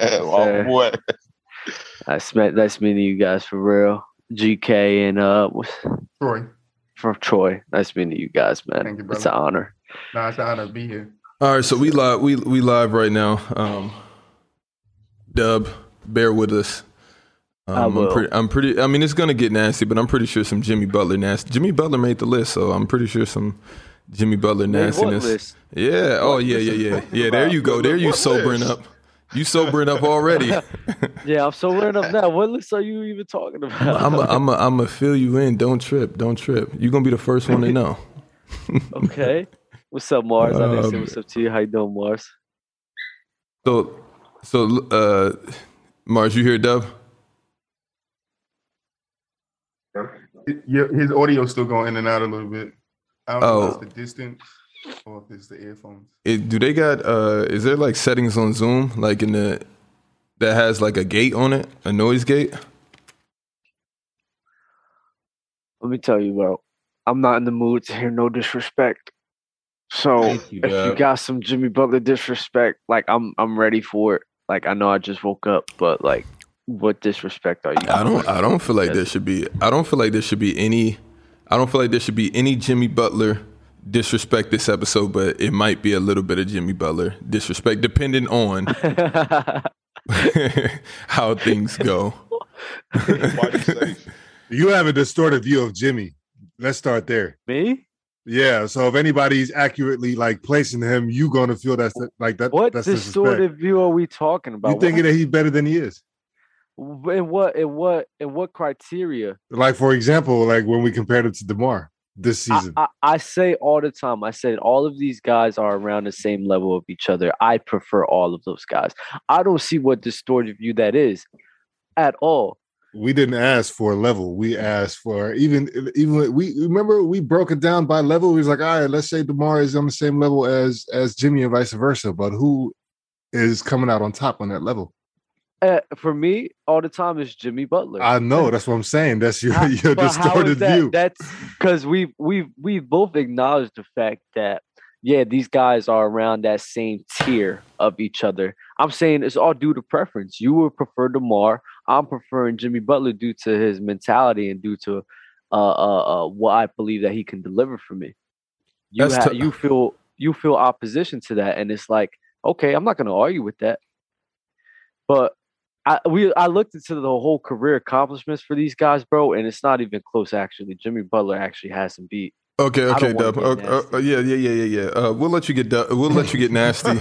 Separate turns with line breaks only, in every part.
oh, boy.
I spent that's meeting you guys for real. GK and uh
Troy,
from Troy. Nice meeting you guys, man.
Thank you,
it's an
brother.
honor.
nah, it's an honor to be here.
All right, so we live we we live right now. Um Dub, bear with us. Um,
I will.
am pretty, I'm pretty. I mean, it's gonna get nasty, but I'm pretty sure some Jimmy Butler nasty. Jimmy Butler made the list, so I'm pretty sure some Jimmy Butler
Man, what
nastiness.
list?
Yeah. Oh, yeah, yeah, yeah, yeah. There you go. There you
What
sobering
list?
up. You sobering up already.
Yeah, I'm so learning up now. What list are you even talking about?
I'm a, I'm a, I'm a fill you in. Don't trip. Don't trip. You're gonna be the first one to know.
okay. What's up, Mars? I didn't say
Um,
what's up to you. How you doing, Mars?
So, so uh, Mars, you hear Dub?
Hi- your- His audio's still going in and out a little bit. I don't know
Oh.
if it's the distance or if it's the earphones.
It, do they got? Uh, is there like settings on Zoom, like in the that has like a gate on it, a noise gate?
Let me tell you, bro. I'm not in the mood to hear no disrespect. So
Thank you,
if you
Dub.
got some Jimmy Butler disrespect, like I'm I'm ready for it. Like I know I just woke up, but like what disrespect are you?
I don't. I don't feel like there should be. I don't feel like there should be any. I don't feel like there should be any Jimmy Butler disrespect this episode, but it might be a little bit of Jimmy Butler disrespect, depending on how things go.
Why you say?
You have a distorted view of Jimmy. Let's start there.
Me?
Yeah. So if anybody's accurately like placing him, you gonna feel that's like that.
What
that's
distorted view are we talking about?
You thinking that he's better than he is?
What- in what in what in what criteria?
Like for example, like when we compared him to Demar this
I-
season.
I, I say all the time, I said all of these guys are around the same level of each other. I prefer all of those guys. I don't see what distorted view that is at all.
we didn't ask for a level. We asked for even even when we remember we broke it down by level. We was like, all right, let's say Demar is on the same level as as Jimmy and vice versa. But who is coming out on top on that level?
Uh, for me, all the time is Jimmy Butler.
I know that's what I'm saying. That's your
How-
your
but how is
distorted
that?
view.
That's because we we we both acknowledged the fact that yeah, these guys are around that same tier of each other. I'm saying it's all due to preference. You would prefer Demar. I'm preferring Jimmy Butler due to his mentality and due to uh, uh, uh, what I believe that he can deliver for me. You
That's
ha-
t-
you feel you feel opposition to that, and it's like okay, I'm not going to argue with that. But I we I looked into the whole career accomplishments for these guys, bro, and it's not even close. Actually, Jimmy Butler actually has some beat.
Okay,
I
okay,
don't wanna
Dub.
get
Okay, uh,
nasty.
uh, yeah, yeah, yeah, yeah, yeah. Uh, we'll let you get du- we'll let you get nasty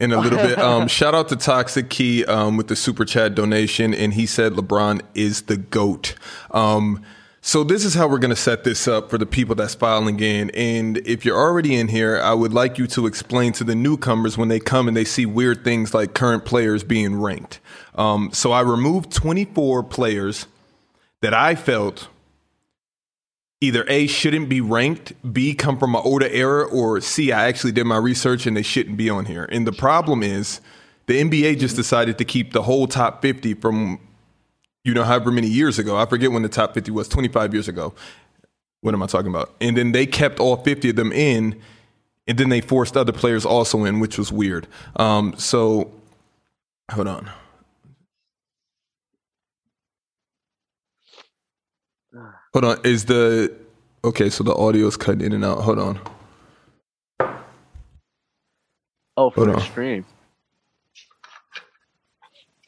in a little bit. Um, shout out to Toxic Key um, with the super chat donation, and he said LeBron is the goat. Um, so this is how we're gonna set this up for the people that's filing in. And if you're already in here, I would like you to explain to the newcomers when they come and they see weird things like current players being ranked. Um, so I removed 24 players that I felt either A shouldn't be ranked, B come from an older era, or C I actually did my research and they shouldn't be on here. And the problem is the NBA just decided to keep the whole top 50 from you know however many years ago. I forget when the top 50 was, 25 years ago. What am I talking about? And then they kept all 50 of them in and then they forced other players also in, which was weird. Um, so hold on. Hold on. Is the okay? So the audio is cutting in and out. Hold on.
Oh, for
Hold
the
on.
stream.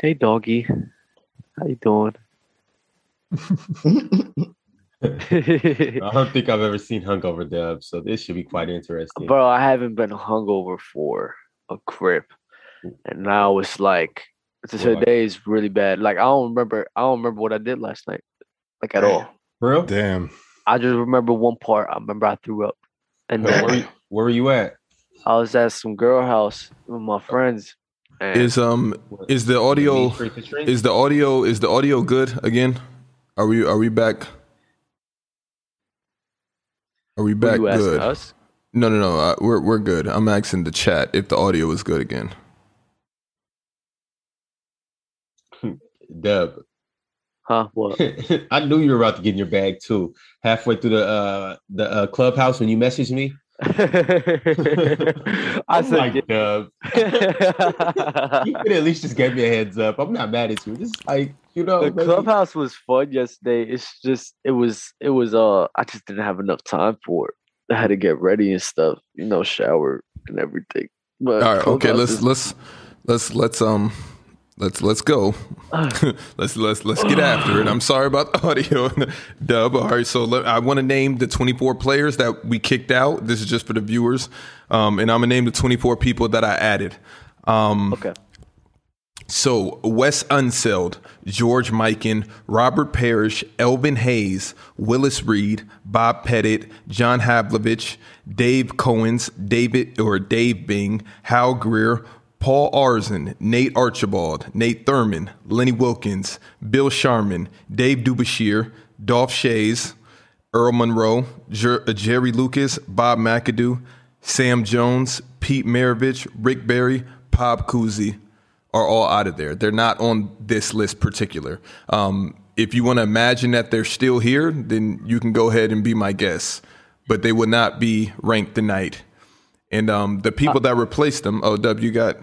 Hey, doggy, how you doing?
I don't think I've ever seen Hungover Dub, so this should be quite interesting.
Bro, I haven't been hungover for a crip, and now it's like
Well, I-
today is really bad. Like I don't remember, I don't remember what I did last night, like at all.
For real?
Damn.
I just remember one part. I remember I threw up, and
Where were
then
you, where were you at?
I was at some girl house with my friends. And
Is um is the audio
Straight to shrink?
is the audio is the audio good again? Are we are we back? Are we
Were
back
you asking
good?
us?
No, no, no. Uh, we're we're good. I'm asking the chat if the audio is good again.
Dub.
Huh? What?
I knew you were about to get in your bag too. Halfway through the uh the uh, clubhouse when you messaged me,
I
I'm
said,
like, Dub, you could at least just give me a heads up. I'm not mad at you. Just like you know,
the
maybe-
clubhouse was fun yesterday. It's just it was it was uh I just didn't have enough time for it. I had to get ready and stuff, you know, shower and everything. But
All right, okay.
Clubhouse
Let's
is-
let's let's let's um let's let's go. let's let's let's get after it. I'm sorry about the audio dub. All right, so let, I want to name the 24 players that we kicked out. This is just for the viewers, um, and I'm gonna name the 24 people that I added. Um,
okay.
so Wes Unseld, George Mikan, Robert Parrish, Elvin Hayes, Willis Reed, Bob Pettit, John Havlovich, Dave Cohen's, David or Dave Bing, Hal Greer, Paul Arzen, Nate Archibald, Nate Thurman, Lenny Wilkins, Bill Sharman, Dave Dubashir, Dolph Shays, Earl Monroe, Jer- uh, Jerry Lucas, Bob McAdoo, Sam Jones, Pete Maravich, Rick Barry, Bob Cousy are all out of there. They're not on this list particular. Um, if you want to imagine that they're still here, then you can go ahead and be my guest. But they will not be ranked tonight. And um, the people that replaced them, oh, Dub, you got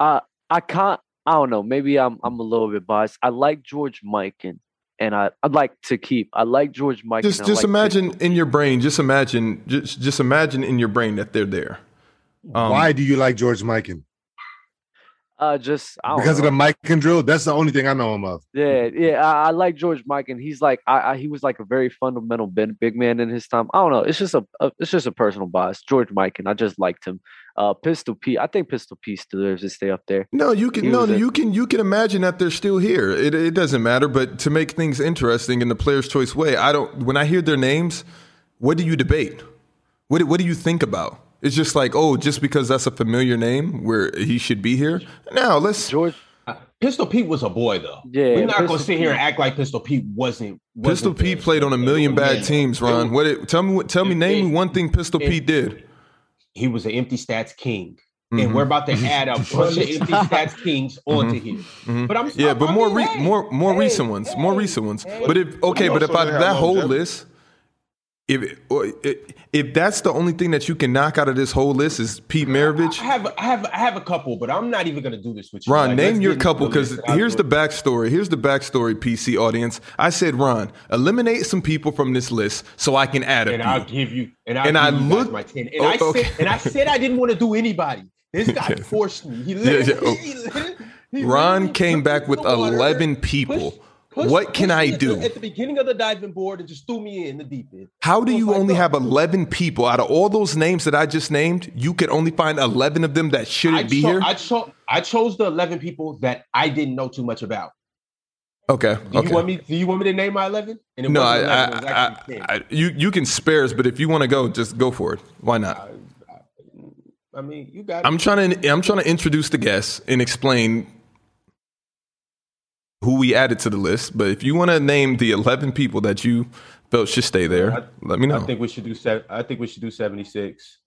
I I can't. I don't know. Maybe I'm I'm a little bit biased. I like George Mikan, and I I'd like to keep. I like George Mikan.
just
I
just
like
imagine in your brain, just imagine, just just imagine in your brain that they're there. Um,
Why do you like George Mikan?
Uh, just I don't
Because
know.
of the Mikan drill. That's the only thing I know him of.
Yeah, yeah, I, I like George Mike, and he's like, I, I he was like a very fundamental ben, big man in his time. I don't know, it's just a, a it's just a personal bias. George Mike, and I just liked him. Uh, Pistol Pete, I think Pistol Pete deserves to stay up there.
No, you can
He
no,
was a-
you can you can imagine that they're still here. It it doesn't matter, but to make things interesting in the player's choice way, I don't when I hear their names, what do you debate? What do- what do you think about? It's just like, oh, just because that's a familiar name where he should be here. Now, let's
George,
Pistol Pete was a boy though.
Yeah,
we're not
Pistol
gonna sit here
Pete-
and act like Pistol Pete wasn't. wasn't
Pistol Pete
there.
played on a million bad teams, Ron. What it, tell me what tell me
It-
name me
it-
one thing Pistol
it-
Pete did.
He was an empty stats king,
Mhm.
and we're about to add a bunch of empty stats kings onto here.
Mhm.
But I'm
Yeah, but
I
more
mean,
re-
hey,
more more
hey,
recent ones, more
hey,
recent ones.
hey.
But if okay, but
also
if out
they
of
have
that whole
longevity.
list, if or i- if that's the only thing that you can knock out of this whole list is Pete Maravich,
I have I have I have a couple, but I'm not even gonna do this with you.
Ron,
Like, let's
name your
get into
couple
the list
because
and I'll
here's
do
the
it.
backstory. Here's the backstory, PC audience. I said, Ron, eliminate some people from this list so I can add a
and I'll
few.
give you and, I'll
And
give
I
you guys
looked-
my ten. And
Oh,
I said
okay.
and I said I didn't want to do anybody. This guy
Yeah.
forced me. He
Yeah, yeah,
literally,
oh.
he literally- he literally
Ron came
took
back
me
with
to the water,
eleven
pushed-
people.
pushed-
What can
pushed
I
me at
do?
the, at the beginning of the diving board and just threw me in the deep end?
How do
Oh
you
my
only
God.
have 11 people out of all those names that I just named? You could only find 11 of them that
I,
shouldn't be
cho-
here?
I, cho- I chose the eleven people that I didn't know too much about.
okay.
Do
okay.
you want me? Do you want me to name my eleven? And it
No, I,
wasn't 11, it was
I, I,
actually 10.
I, you you can spares, but if you want to go, just go for it. Why not?
I mean, you got.
I'm
it.
trying to I'm trying to introduce the guests and explain who we added to the list. But if you want to name the 11 people that you felt should stay there, let me
I
know.
think we should do. Se- I think we should do seventy six.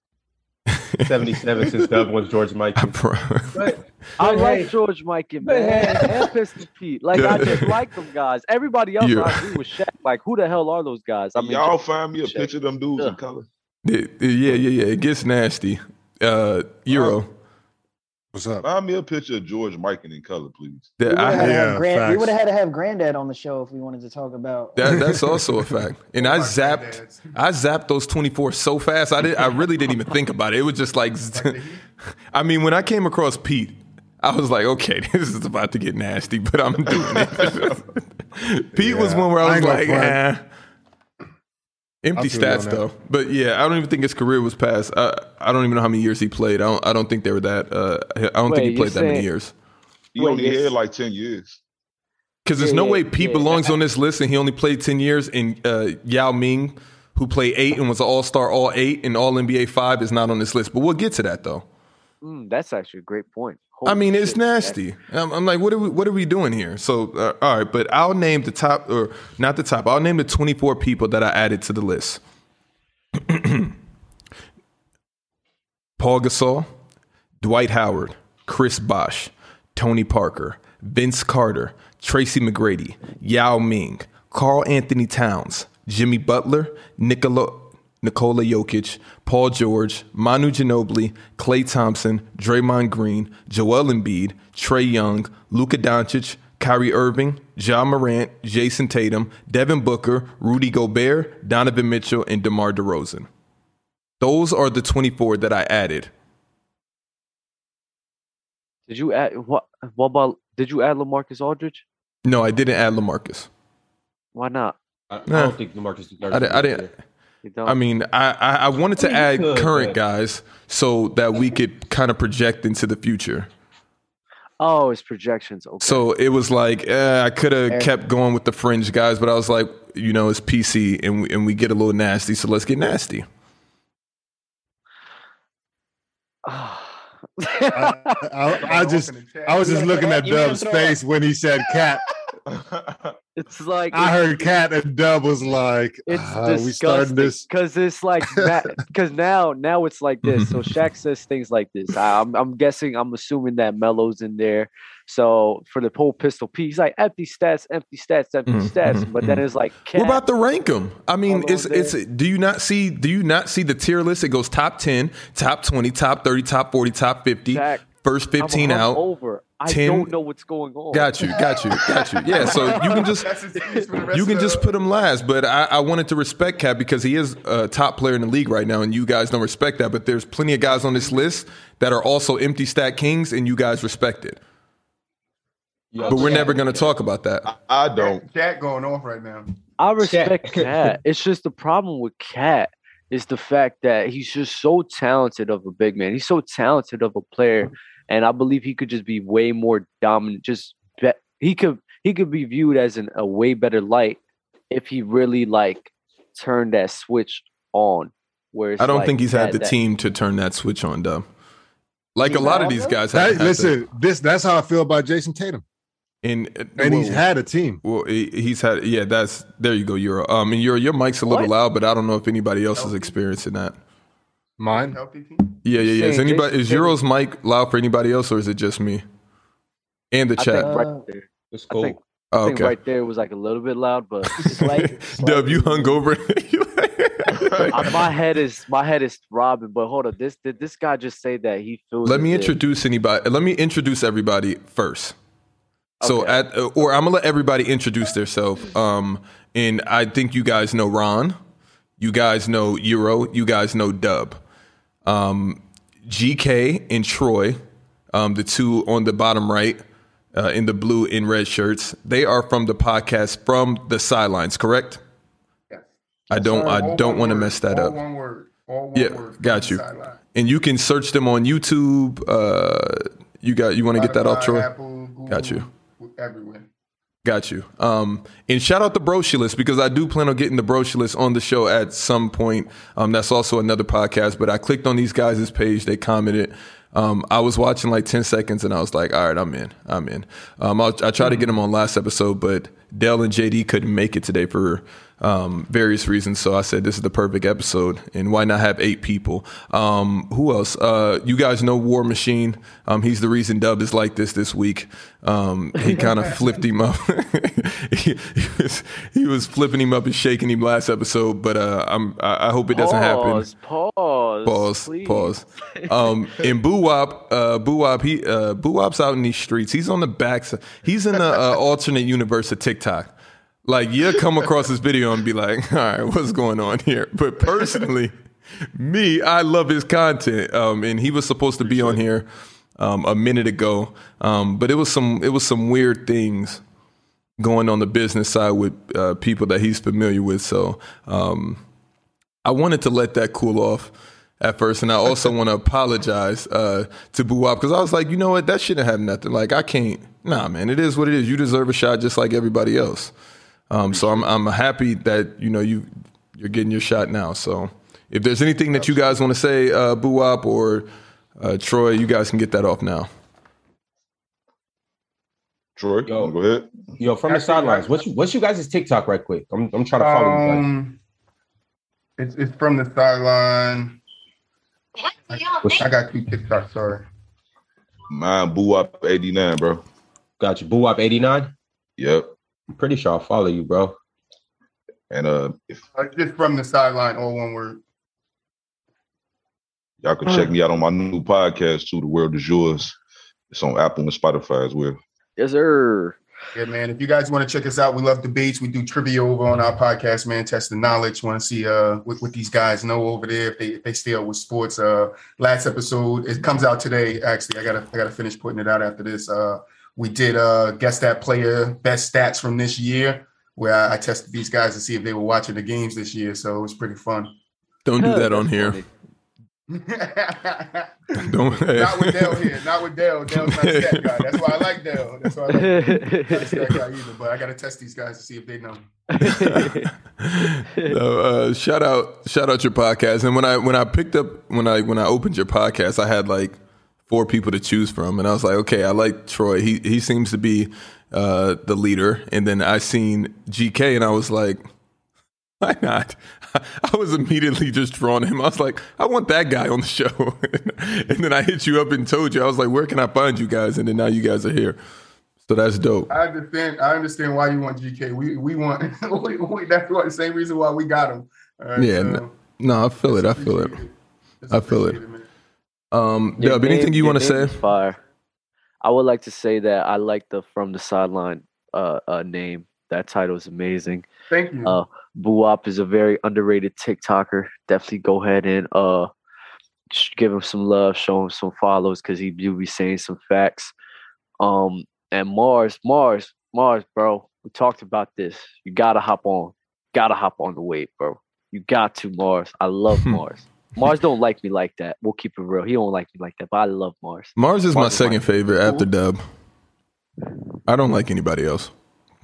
77 since Dub was George Mike.
I pro-
But,
I
but
like
hey,
George Mikan,
But
man,
hey.
and Pistol Pete. Like I just like them guys. Everybody else
Yeah.
I agree with Shaq. Like who the hell are those guys? I mean,
Y'all find me a
Shit.
picture of them dudes
Yeah.
in color.
yeah, yeah, yeah. It gets nasty. Uh, Euro.
What's up?
Find me a picture of George Mikan in color, please.
that
We would
I-
have had, to have
Yeah,
Gran- we
facts.
would have had to have Granddad on the show if we wanted to talk about.
That, that's also a fact. And I
My
zapped,
granddads.
I zapped those twenty four so fast. I did, I really didn't even think about it. It was just like, I mean, when I came across Pete, I was like, okay, this is about to get nasty, but I'm doing it. Pete was
Yeah,
one where I
I
was
ain't gonna
like,
front.
eh. empty
I feel you on
stats
that.
though. But yeah, I don't even think his career was past. I, I don't even know how many years he played. I don't. I don't think they were that. Uh, I don't
Wait,
think he
you
played that many
saying-
years.
He
Wait,
only
yes.
had like 10 years.
Because there's
Yeah,
no
yeah,
way Pete
yeah.
belongs on this list, and he only played ten years. And uh, Yao Ming, who played eight and was an All Star, all eight and All NBA five, is not on this list. But we'll get to that though.
mm, that's actually a great point.
I mean,
Holy
it's
Oh, shit,
nasty. I'm, I'm like, what are we? What are we doing here? So, uh, all right, but I'll name the top, or not the top. I'll name the 24 people that I added to the list. Paul Gasol, Dwight Howard, Chris Bosh, Tony Parker, Vince Carter, Tracy McGrady, Yao Ming, Carl Anthony Towns, Jimmy Butler, Nikola Nikola Jokic, Paul George, Manu Ginobili, Klay Thompson, Draymond Green, Joel Embiid, Trey Young, Luka Doncic, Kyrie Irving, John Morant, Jason Tatum, Devin Booker, Rudy Gobert, Donovan Mitchell, and DeMar DeRozan. Those are the 24 that I added.
Did you add what? What about? Did you add Lamarcus Aldridge?
No, I didn't add LaMarcus.
Why not?
I, I
Nah.
don't think Lamarcus. Aldridge
I, di- I
is
didn't.
there.
You don't.
I mean, I, I, I wanted to
I mean, you
add
could,
current
but-
guys so that we could kind of project into the future.
oh, it's projections. Okay.
So it was like eh, I could have
Fair.
kept going with the fringe guys, but I was like, you know, it's PC and we, and we get a little nasty, so let's get nasty.
I, I, I just I was just
You gonna
looking
throw-
at
you gonna
Dub's
throw-
face when he said cat.
it's like
I heard cat and Dub was like,
It's
"Uh,
"Ah, we
disgusting
started this.
because it's like because now now it's like this. So Shaq says things like this. I, I'm I'm guessing I'm assuming that Melo's in there. So for the whole pistol piece, he's like empty stats, empty stats, empty
Mhm,
stats.
mhm,
But then
mhm.
it's like
We're
Cat,
about to rank them. I mean,
Hold
it's
on,
it's.
Dave.
Do you not see? Do you not see the tier list? It goes top ten, top twenty, top thirty, top forty, top fifty,
Shaq,
first
I'm
fifteen out.
Over. I
10
don't know what's going on.
Got you, got you, got you. Yeah, so you can just
That's his excuse for the rest
you
of
can
the-
just put him last, but I, I wanted to respect Cap because he is a top player in the league right now, and you guys don't respect that. But there's plenty of guys on this list that are also empty stat kings, and you guys respect it.
You
But we're
also-
never going to talk about that.
I, I don't.
Cat going off right now.
I
Shaq.
respect Cat. It's just the problem with Cat is the fact that he's just so talented of a big man. He's so talented of a player, and I believe he could just be way more dominant. Just be- he could he could be viewed as in a way better light if he really like turned that switch on. Where it's
I don't
like
think he's
that-
had the
that-
team to turn that switch on, Dub. Like a lot of these guys,
That-
haven't had
listen, this that's how I feel about Jason Tatum,
that. and,
and he's
whoa.
had a team.
Well, he- he's had yeah. That's there you go, Euro. Um, and Euro, your mic's a little
What?
loud, but I don't know if anybody else is experiencing that.
Mine,
Healthy team.
Yeah, yeah, yeah. Is
Saying
anybody
Jason
is Euro's mic loud for anybody else, or is it just me? And the
I
chat.
think right
Uh,
there.
It's
Oh. I
cool.
think- I
oh,
think
okay.
right there was like a little bit loud, but
slight-
Dub,
slight-
you hung over.
I- my head is my head is throbbing. But hold up, this did this guy just say that he feels?
let me
as if-
introduce anybody. Let me introduce everybody first. So
Okay.
at or I'm gonna let everybody introduce themselves. Um, and I think you guys know Ron. You guys know Euro. You guys know Dub. Um, GK and Troy, um, the two on the bottom right, uh, in the blue and red shirts. They are from the podcast from the sidelines. Correct.
Yes.
I don't. I
All
don't want
one
to
word.
mess that
All
up.
one word. All one
Yeah,
word.
got you.
Sideline.
and you can search them on YouTube. Uh, you got you want to get that off,
Spotify,
Troy?
Apple, Google,
Got you.
Everywhere.
Got you. Um, and shout out the Brochulous because I do plan on getting the Brochulous on the show at some point. Um, that's also another podcast. But I clicked on these guys' page. They commented. Um, I was watching like ten seconds and I was like, all right, I'm in. I'm in. Um, I'll, I tried to get them on last episode, but Dell and JD couldn't make it today for um, various reasons. So I said this is the perfect episode, and why not have eight people? Um, who else? Uh, you guys know War Machine. Um, he's the reason Dub is like this this week. Um, he kind of flipped him up. he, he was, he was flipping him up and shaking him last episode, but uh, I'm, I, I hope it doesn't happen.
Pause, Pause.
Pause.
please.
Pause. Um, and Boo Wop, uh, Boo Wop, he uh, Boo Wop's out in these streets. He's on the backs. He's in the uh, alternate universe of TikTok. Like you'll come across this video and be like, "All right, what's going on here?" But personally, me, I love his content, um, and he was supposed to be on here um, a minute ago, um, but it was some it was some weird things going on the business side with uh, people that he's familiar with. So um, I wanted to let that cool off at first, and I also want to apologize uh, to Buwap because I was like, you know what, that shouldn't have nothing. Like I can't. Nah, man, it is what it is. You deserve a shot just like everybody else. Um, so I'm I'm happy that you know you you're getting your shot now. So if there's anything that you guys want to say, uh, Buwap or uh, Troy, you guys can get that off now.
Troy,
Yo.
go ahead.
Yo, from the
Actually,
sidelines,
I-
what's you, what's you guys' TikTok right quick? I'm I'm trying to follow you guys.
Um, it's it's from the sideline. I got two TikToks. Sorry.
Mine boo up eighty nine, bro.
Got you. Boo Wop 89.
Yep.
I'm pretty sure I'll follow you, bro.
And uh, if
Uh, It's just from the sideline. All one word.
Y'all can check me out on my new podcast too. The world is yours. It's on Apple and Spotify as well.
Yes, sir.
Yeah, man. If you guys want to check us out, we love debates. We do trivia over on our podcast, man. Test the knowledge. Want to see uh what, what these guys know over there if they if they still with sports. Uh, last episode it comes out today. Actually, I gotta I gotta finish putting it out after this. Uh, we did uh guess that player best stats from this year, where I, I tested these guys to see if they were watching the games this year. So it was pretty fun.
Don't do that on
That's
here.
funny.
Not
Don't.
with Dell here. Not with Dell. Dell's not a stat guy. That's why I like Dell. That's why I like Dell. Not a stat guy either, but I gotta test these guys to see if they know.
so, uh, shout out, shout out your podcast. And when I when I picked up when I when I opened your podcast, I had like four people to choose from, and I was like, okay, I like Troy. He he seems to be uh, the leader. And then I seen GK, and I was like, why not? I was immediately just drawn to him. I was like, I want that guy on the show. and then I hit you up and told you, I was like, where can I find you guys? And then now you guys are here. So that's dope.
I understand. I understand why you want GK. We we want. we, we, that's what, the same reason why we got him. uh, All right,
Yeah,
so,
no, no, I feel it. I feel it.
appreciate Just
I feel it.
appreciate man.
Um,
Your
Dub, anything
name-
you
your
want to
name
say?
is Fire. I would like to say that I like the from the sideline uh, uh name. That title is amazing.
Thank you.
Uh, Buwap is a very underrated TikToker. Definitely go ahead and uh sh- give him some love, show him some follows because he do be saying some facts. Um and Mars, Mars, Mars, bro. We talked about this. You gotta hop on. Gotta hop on the wave, bro. You got to Mars. I love Mars. Mars don't like me like that. We'll keep it real. He don't like me like that, but I love Mars.
Mars is my
Mars is
second
mine.
favorite after Dub. I don't like anybody else.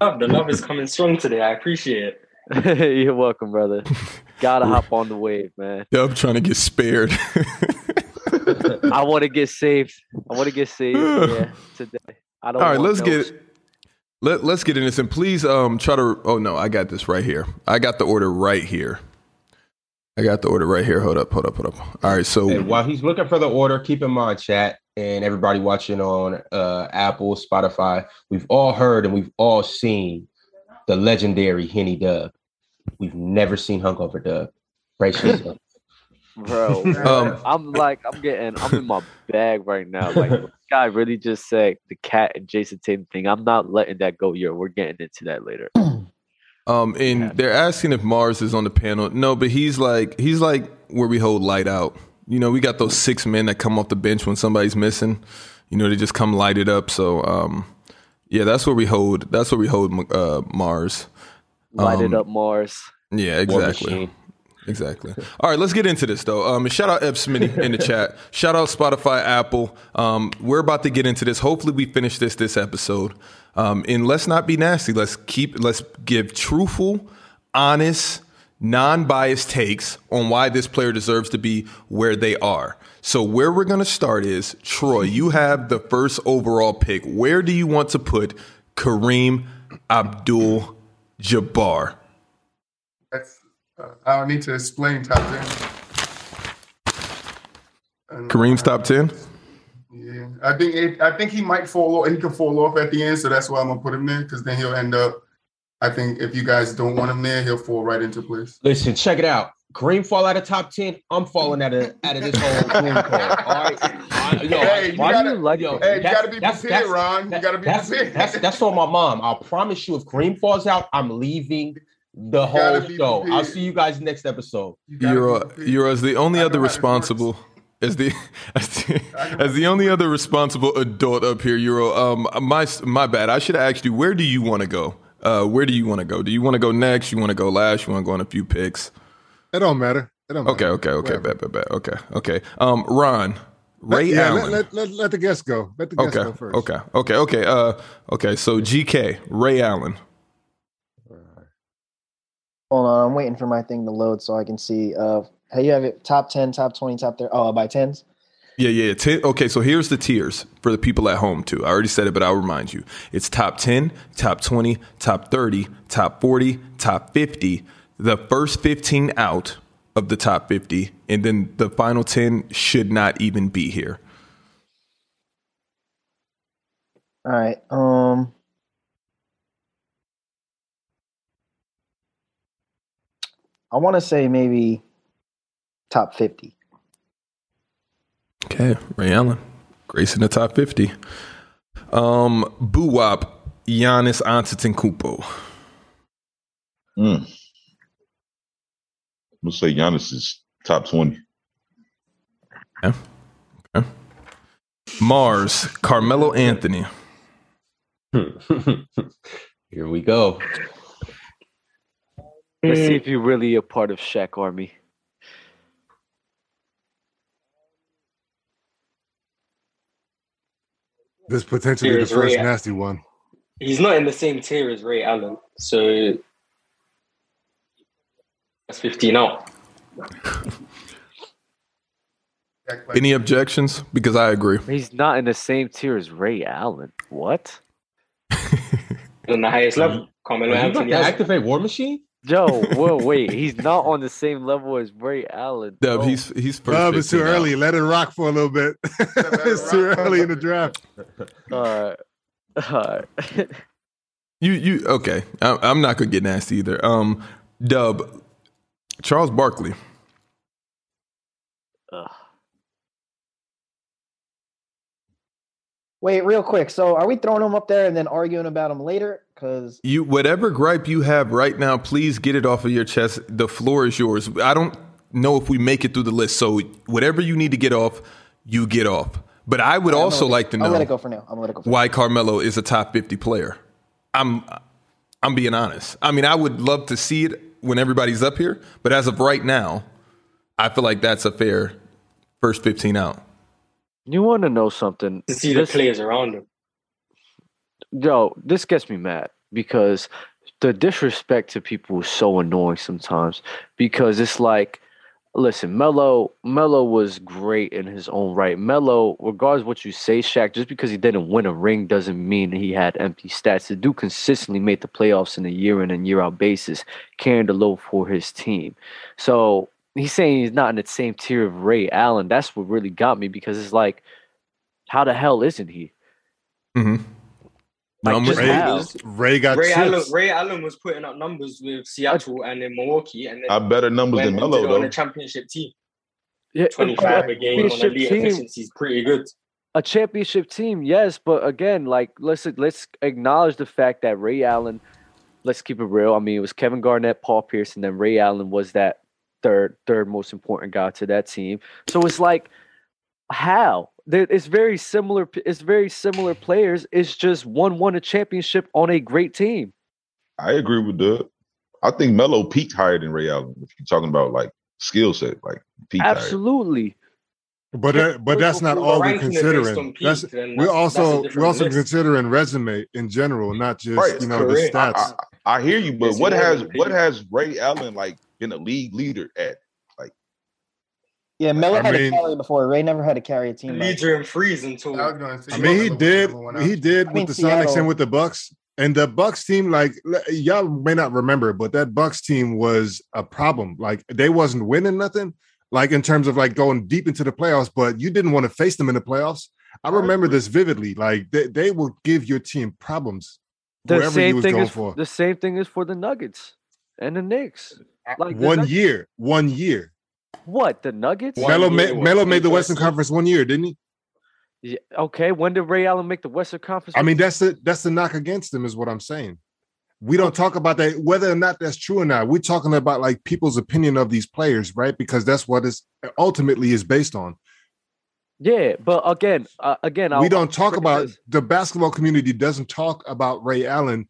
Love, the love is coming strong today. I appreciate it.
You're welcome, brother. Gotta hop on the wave, man.
Dub trying to get spared.
I want to get saved. I want to get saved. Yeah, today. I
All
don't.
right,
want
let's
those-
get let let's get in this and please um try to oh no, I got this right here. I got the order right here. I got the order right here. Hold up, hold up, hold up. All right, so
And while he's looking for the order, keep in mind, chat, and everybody watching on uh, Apple, Spotify, we've all heard and we've all seen the legendary Henny Dub. We've never seen Hungover Dub. Right? Shizzo?
bro.
Um,
I'm like, I'm getting, I'm in my bag right now. Like, this guy really just said the cat and Jason Tatum thing. I'm not letting that go. Yo, we're getting into that later.
um and
Yeah.
they're asking if Mars is on the panel. No, but he's like he's like where we hold light out. You know, we got those six men that come off the bench when somebody's missing. You know, they just come light it up. So um yeah, that's where we hold that's where we hold uh Mars.
Light it
Um,
up, Mars.
Yeah,
War
exactly.
Machine.
Exactly. All right, let's get into this though. Um, and shout out Eb Smitty in the chat. Shout out Spotify, Apple. Um, we're about to get into this. Hopefully, we finish this this episode. Um, and let's not be nasty. Let's keep. Let's give truthful, honest, non-biased takes on why this player deserves to be where they are. So where we're gonna start is Troy. You have the first overall pick. Where do you want to put Kareem Abdul Jabbar?
That's, uh, I don't need to explain top ten. And,
Kareem's top ten.
Yeah, I think it, I think he might fall off. He can fall off at the end, so that's why I'm gonna put him there because then he'll end up. I think if you guys don't want him there, he'll fall right into place.
Listen, check it out. Kareem fall out of top ten. I'm falling out of out of this whole Kareem call. All right. I- yo,
Hey, you
why
Why
gotta-
do you like
yo,
it?
Hey, you
That's-
gotta be
that's-
prepared,
that's-
Ron. You
That-
gotta be
that's,
prepared.
that's that's on my mom. I promise you, if Kareem falls out, I'm leaving the whole
gotta be
show. I'll
prepared.
see you guys next episode.
You gotta be
Euro
prepared.
Euro is the only
I know
other
how this works.
responsible as the as the,
I know.
as the only other responsible adult up here. Euro, um, my my bad. I should have asked you. Where do you want to go? Uh, where do you want to go? Do you want to go next? You want to go last? You want to go on a few picks?
It don't matter. It don't
Okay,
matter.
okay, okay,
Whatever.
bet, bet, bet. Okay, okay. Um, Ron, Ray
let, yeah,
Allen.
Let, let, let, let the guests go. Let the guests
okay,
go first.
okay, okay, okay. Uh, okay. So GK, Ray Allen.
Hold on, I'm waiting for my thing to load so I can see. Uh, how you have it? Top ten, top twenty, top thirty. Oh, by tens.
Yeah, yeah. Ten, okay, so here's the tiers for the people at home, too. I already said it, but I'll remind you it's top 10, top 20, top 30, top 40, top 50, the first 15 out of the top 50, and then the final 10 should not even be here.
All right. Um. I want to say maybe top fifty.
Okay, Ray Allen, Grace in the top fifty. Um, Boo Wop, Giannis Antetokounmpo.
Mm.
Hmm.
I'm gonna say Giannis is top twenty.
Mars, Carmelo Anthony.
Here we
oh.
go.
Let's see if you're really a part of Shaq Army.
This potentially
Here
the
is
first
Ray.
nasty one.
He's not in the same tier as Ray Allen, so that's 15 out.
Any objections? Because I agree.
He's not in the same tier as Ray Allen. What?
On the highest level, Carmelo
Are you about
Anthony
to
has
activate War Machine?
Joe, well, wait. He's not on the same level as Ray Allen.
Dub,
Oh,
he's he's first.
Dub, it's too
15 out.
early. Let it rock for a little bit. it's too
rock.
early in the draft.
all right. All right.
You you okay? I, I'm not gonna get nasty either. Um, Dub, Charles Barkley.
Ugh.
Wait, real quick. So are we throwing him up there and then arguing about him later? Because
You whatever gripe you have right now, please get it off of your chest. The floor is yours. I don't know if we make it through the list, so whatever you need to get off, you get off. But I would also like to
I'll let it
know
go for now. I'm gonna let it go. For now.
why Carmelo is a top 50 player. I'm I'm being honest. I mean, I would love to see it when everybody's up here, but as of right now, I feel like that's a fair first 15 out.
You want to know something?
to see the
This-
players around him.
yo, this gets me mad because the disrespect to people is so annoying sometimes because it's like listen, Melo Melo was great in his own right. Melo, regardless of what you say, Shaq, just because he didn't win a ring doesn't mean he had empty stats. The dude consistently made the playoffs in a year in and year out basis, carrying the load for his team. So he's saying he's not in the same tier of Ray Allen. That's what really got me because it's like, how the hell isn't he?
Mm-hmm.
Like, just
Ray,
how?
Ray got
Ray
chips.
Allen, Ray Allen was putting up numbers with Seattle and in Milwaukee, and then
I better numbers
went
than
into
Melo
the- on
though.
the championship team.
Yeah, of
25
course.
a game on a
Championship
league
team.
efficiency is pretty good.
a championship team, yes, but again, like let's let's acknowledge the fact that Ray Allen. Let's keep it real. I mean, it was Kevin Garnett, Paul Pierce, and then Ray Allen was that third third most important guy to that team. So it's like how There- it's very similar. It's very similar players. It's just one won a championship on a great team.
I agree with Doug. I think Melo peaked higher than Ray Allen. If you're talking about like skill set, like peak higher.
Absolutely.
But that, but that's not
We're
all we're
ranking it based on
considering.
peak,
That's,
then that's-
we're
that's a
also
different
we're also
list.
considering resume in general, not just
Right,
you know the
correct.
stats.
I, I hear you, but
It's
what
more
has
than peak.
what has Ray Allen like been a league leader at?
Yeah, Melo
I
had
mean-
a carry before. Ray never had to carry a team. Like,
Leader in threes until
I was gonna say,
I mean, he did. He did
I
with
mean,
the Sonics
Seattle-
and with the Bucks. And the Bucks team, like l- y'all may not remember, but that Bucks team was a problem. Like they wasn't winning nothing. Like in terms of like going deep into the playoffs, but you didn't want to face them in the playoffs. I remember this vividly. Like they, they will give your team problems.
The
Whoever he
same
was
thing
going
is
for.
the same thing is for the Nuggets and the Knicks. Like the
one
Nug-
year, one year.
What the Nuggets?
One
Melo,
year
ma-
was
Melo
three
made the Western
first.
Conference one year, didn't he?
Yeah, okay, when did Ray Allen make the Western Conference?
I mean, that's the that's the knock against him, is what I'm saying. We don't talk about that, whether or not that's true or not. We're talking about like people's opinion of these players, right? Because that's what is ultimately is based on.
yeah, but again, uh, again,
we
I'll-
don't talk
look at
about
this.
the basketball community doesn't talk about Ray Allen,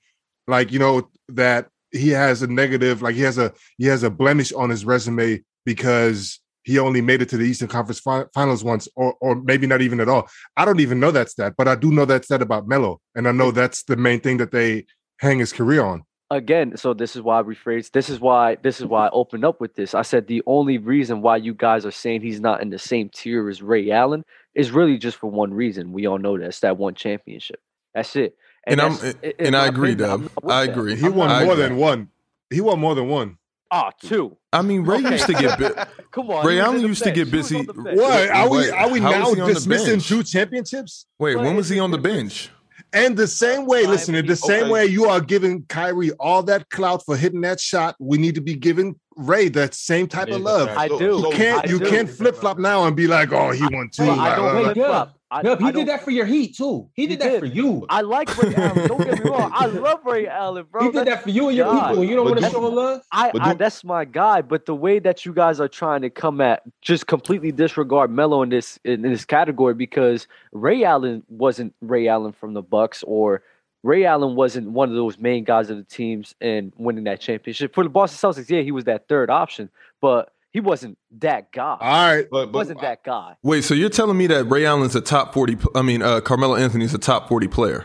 like you know that he has a negative, like he has a he has a blemish on his resume because he only made it to the Eastern Conference fi- Finals once, or or maybe not even at all. I don't even know that stat, but I do know that stat about Melo, and I know that's the main thing that they hang his career on.
again. So this is why I rephrase. This is why this is why I opened up with this. I said the only reason why you guys are saying he's not in the same tier as Ray Allen is really just for one reason. We all know that's that one championship. That's it.
And, I'm
that's-
and,
in my
I agree,
opinion, I'm
Dub.
not with
I
that.
agree.
He won
I
more
agree.
than one. He won more than one.
Ah, two.
I mean, Ray
Okay.
used to get bit.
Come on,
Ray
he was
Allen
in the
used to
bench.
get
He was
busy-
on the bench.
What are we? Are we
How is
now
he on the
dismissing
bench?
two championships?
Wait,
But
when was
it-
he on the
it-
bench?
And the same way,
Five
listen, in the
people.
same
Okay.
way you are giving Kyrie all that clout for hitting that shot, we need to be giving Ray that same type
It
of
is a
love.
fact.
I
So-
do.
You
so-
can't
I
you
do.
can't flip flop now and be like, oh, he won two.
Bro, I
Like,
don't
uh,
flip
Yup.
flop. I,
Yup, he
I
did
don't-
that for your heat too. He did
He
that
did.
for you.
I like Ray Allen. Don't get me wrong. I love Ray Allen, bro.
he did that for you and your
God.
people. and You don't
But
want to
do-
show him love.
I,
But
I
do-
that's my guy, but the way that you guys are trying to come at just completely disregard Melo in this in, in this category because Ray Allen wasn't Ray Allen from the Bucks or Ray Allen wasn't one of those main guys of the teams and winning that championship for the Boston Celtics. Yeah, he was that third option, but he wasn't that guy.
all right.
But, but
wasn't that guy?
Wait, so you're telling me that Ray Allen's a top 40, pl- I mean, uh, Carmelo Anthony's a top 40 player.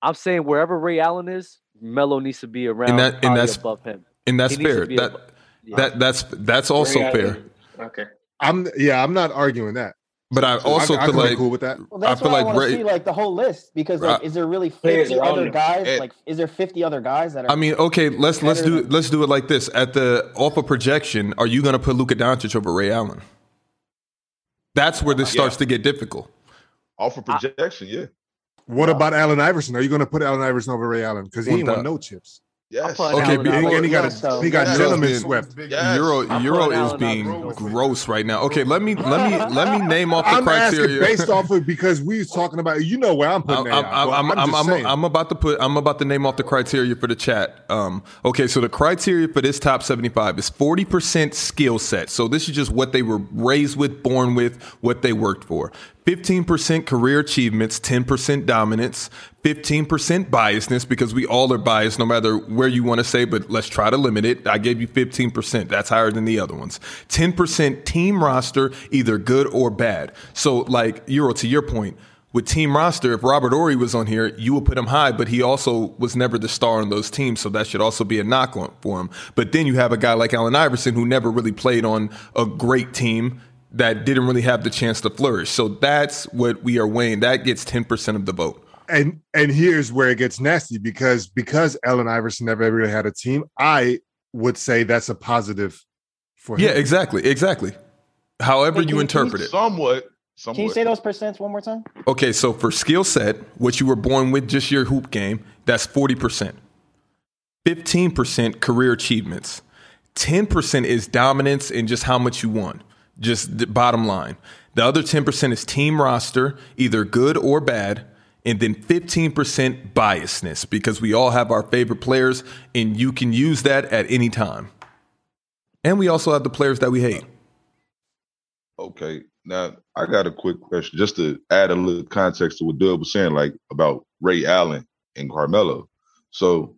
I'm saying wherever Ray Allen is, Melo needs to be around
And that- and
probably
that's-
above him.
And that's
He needs to
fair.
be
That,
able- Yeah.
that, that's, that's also
Ray
fair.
Allen. Okay.
I'm yeah, I'm not arguing that.
But I also
I,
feel
I can be
like,
cool with that.
Well, that's
I feel
what
like
I want to
Ray-
see, like the whole list, because like,
Right.
is there really
Players
fifty
around
other
him.
guys?
Eh.
like, is there fifty other guys that are?
I mean, okay, let's, let's
Better
do,
than-
let's do it like this. At the, off a projection, are you going to put Luka Doncic over Ray Allen? That's where this
Yeah.
starts to get difficult.
off of projection, yeah.
What about Allen Iverson? Are you going to put Allen Iverson over Ray Allen? Because he
Well,
ain't won
duh.
no chips.
Yes.
put
Okay,
Allen
but-
out.
And he got
so-
a, he got
Yeah.
gentleman
Yeah.
swept.
Yes.
Euro
I'm
Euro
pulling Allen
is
out of
being
the group.
gross right now. Okay, let me let me let me name off the
I'm asking
criteria.
based off of because we was talking about you know where I'm
I'm,
putting
I'm,
that.
I'm, I'm,
I'm,
I'm,
just
I'm,
saying.
I'm about to put I'm about to name off the criteria for the chat. Um, okay, so the criteria for this top 75 is 40% skill set. So this is just what they were raised with, born with, what they worked for. 15% career achievements, 10% dominance, 15% biasness because we all are biased no matter where you want to say, but let's try to limit it. I gave you 15%. That's higher than the other ones. 10% team roster, either good or bad. So like Euro to your point, with team roster, if Robert Ory was on here, you would put him high, but he also was never the star on those teams, so that should also be a knock on for him. But then you have a guy like Allen Iverson who never really played on a great team that didn't really have the chance to flourish. So that's what we are weighing. That gets 10% of the vote.
and and here's where it gets nasty because because Allen Iverson never really had a team. I would say that's a positive for
Yeah,
him.
exactly. Exactly. However
Wait, can
you
you
interpret it.
Somewhat.
can you
Somewhat.
say those percents one more time?
Okay, so for skill set, what you were born with, just your hoop game, that's 40%. 15% career achievements. 10% is dominance and just how much you won, just the bottom line. The other 10% is team roster, either good or bad. And then 15% biasness because we all have our favorite players and you can use that at any time. And we also have the players that we hate.
Okay. Now I got a quick question just to add a little context to what Doug was saying, like about Ray Allen and Carmelo. So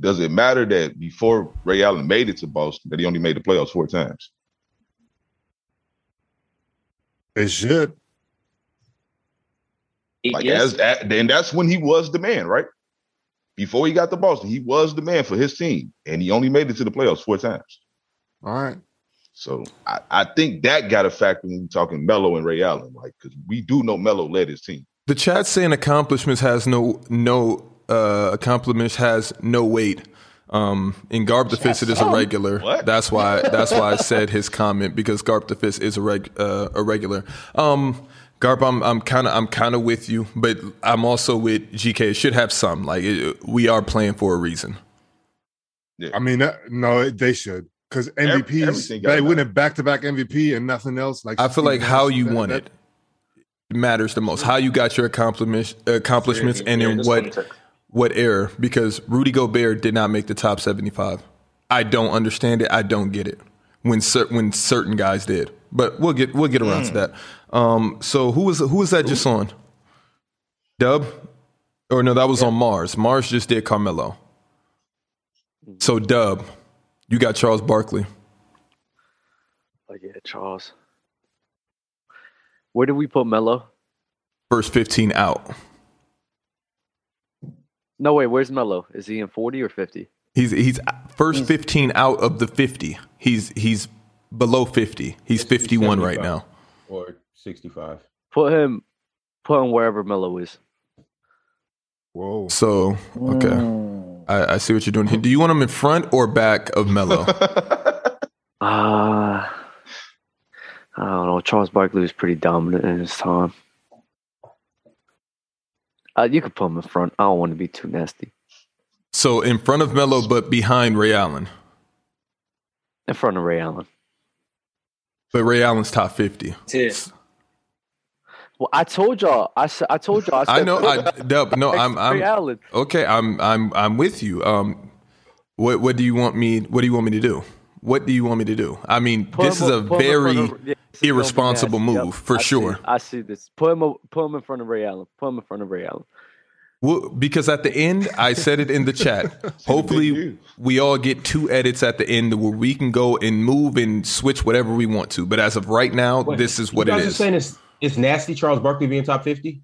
does it matter that before Ray Allen made it to Boston, that he only made the playoffs four times?
It should.
Like
yes.
as that, then that's when he was the man, right? Before he got to Boston, he was the man for his team, and he only made it to the playoffs four times.
All right.
So I, I think that got a factor when we're talking Melo and Ray Allen, like because we do know Melo led his team.
The chat saying accomplishments has no no uh accomplishments has no weight. Um and Garb the Fist it is a regular.
What?
That's why that's why I said his comment because Garb the Fist is a reg uh, a regular. Um Garb, I'm I'm kind of I'm kind of with you, but I'm also with GK. It should have some. Like it, we are playing for a reason.
I mean, that, no, they should because MVPs
everything got
they
that.
win a back to back MVP and nothing else. Like
I feel
Steve
like how
Nash,
you
that-
won
that-
it matters the most. How you got your accomplishments accomplishments
Yeah,
and
yeah,
in
this
what
context.
what error because Rudy Gobert did not make the top 75. I don't understand it. I don't get it when cer- when certain guys did. But we'll get we'll get around to that. Um, so who was Hmm. who was that just on? Dub, or no, that was on Mars. Mars just did Carmelo. So Dub, you got Charles Barkley.
Oh yeah, Charles. Where did we put Melo?
First 15 out.
No wait, where's Melo? Is he in forty or fifty?
He's he's first 15 out of the 50. He's he's below 50. He's
Let's do
51 right
75.
now.
Or 65.
Put him, put him wherever Melo is.
Whoa.
So okay,
Mm.
I, I see what you're doing here. Do you want him in front or back of Melo?
Ah, I don't know. Charles Barkley was pretty dominant in his time. Uh, you could put him in front. I don't want to be too nasty.
so in front of Melo, but behind Ray Allen.
in front of Ray Allen.
But Ray Allen's top fifty.
It's here.
Well, I told y'all. I, s- I told y'all. I,
I
said
know. I dub. No,
Ray
I'm. I'm
Allen.
okay. I'm. I'm. I'm with you. Um, what What do you want me? What do you want me to do? What do you want me to do? I mean,
Put
this
him
is
up-
a
put him in
very
front of- yeah, this is gonna be
irresponsible
nasty. Yep.
move for
I see-
sure.
I see this. Put him. o- Put him in front of Ray Allen. Put him in front of Ray Allen.
Well, because at the end, I said it in the chat. Hopefully,
you.
we all get two edits at the end where we can go and move and switch whatever we want to. But as of right now,
Wait,
this is
You
what it
guys are
is.
saying it's it's nasty. Charles Barkley being top fifty.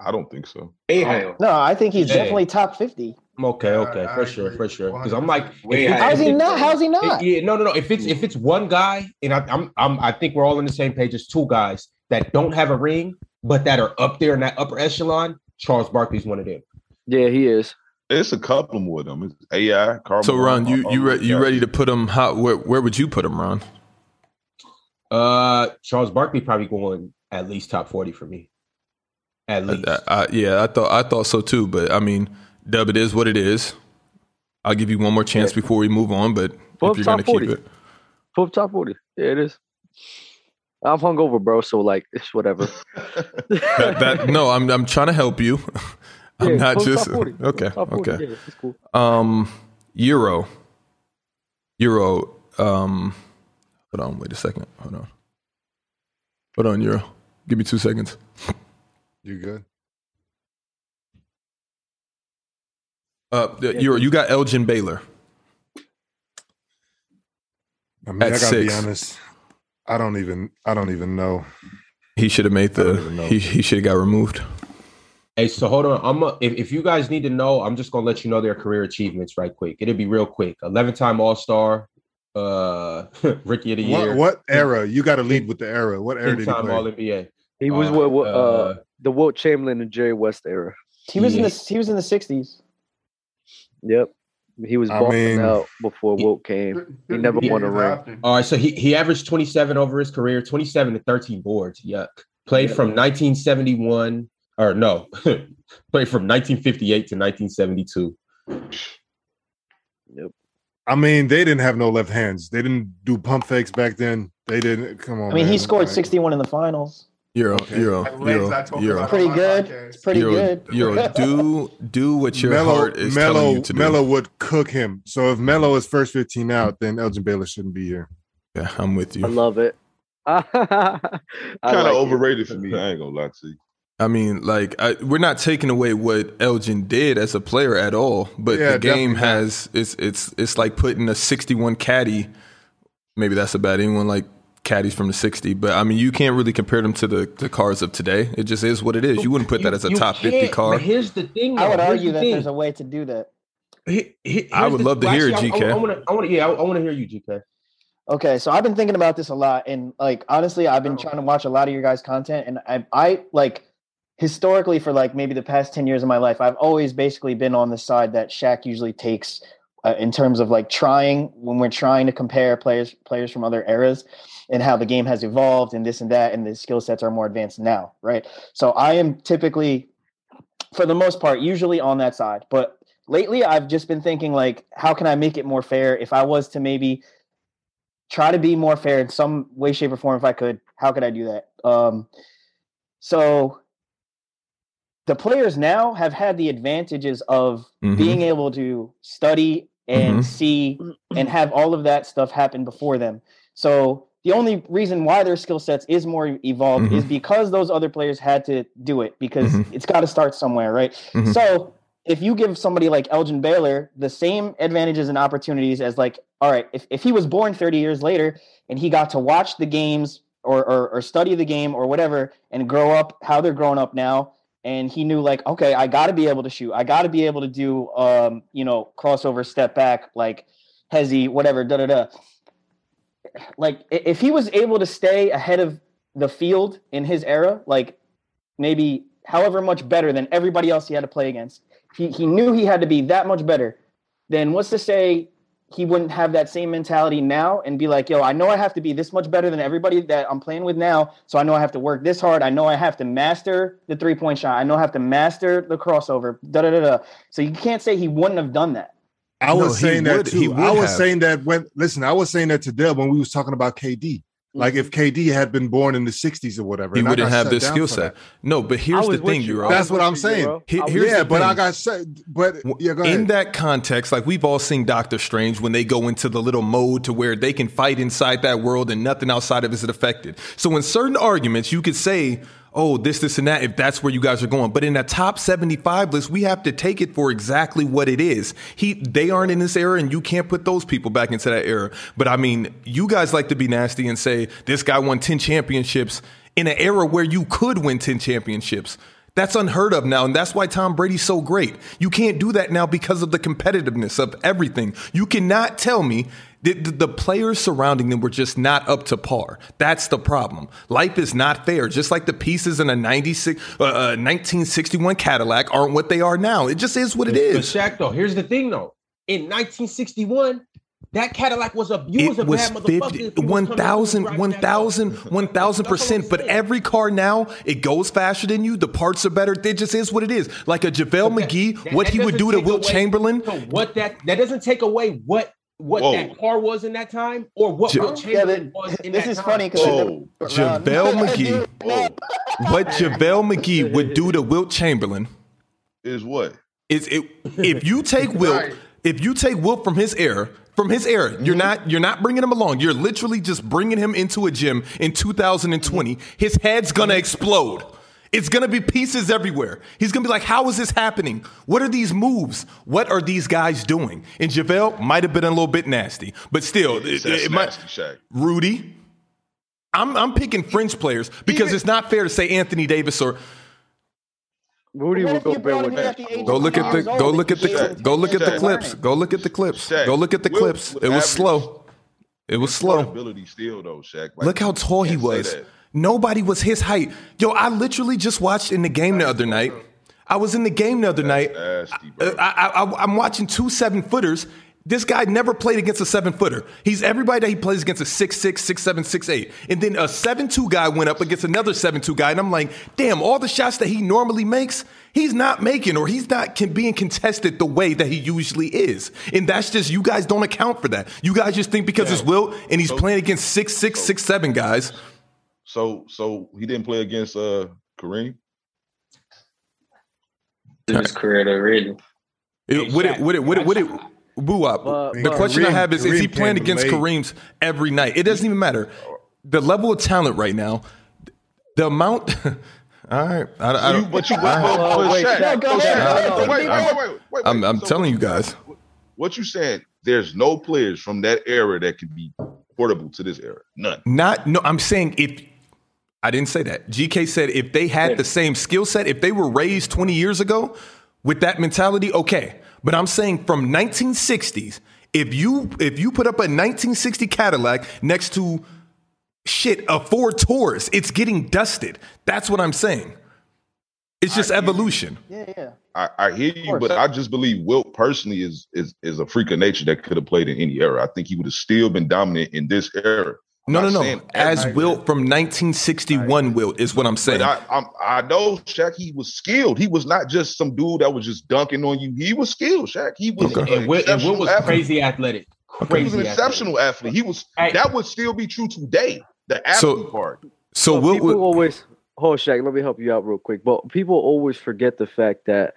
I don't think so.
Hey, Hayo.
No, I think he's
Yeah.
definitely top fifty.
Okay,
Yeah,
okay,
I-
for
I
sure,
agree.
for sure. Because I'm like, if
Way
it-
higher.
if
How's he
it-
not? How's he not?
it- yeah, no, no, no. If it's if it's one guy, and I, I'm I'm I think we're all on the same page. It's two guys that don't have a ring, but that are up there in that upper echelon. Charles Barkley's one of them.
Yeah, he is.
It's a couple more of them. It's AI, Carl.
So, Ron, you you re- you
Yeah.
ready to put him? How, where where would you put him, Ron?
Uh, Charles Barkley probably going at least top forty for me. At least.
I, I, yeah, I thought I thought so too. But I mean, Dub, it is what it is. I'll give you one more chance before we move on. But
Well,
if you're
top
gonna keep
40.
it,
Put him top forty. Yeah, it is. I'm hungover, bro. So like, it's whatever.
that, that no, I'm I'm trying to help you. I'm
Yeah,
not
put him
just
top 40. Put him
okay.
top 40.
okay.
Yeah, it's cool.
Um, Euro. Euro. Um, hold on. Wait a second. Hold on. Hold on, Euro. Give me two seconds.
You good?
Uh, the- Euro, you got Elgin Baylor.
I mean,
At
I gotta be
six.
honest. I don't even. I don't even know.
He should have made
I don't
the.
even know.
He he should have got removed.
Hey, so hold on. I'm a, if, if you guys need to know, I'm just gonna let you know their career achievements right quick. It'll be real quick. Eleven time All Star, uh, Rookie of the Year,
What, what era? You got to lead with the era. What era
ten
did he
time
play?
All NBA.
He was
Uh,
what? what,
uh,
uh, the Wilt Chamberlain and Jerry West era.
He was in
Yeah.
the he was in the sixties.
Yep. He was
I
balling
mean-
out before
He-
Wilt came. He never won a ring.
All right, so he, he averaged 27 over his career, 27 to 13 boards. Yuck. Played from 1971, or no, played from 1958 to 1972.
I mean, they didn't have no left hands. They didn't do pump fakes back then. They didn't. Come on.
I mean, he
man.
scored
Like,
sixty one in the finals.
Euro.
Okay.
Euro.
Like Reds, I
Euro.
talked
Euro.
about
Pretty
on my
good.
podcast.
It's pretty
Euro,
good.
Euro, do do what your
Melo,
heart is
Melo,
telling you to do.
Melo would cook him. So if Melo is first 15 out, then Elgin Baylor shouldn't be here.
Yeah, I'm with
I
you.
love it. I
Kind of
like it.
overrated for me. I ain't gonna lie to you.
I mean, like I, we're not taking away what Elgin did as a player at all, but
Yeah,
the game
definitely not.
has it's it's it's like putting a 61 caddy. Maybe that's about anyone like caddies from the 60, but I mean, you can't really compare them to the, the cars of today. It just is what it is. You wouldn't put that as a
You
top 50
can't-
car.
But here's the thing.
I would
though, here's
argue
the
that
thing.
there's a way to do that.
He- he-
I
here's
would
the-
love to
well,
hear it,
actually, I-
GK.
I want to. I want to. Yeah, I want to hear you, GK.
Okay, so I've been thinking about this a lot, and like honestly, I've
Oh.
been trying to watch a lot of your guys' content, and I, I like historically for like maybe the past ten years of my life, I've always basically been on the side that Shaq usually takes uh, in terms of like trying when we're trying to compare players players from other eras and how the game has evolved and this and that, and the skill sets are more advanced now, right? So I am typically, for the most part, usually on that side, but lately I've just been thinking like, how can I make it more fair? If I was to maybe try to be more fair in some way, shape, or form if I could. How could I do that? Um, so the players now have had the advantages of
Mhm.
being able to study and
Mhm.
see and have all of that stuff happen before them. So the only reason why their skill sets is more evolved is because those other players had to do it because
Mhm.
it's got to start somewhere, right?
Mhm.
So if you give somebody like Elgin Baylor the same advantages and opportunities as like, all right, if, if he was born 30 years later and he got to watch the games or, or or study the game or whatever and grow up how they're grown up now, and he knew like okay i gotta be able to shoot i gotta be able to do um you know crossover step back like hezzy whatever da da da like i- if he was able to stay ahead of the field in his era like maybe however much better than everybody else he had to play against he, he knew he had to be that much better then what's to say he wouldn't have that same mentality now and be like yo i know i have to be this much better than everybody that i'm playing with now so i know i have to work this hard i know i have to master the three point shot i know i have to master the crossover da da da da so you can't say he wouldn't have done that
I
No,
was
he
saying
would-
that
he
too.
would
I was
have.
saying that when listen, I was saying that to Dell when we was talking about KD. Like if KD had been born in the '60s or whatever,
He
and I
wouldn't
got
have
shut
this
down
skill
for
set.
that.
No, but here's the thing, Euro.
That's what I'm saying.
He-
was
here's
yeah,
the
but I
thing.
got said. But yeah, go
in
ahead.
that context, like we've all seen Doctor Strange when they go into the little mode to where they can fight inside that world and nothing outside of it is affected. So in certain arguments, you could say, "Oh, this, this, and that," if that's where you guys are going. But in a top seventy-five list, we have to take it for exactly what it is. He, they aren't in this era, and you can't put those people back into that era. But I mean, you guys like to be nasty and say this guy won ten championships in an era where you could win ten championships. That's unheard of now, and that's why Tom Brady's so great. You can't do that now because of the competitiveness of everything. You cannot tell me that the- the players surrounding them were just not up to par. That's the problem. Life is not fair. Just like the pieces in a 96, uh, uh, 1961 Cadillac aren't what they are now. It just is what it
But
is.
Shaq, though, here's the thing, though. In 1961, that Cadillac was a you was a
It was
bad motherfucker.
50,
if you was coming- if you was
1,000,
driving that car.
1,000, 1,000 percent. But
saying.
every car now, it goes faster than you. The parts are better. It just is what it is. Like a JaVale
But that-
McGee,
that-
what
that
he would
doesn't
do to
take
Will
away
Chamberlain,
So what that that doesn't take away what what
Whoa.
that car was in that time or what
Ja-
Will
Yeah, but
Chamberlain was in
this
that
is
time.
funny because
Whoa,
JaVale McGee.
whoa,
what JaVale McGee would do to Wilt Chamberlain
is what?
is it if you take Wilt, if you take Wilt from his era, from his era, you're not you're not bringing him along. You're literally just bringing him into a gym in 2020. His head's gonna explode. It's gonna be pieces everywhere. He's gonna be like, "How is this happening? What are these moves? What are these guys doing?" And Javale might have been a little bit nasty, but still,
It's
it,
that
it might,
nasty Shaq.
Rudy. I'm I'm picking French players because it's not fair to say Anthony Davis or
Rudy
What
will
if
go
you
better
brought
with
him in
that.
at the age of
Go look at the
20 years
go
old
look at
and
the
he
cl-
was
go look at the
still learning?
clips. Go look at the clips.
Shaq,
Go look at the
Wilt
clips.
was
It was
average.
slow. It was slow.
Ability still though, Shaq. Like,
Look how tall he
can't say
was.
that.
Nobody was his height. Yo, I literally just watched in the game the other night. I was in the game the other night.
Nasty,
I,
bro.
I, I, I'm watching two seven footers. This guy never played against a seven footer. He's everybody that he plays against a six six, six seven, six eight, and then a seven two guy went up against another seven two guy, and I'm like, damn, all the shots that he normally makes, he's not making, or he's not can, being contested the way that he usually is, and that's just you guys don't account for that. You guys just think because it's Will and he's playing against six six, six seven guys.
so so he didn't play against uh Kareem.
in his career, though, really.
It, would it? Would it? Would it? Would it? Boo up.
But-
the
but-
question I
Kareem-
have is: Is
Kareem
he playing
came
against
late.
Kareem's every night? It doesn't even matter. The level of talent right now, the amount. all right, I, I
You,
don't.
but you went
I,
but- but
wait, no,
Shaq, but Shaq,
go ahead,
but
go ahead.
wait, wait, wait, wait, wait,
I'm, I'm
So
telling you guys.
What you saying? There's no players from that era that can be portable to this era. None.
Not no, I'm saying if I didn't say that. GK said if they had the same skill set, if they were raised 20 years ago with that mentality, okay. But I'm saying from 1960s, if you if you put up a 1960 Cadillac next to shit a Ford Taurus, it's getting dusted. That's what I'm saying. It's just evolution.
Yeah, yeah.
I, I hear you,
course.
but I just believe Wilt personally is is is a freak of nature that could have played in any era. I think he would have still been dominant in this era. I'm
No, no,
not
no.
saying
As
every-
Wilt from 1961 Wilt is what I'm saying.
But I, I'm, I know Shaq. He was skilled. He was not just some dude that was just dunking on you. He was skilled, Shaq. He was
Okay.
an
And Will, and Will
exceptional
was
athlete.
crazy athletic.
He
Crazy
was an
athletic.
exceptional athlete. He was
Hey.
that would still be true today. The
So-
athlete part.
so
But
Wilt
people
would
always hold Shaq. Let me help you out real quick. But people always forget the fact that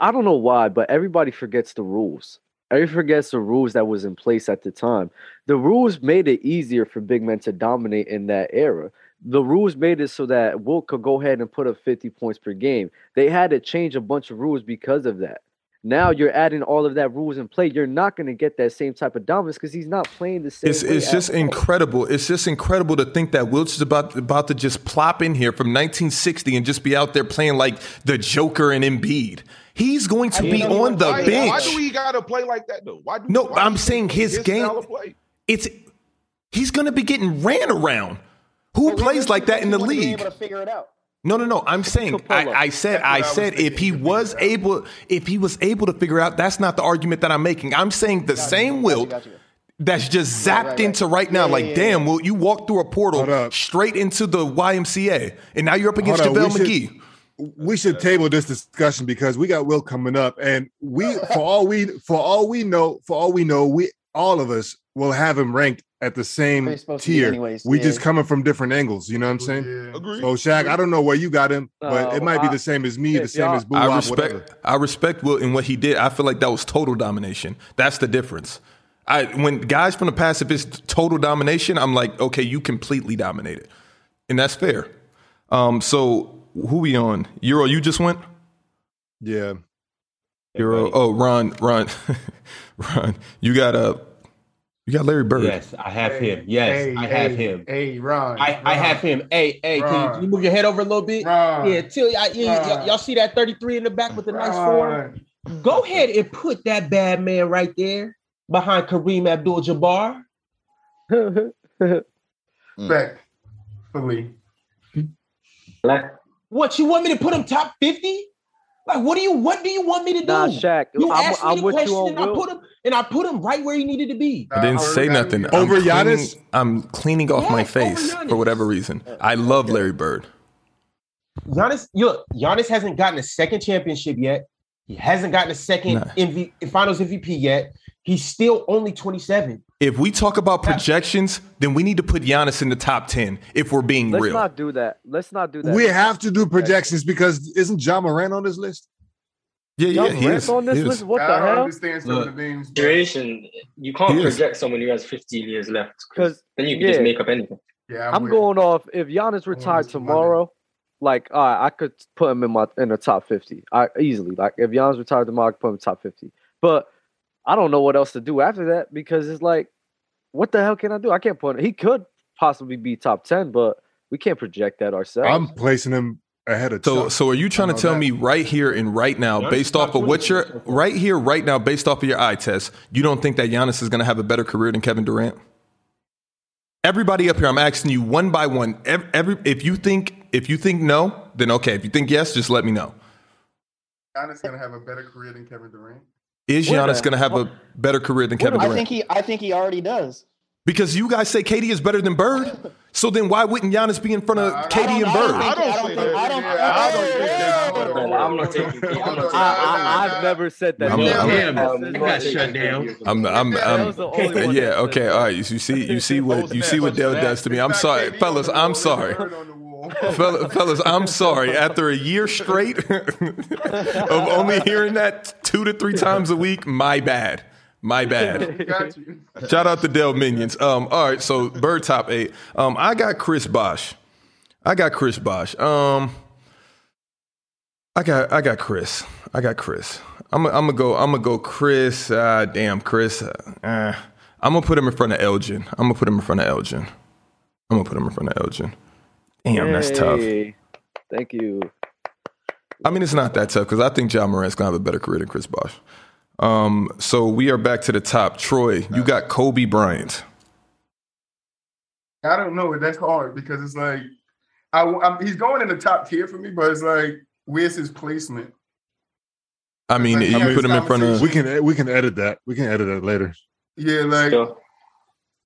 I don't know why, but everybody forgets the rules. Everybody forgets the rules that was in place at the time. The rules made it easier for big men to dominate in that era. The rules made it so that Wilt could go ahead and put up 50 points per game. They had to change a bunch of rules because of that. Now you're adding all of that rules in play. You're not going to get that same type of dominance because he's not playing the same.
It's,
way
it's
at
just
all.
incredible. It's just incredible to think that Wilt's is about about to just plop in here from 1960 and just be out there playing like the Joker and Embiid. He's going to be
didn't know
on
he
the
why,
bench.
why do we gotta play like that though? Why do
No,
why
I'm
do you
saying
play
his game-
style of play?
it's he's going to be getting ran around. Who
But
plays
Wilt
like that in the
wouldn't be
league?
Able to figure it out.
No, no, no. I'm saying I, I said I
was
said
thinking.
if he was able if he was able to figure out that's not the argument that I'm making. I'm saying the same Wilt
Got you.
that's just zapped
right.
into right now.
Yeah,
like,
yeah, yeah.
damn, well, you walked through a
Hold
portal
up.
straight into the YMCA, and now you're up against
Hold up,
JaVale
we should-
McGee.
we should table this discussion because we got Will coming up, and we for all we for all we know for all we know we all of us will have him ranked at the same
They're supposed to be
tier.
anyways,
we
yeah.
just coming from different angles. You know what I'm saying?
Agree.
So Shaq, I don't know where you got him,
No,
but it might be
Oh, I-
the same as me, the
if
same
y'all-
as Boo.
I
Wop,
respect
whatever.
I respect Will and what he did. I feel like that was total domination. That's the difference. I when guys from the past, if it's total domination, I'm like, okay, you completely dominated. And that's fair. Um, so who we on? Euro, you just went?
Yeah.
Euro. Oh, Ron, Ron, Ron, you got uh you got Larry Bird.
Yes, I have
Hey,
him. Yes,
hey,
I have
hey,
him.
Hey, Ron.
I, I have him. Hey, hey, can you,
Ron.
can you move your head over a little bit?
Ron.
Yeah, till I, yeah, y-
Ron.
y'all see that 33 in the back with the nice form?
Ron.
Go ahead and put that bad man right there behind Kareem Abdul Jabbar.
Respectfully.
What you want me to put him top 50? Like, what do you what do you want me to do?
Nah, Shaq.
you
I'm,
asked me
I'm
the
with you
question
on
and I put
Will.
him and I put him right where he needed to be.
I didn't
Nah,
say
over
nothing.
Giannis.
I'm
Over Giannis?
cleaning- I'm cleaning off my
Yes, over
face for
Giannis.
whatever reason. I love Larry Bird.
Giannis, you look, Giannis hasn't gotten a second championship yet. He hasn't gotten a second
Nah.
MV, finals MVP yet. He's still only 27.
If we talk about projections, then we need to put Giannis in the top ten if we're being
Let's
real.
not do that. Let's not do that.
We have to do projections because isn't John Moran on this list?
yeah, yeah,
Y'all
he
rants
is.
on this
he is.
list. What
I
the
don't
hell?
understand some
Look.
of the things. but-
Duration. You can't
He is.
project someone who has 15 years left because
'Cause,
then you can just
yeah.
make up anything.
Yeah,
I'm
with it.
going off. If
Oh,
Giannis retired
Mr. Monday.
tomorrow, like all right, I could put him in my in the top fifty. I easily like if Giannis retired tomorrow, I could put him in the top fifty. But I don't know what else to do after that because it's like, what the hell can I do? I can't put him. He could possibly be top ten, but we can't project that ourselves.
I'm placing him ahead of
So,
Chuck.
so are you trying to
know
tell
that.
me right here and right now,
Giannis
based
is
off
top
of what
20
you're
so far.
right here, right now, based off of your eye test, you don't think that Giannis is going to have a better career than Kevin Durant? Everybody up here, I'm asking you one by one. Every, every if you think if you think no, then okay. If you think yes, just let me know.
Giannis gonna have a better career than Kevin Durant.
Is
Where
Giannis
the-
going to have a better career than Kevin
do
I
Durant?
think he I think he already does.
because you guys say Katie is better than Bird, so then why wouldn't Giannis be in front of
Nah, I
Katie
don't-
and
I don't
Bird?
think-
I don't
I
say
don't
that.
I don't-
Yeah, I don't
Hey,
think
hey,
they do.
hey.
Hold
Nah, I'm
on,
not taking
hold on,
it.
hold
I'm
on.
not
I, I, have never said that.
I'm-
This
I'm-
is-
Um,
this is-
I'm
got
not
shut
taking
down.
it.
I'm, I'm,
That
I'm
was the only one
yeah,
that said
okay,
that.
all right. You see, you see what you see what Dell does to me. I'm
It's not
sorry,
KD
fellas.
on the
I'm
wall, it's
sorry,
Bird on the wall.
Fella, fellas. I'm sorry. After a year straight of only hearing that two to three times a week, my bad, my bad.
Got you.
Shout out to Dell Minions. Um, all right, so Bird top eight. Um, I got Chris Bosch. I got Chris Bosch. Um, I got I got Chris. I got Chris. I'm i I'm gonna go. I'm gonna go. Chris. Uh, damn, Chris. Uh, eh. I'm gonna put him in front of Elgin. I'm gonna put him in front of Elgin. I'm gonna put him in front of Elgin. Damn, that's tough.
Hey, Thank you.
I mean, it's not that tough because I think John Morant's gonna have a better career than Chris Bosch. Um, so we are back to the top. Troy, you got Kobe Bryant.
I don't know. That's hard because it's like I, am he's going in the top tier for me, but it's like where's his placement?
I mean,
Like,
you
yeah,
put him in front of.
we can we can edit that. We can edit that later.
Yeah, like
So,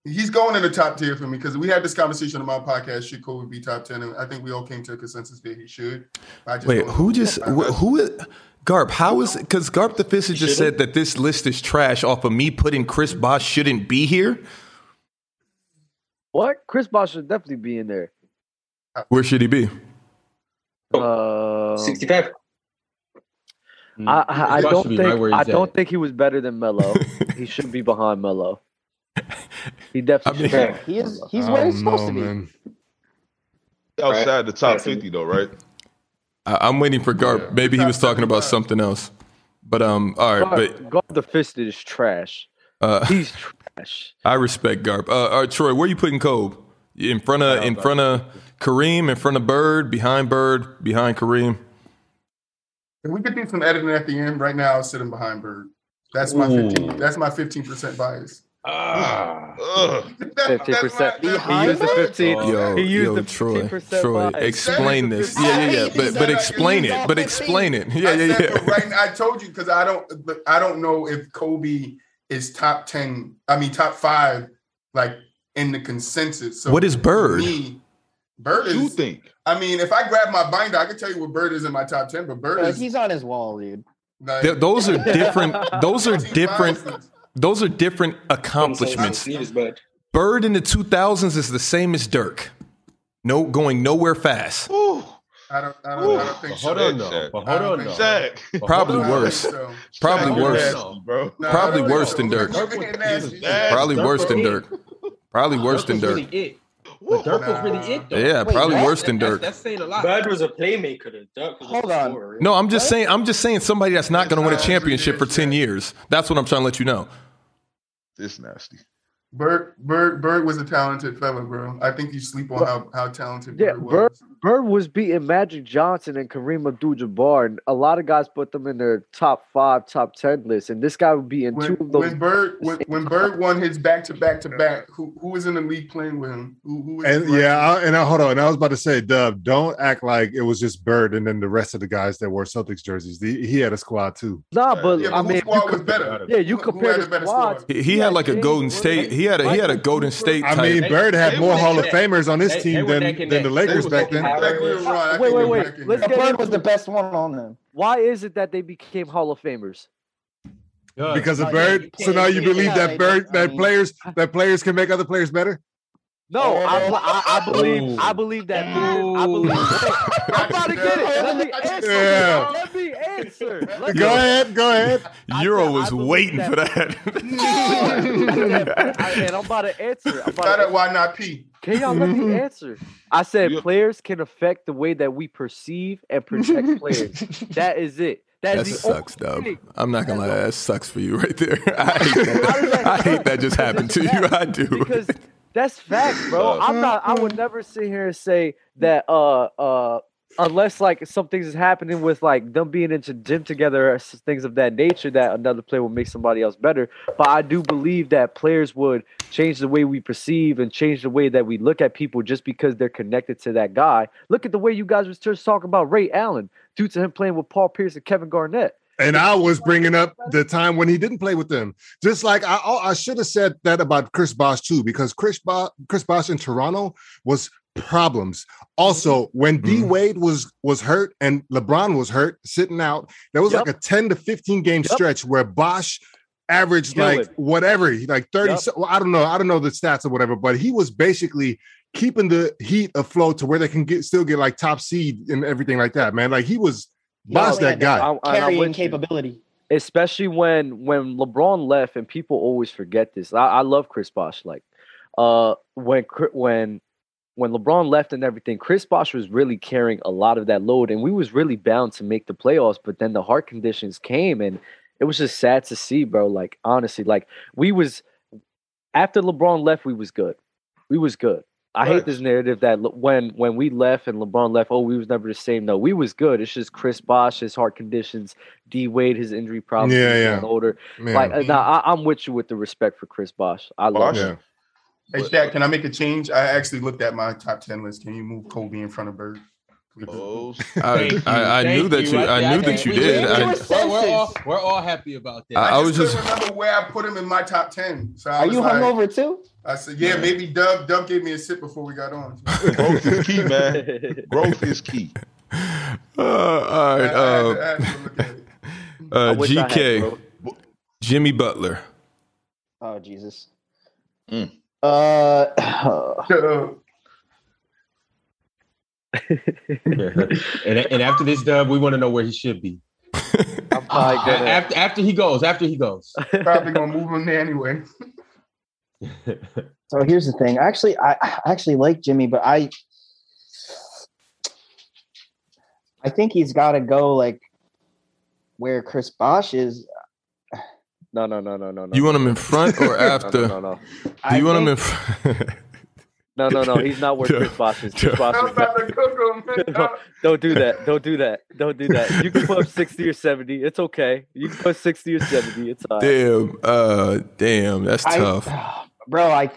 he's going in the top tier for me because we had this conversation on my podcast. Should Kobe be top ten? And I think we all came to a consensus that he should. I just
Wait,
don't know.
who just
I-
wh- who is Garb? How is because Garb the Fist just said that this list is trash off of me putting Chris Bosh shouldn't be here.
What? Chris Bosh should definitely be in there.
Where should he be?
Oh,
Um,
65.
I, I, I
Mm. Bosh
don't
should be
think
right where
I
he's
don't
at.
think he was better than Melo. he should be behind Melo. He definitely
I
should.
Yeah.
He is he's
I
where he's
Oh,
don't
supposed
know,
to be.
man.
Outside the top
Right.
fifty, though, right?
I, am waiting for Garb.
Yeah.
Maybe he was
Top
talking about
75.
something else. But um, all right.
Guard, guard the fisted is trash.
But uh,
He's trash.
I respect Garb. Uh, all right, Troy, where you putting Kobe? In front of in front of Kareem, in front of Bird, behind Bird, behind Kareem.
If we could do some editing at the end right now, I'll sit him behind Bird. That's my
Ooh.
fifteen. That's my fifteen percent bias.
Ah.
Ugh.
Fifty percent.
that's my-
He used the fifteen.
Yo,
he used
yo,
the
Troy,
15%
Troy,
bias.
explain this.
I
Yeah, yeah, yeah.
hate
But
these
but
guys.
explain it. But
Y'all
explain it. Yeah,
I
yeah,
said,
yeah.
but right, I told you because I don't, but I don't know if Kobe is top ten. I mean, top five, like in the consensus. So
What is Bird?
Me, Bird
You
is.
think?
I mean, if I grab my binder, I can tell you what Bird is in my top ten. But Bird
Like,
is
he's on his wall, dude.
like,
Th- those are different. Those are
14
different.
miles.
Those are different
Sometimes
accomplishments.
need is bad.
Bird in the 2000s is the same as Dirk. No, going nowhere fast.
Ooh,
I don't. I
Ooh.
don't, I don't think
But
so.
hold on, though. But
I
hold
don't
on,
think
though.
Zach.
But hold
Probably
I
on,
don't
though.
worse.
think so.
Probably
Zach, you
worse.
nasty, bro.
No, I
Probably
don't think
worse
so.
than Dirk.
You're being nasty.
Dirk
Probably
Dirk
worse than
was
Dirk. Probably worse
Dirk
than
was
Dirk.
Really it. But Dirk was really it, though.
Yeah,
Wait,
probably
what?
worse than
That's-
Dirk.
That's saying a lot.
Bird was a playmaker. Though. Dirk was
Hold
a
on.
scorer.
No, I'm just saying. I'm just saying somebody that's not going to win a
Nah,
championship for
yeah,
ten
yeah.
years. That's what I'm trying to let you know.
This nasty.
Bird, Bird, Bird was a talented fella, bro. I think you sleep on how, how talented
Yeah,
Bird was.
Bird- Bird was beating Magic Johnson and Kareem Abdul-Jabbar, and a lot of guys put them in their top five, top ten list, and this guy would be in
When,
two of those.
when Bird when, when Bird won his back to back to back, who who was in the league playing with him? Who, who was
And yeah, I, and I, hold on. I was about to say, Dub, don't act like it was just Bird and then the rest of the guys that wore Celtics jerseys. The, he had a squad too.
nah, but
uh, yeah, but
I
whose
mean, if you
squad was
could-
better?
yeah, you
Who- who
compare
had
the
a better
squads.
squad?
He, he had like a Golden State. He had a he had a Golden State
I
type.
mean,
They-
Bird had
they
more
were
Hall of
neck and
Famers on his
They-
team
they were
than,
neck and
than the
neck.
Lakers
They
back
was
then.
neck Exactly, we were wrong.
Wait,
I think
wait,
we were
wait.
back in
Let's
there.
get
Bird
into
was the
it.
best one on them.
Why is it that they became Hall of Famers?
Dirk.
Because of
No, yeah, you
Bird,
can't-
so now
you
you
can't
believe
say
that Bird
that. I
that
mean-
players that players can make other players better.
No, I, I, I believe I
Ooh.
believe that. players- I believe. I'm about to get it. Let me answer.
Yeah.
Let me answer. Let me
Go ahead, go ahead.
Euro
I
was
believe
waiting
that.
for that.
I, and I'm about to answer. I'm about
Shout
to
out why not P?
Can y'all let me
Mhm.
answer? I said
Yeah.
players can affect the way that we perceive and protect players. That is it. That
That
is the only
sucks, Dub.
thing.
I'm not gonna lie. That sucks for you right there. I hate
How does
that.
that
I hate
suck?
that just happened to you. I do.
because that's fact, bro.
Uh,
I'm not. I would never sit here and say that. Uh, uh, unless like something's is happening with like them being into gym together or s- things of that nature, that another player will make somebody else better. But I do believe that players would change the way we perceive and change the way that we look at people just because they're connected to that guy. Look at the way you guys was just talking about Ray Allen due to him playing with Paul Pierce and Kevin Garnett.
And I was bringing up the time when he didn't play with them. Just like I, oh, I should have said that about Chris Bosh too, because Chris Bosh, Chris Bosh in Toronto was problems. Also,
Mm-hmm.
when D
Mhm.
Wade was was hurt and LeBron was hurt, sitting out, there was like a ten to fifteen game
Yep.
stretch where Bosh averaged
Kill
like
it.
whatever, he- like thirty.
Yep.
so- well, I don't know, I don't know the stats or whatever, but he was basically keeping the Heat afloat to where they can get still get like top seed and everything like that. Man, like he was.
He
Bosh
only
that
had
guy.
I, I, I'm
Carrying
with you.
capability.
especially when when LeBron left, and people always forget this. I, I love Chris Bosh. Like, uh, when Cri- when when LeBron left and everything, Chris Bosh was really carrying a lot of that load, and we was really bound to make the playoffs. But then the heart conditions came, and it was just sad to see, bro. Like honestly, like we was after LeBron left, we was good. We was good. I hate
Right.
this narrative that Le- when when we left and LeBron left, oh, we was never the same. No, we was good. It's just Chris Bosh, his heart conditions, D Wade, his injury problems,
Yeah,
he's
yeah.
getting older.
Man.
Like uh, nah,
Mm-hmm.
I, I'm with you with the respect for Chris Bosh. I love
Bosh?
him.
yeah.
Hey
But-
Shaq, can I make a change? I actually looked at my top ten list. Can you move Kobe in front of Bird?
Oh,
I, I, I
Thank
knew that you. I knew that you
We-
did.
we
I,
were
We're, we're all,
senses.
we're all happy about that.
I-
I,
I
just
was
couldn't remember where I put him in my top ten. So I
Are
was
you
like,
hungover too?
I said, yeah, maybe Dub. Dub gave me a sip before we got on.
growth is key, man. Growth is key.
uh, all
I- I
right.
had to- I
Uh,
had to look at it.
uh,
I wish I had,
GK,
bro.
Jimmy Butler.
Oh Jesus.
Mm.
Uh,
Dub.
and, and after this dub, we want to know where he should be.
I'm probably
A-
gonna.
After, after he goes, after he goes.
Probably gonna move him there anyway.
so here's the thing. Actually, I, I actually like Jimmy, but I I think he's got to go like where Chris Bosch is.
no, no, no, no, no, no.
You want him in front or
No,
after?
no, no,
Do
I
you want him
think
in? Fr-
no, no, no, no. He's not where Chris Bosh is. Chris Bosh
I'm
is not-
about to cook him. man.
Don't do that. Don't do that. Don't do that. You can put up 60 or 70. It's okay. You can put 60 or 70. It's all right.
damn. Uh, damn. That's
I-
tough.
bro, I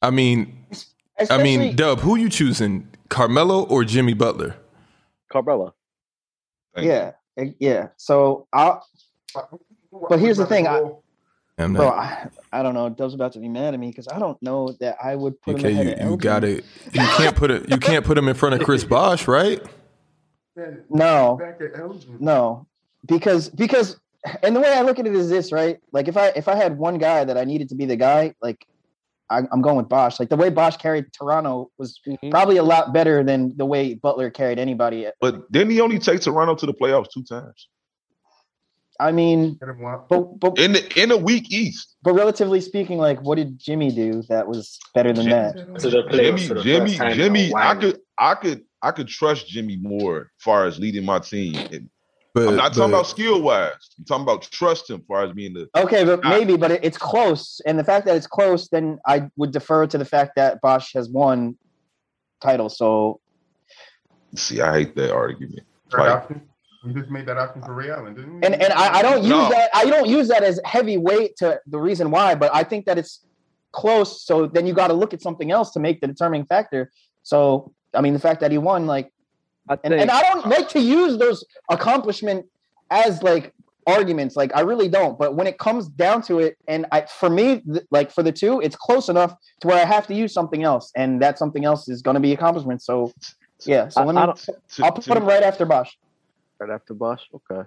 I mean, I
especially,
mean, Dub. Who you choosing? Carmelo or Jimmy Butler?
Carmella.
Thank you.
yeah, eh, yeah. So I'll, But here's the thing, I-
I'm
Bro,
not.
I, I don't know. Dove's about to be mad at me because I don't know that I would put him
okay,
ahead
you,
of
you
Elgin.
got it. You can't put it. You can't put him in front of Chris Bosch, right?
No,
Back to Elgin.
no, because because and the way I look at it is this, right? Like if I if I had one guy that I needed to be the guy, like I, I'm going with Bosch. Like the way Bosch carried Toronto was
Mm-hmm.
probably a lot better than the way Butler carried anybody.
But didn't he only take Toronto to the playoffs two times
I mean,
Get him out.
but but
in the in the weak East?
but relatively speaking, like what did Jimmy do that was better than that?
to the playoffs.
Jimmy,
for the
Jimmy,
first time in a
Jimmy. I
while.
could, I could, I could trust Jimmy more as far as leading my team. And
But
I'm not talking
but-
about skill wise. I'm talking about trust him as far as being the.
Okay, but
Ah.
maybe, but it, it's close, and the fact that it's close, then I would defer to the fact that Bosch has won titles. So
See, I hate that argument.
That
Like-
option. We just made that option for Ray Allen, didn't we?
and and I, I don't use
No.
that I don't use that as heavy weight to the reason why, but I think that it's close. So then you got to look at something else to make the determining factor. So I mean, the fact that he won, like,
I
and,
think
and I don't like to use those accomplishment as like arguments. Like I really don't. But when it comes down to it, and I for me, th- like for the two, it's close enough to where I have to use something else, and that something else is going to be accomplishment. So yeah, so
I-
let
I
me.
don't-
To-
I'll put
to-
him right after Bosch.
right after Bosch. Okay.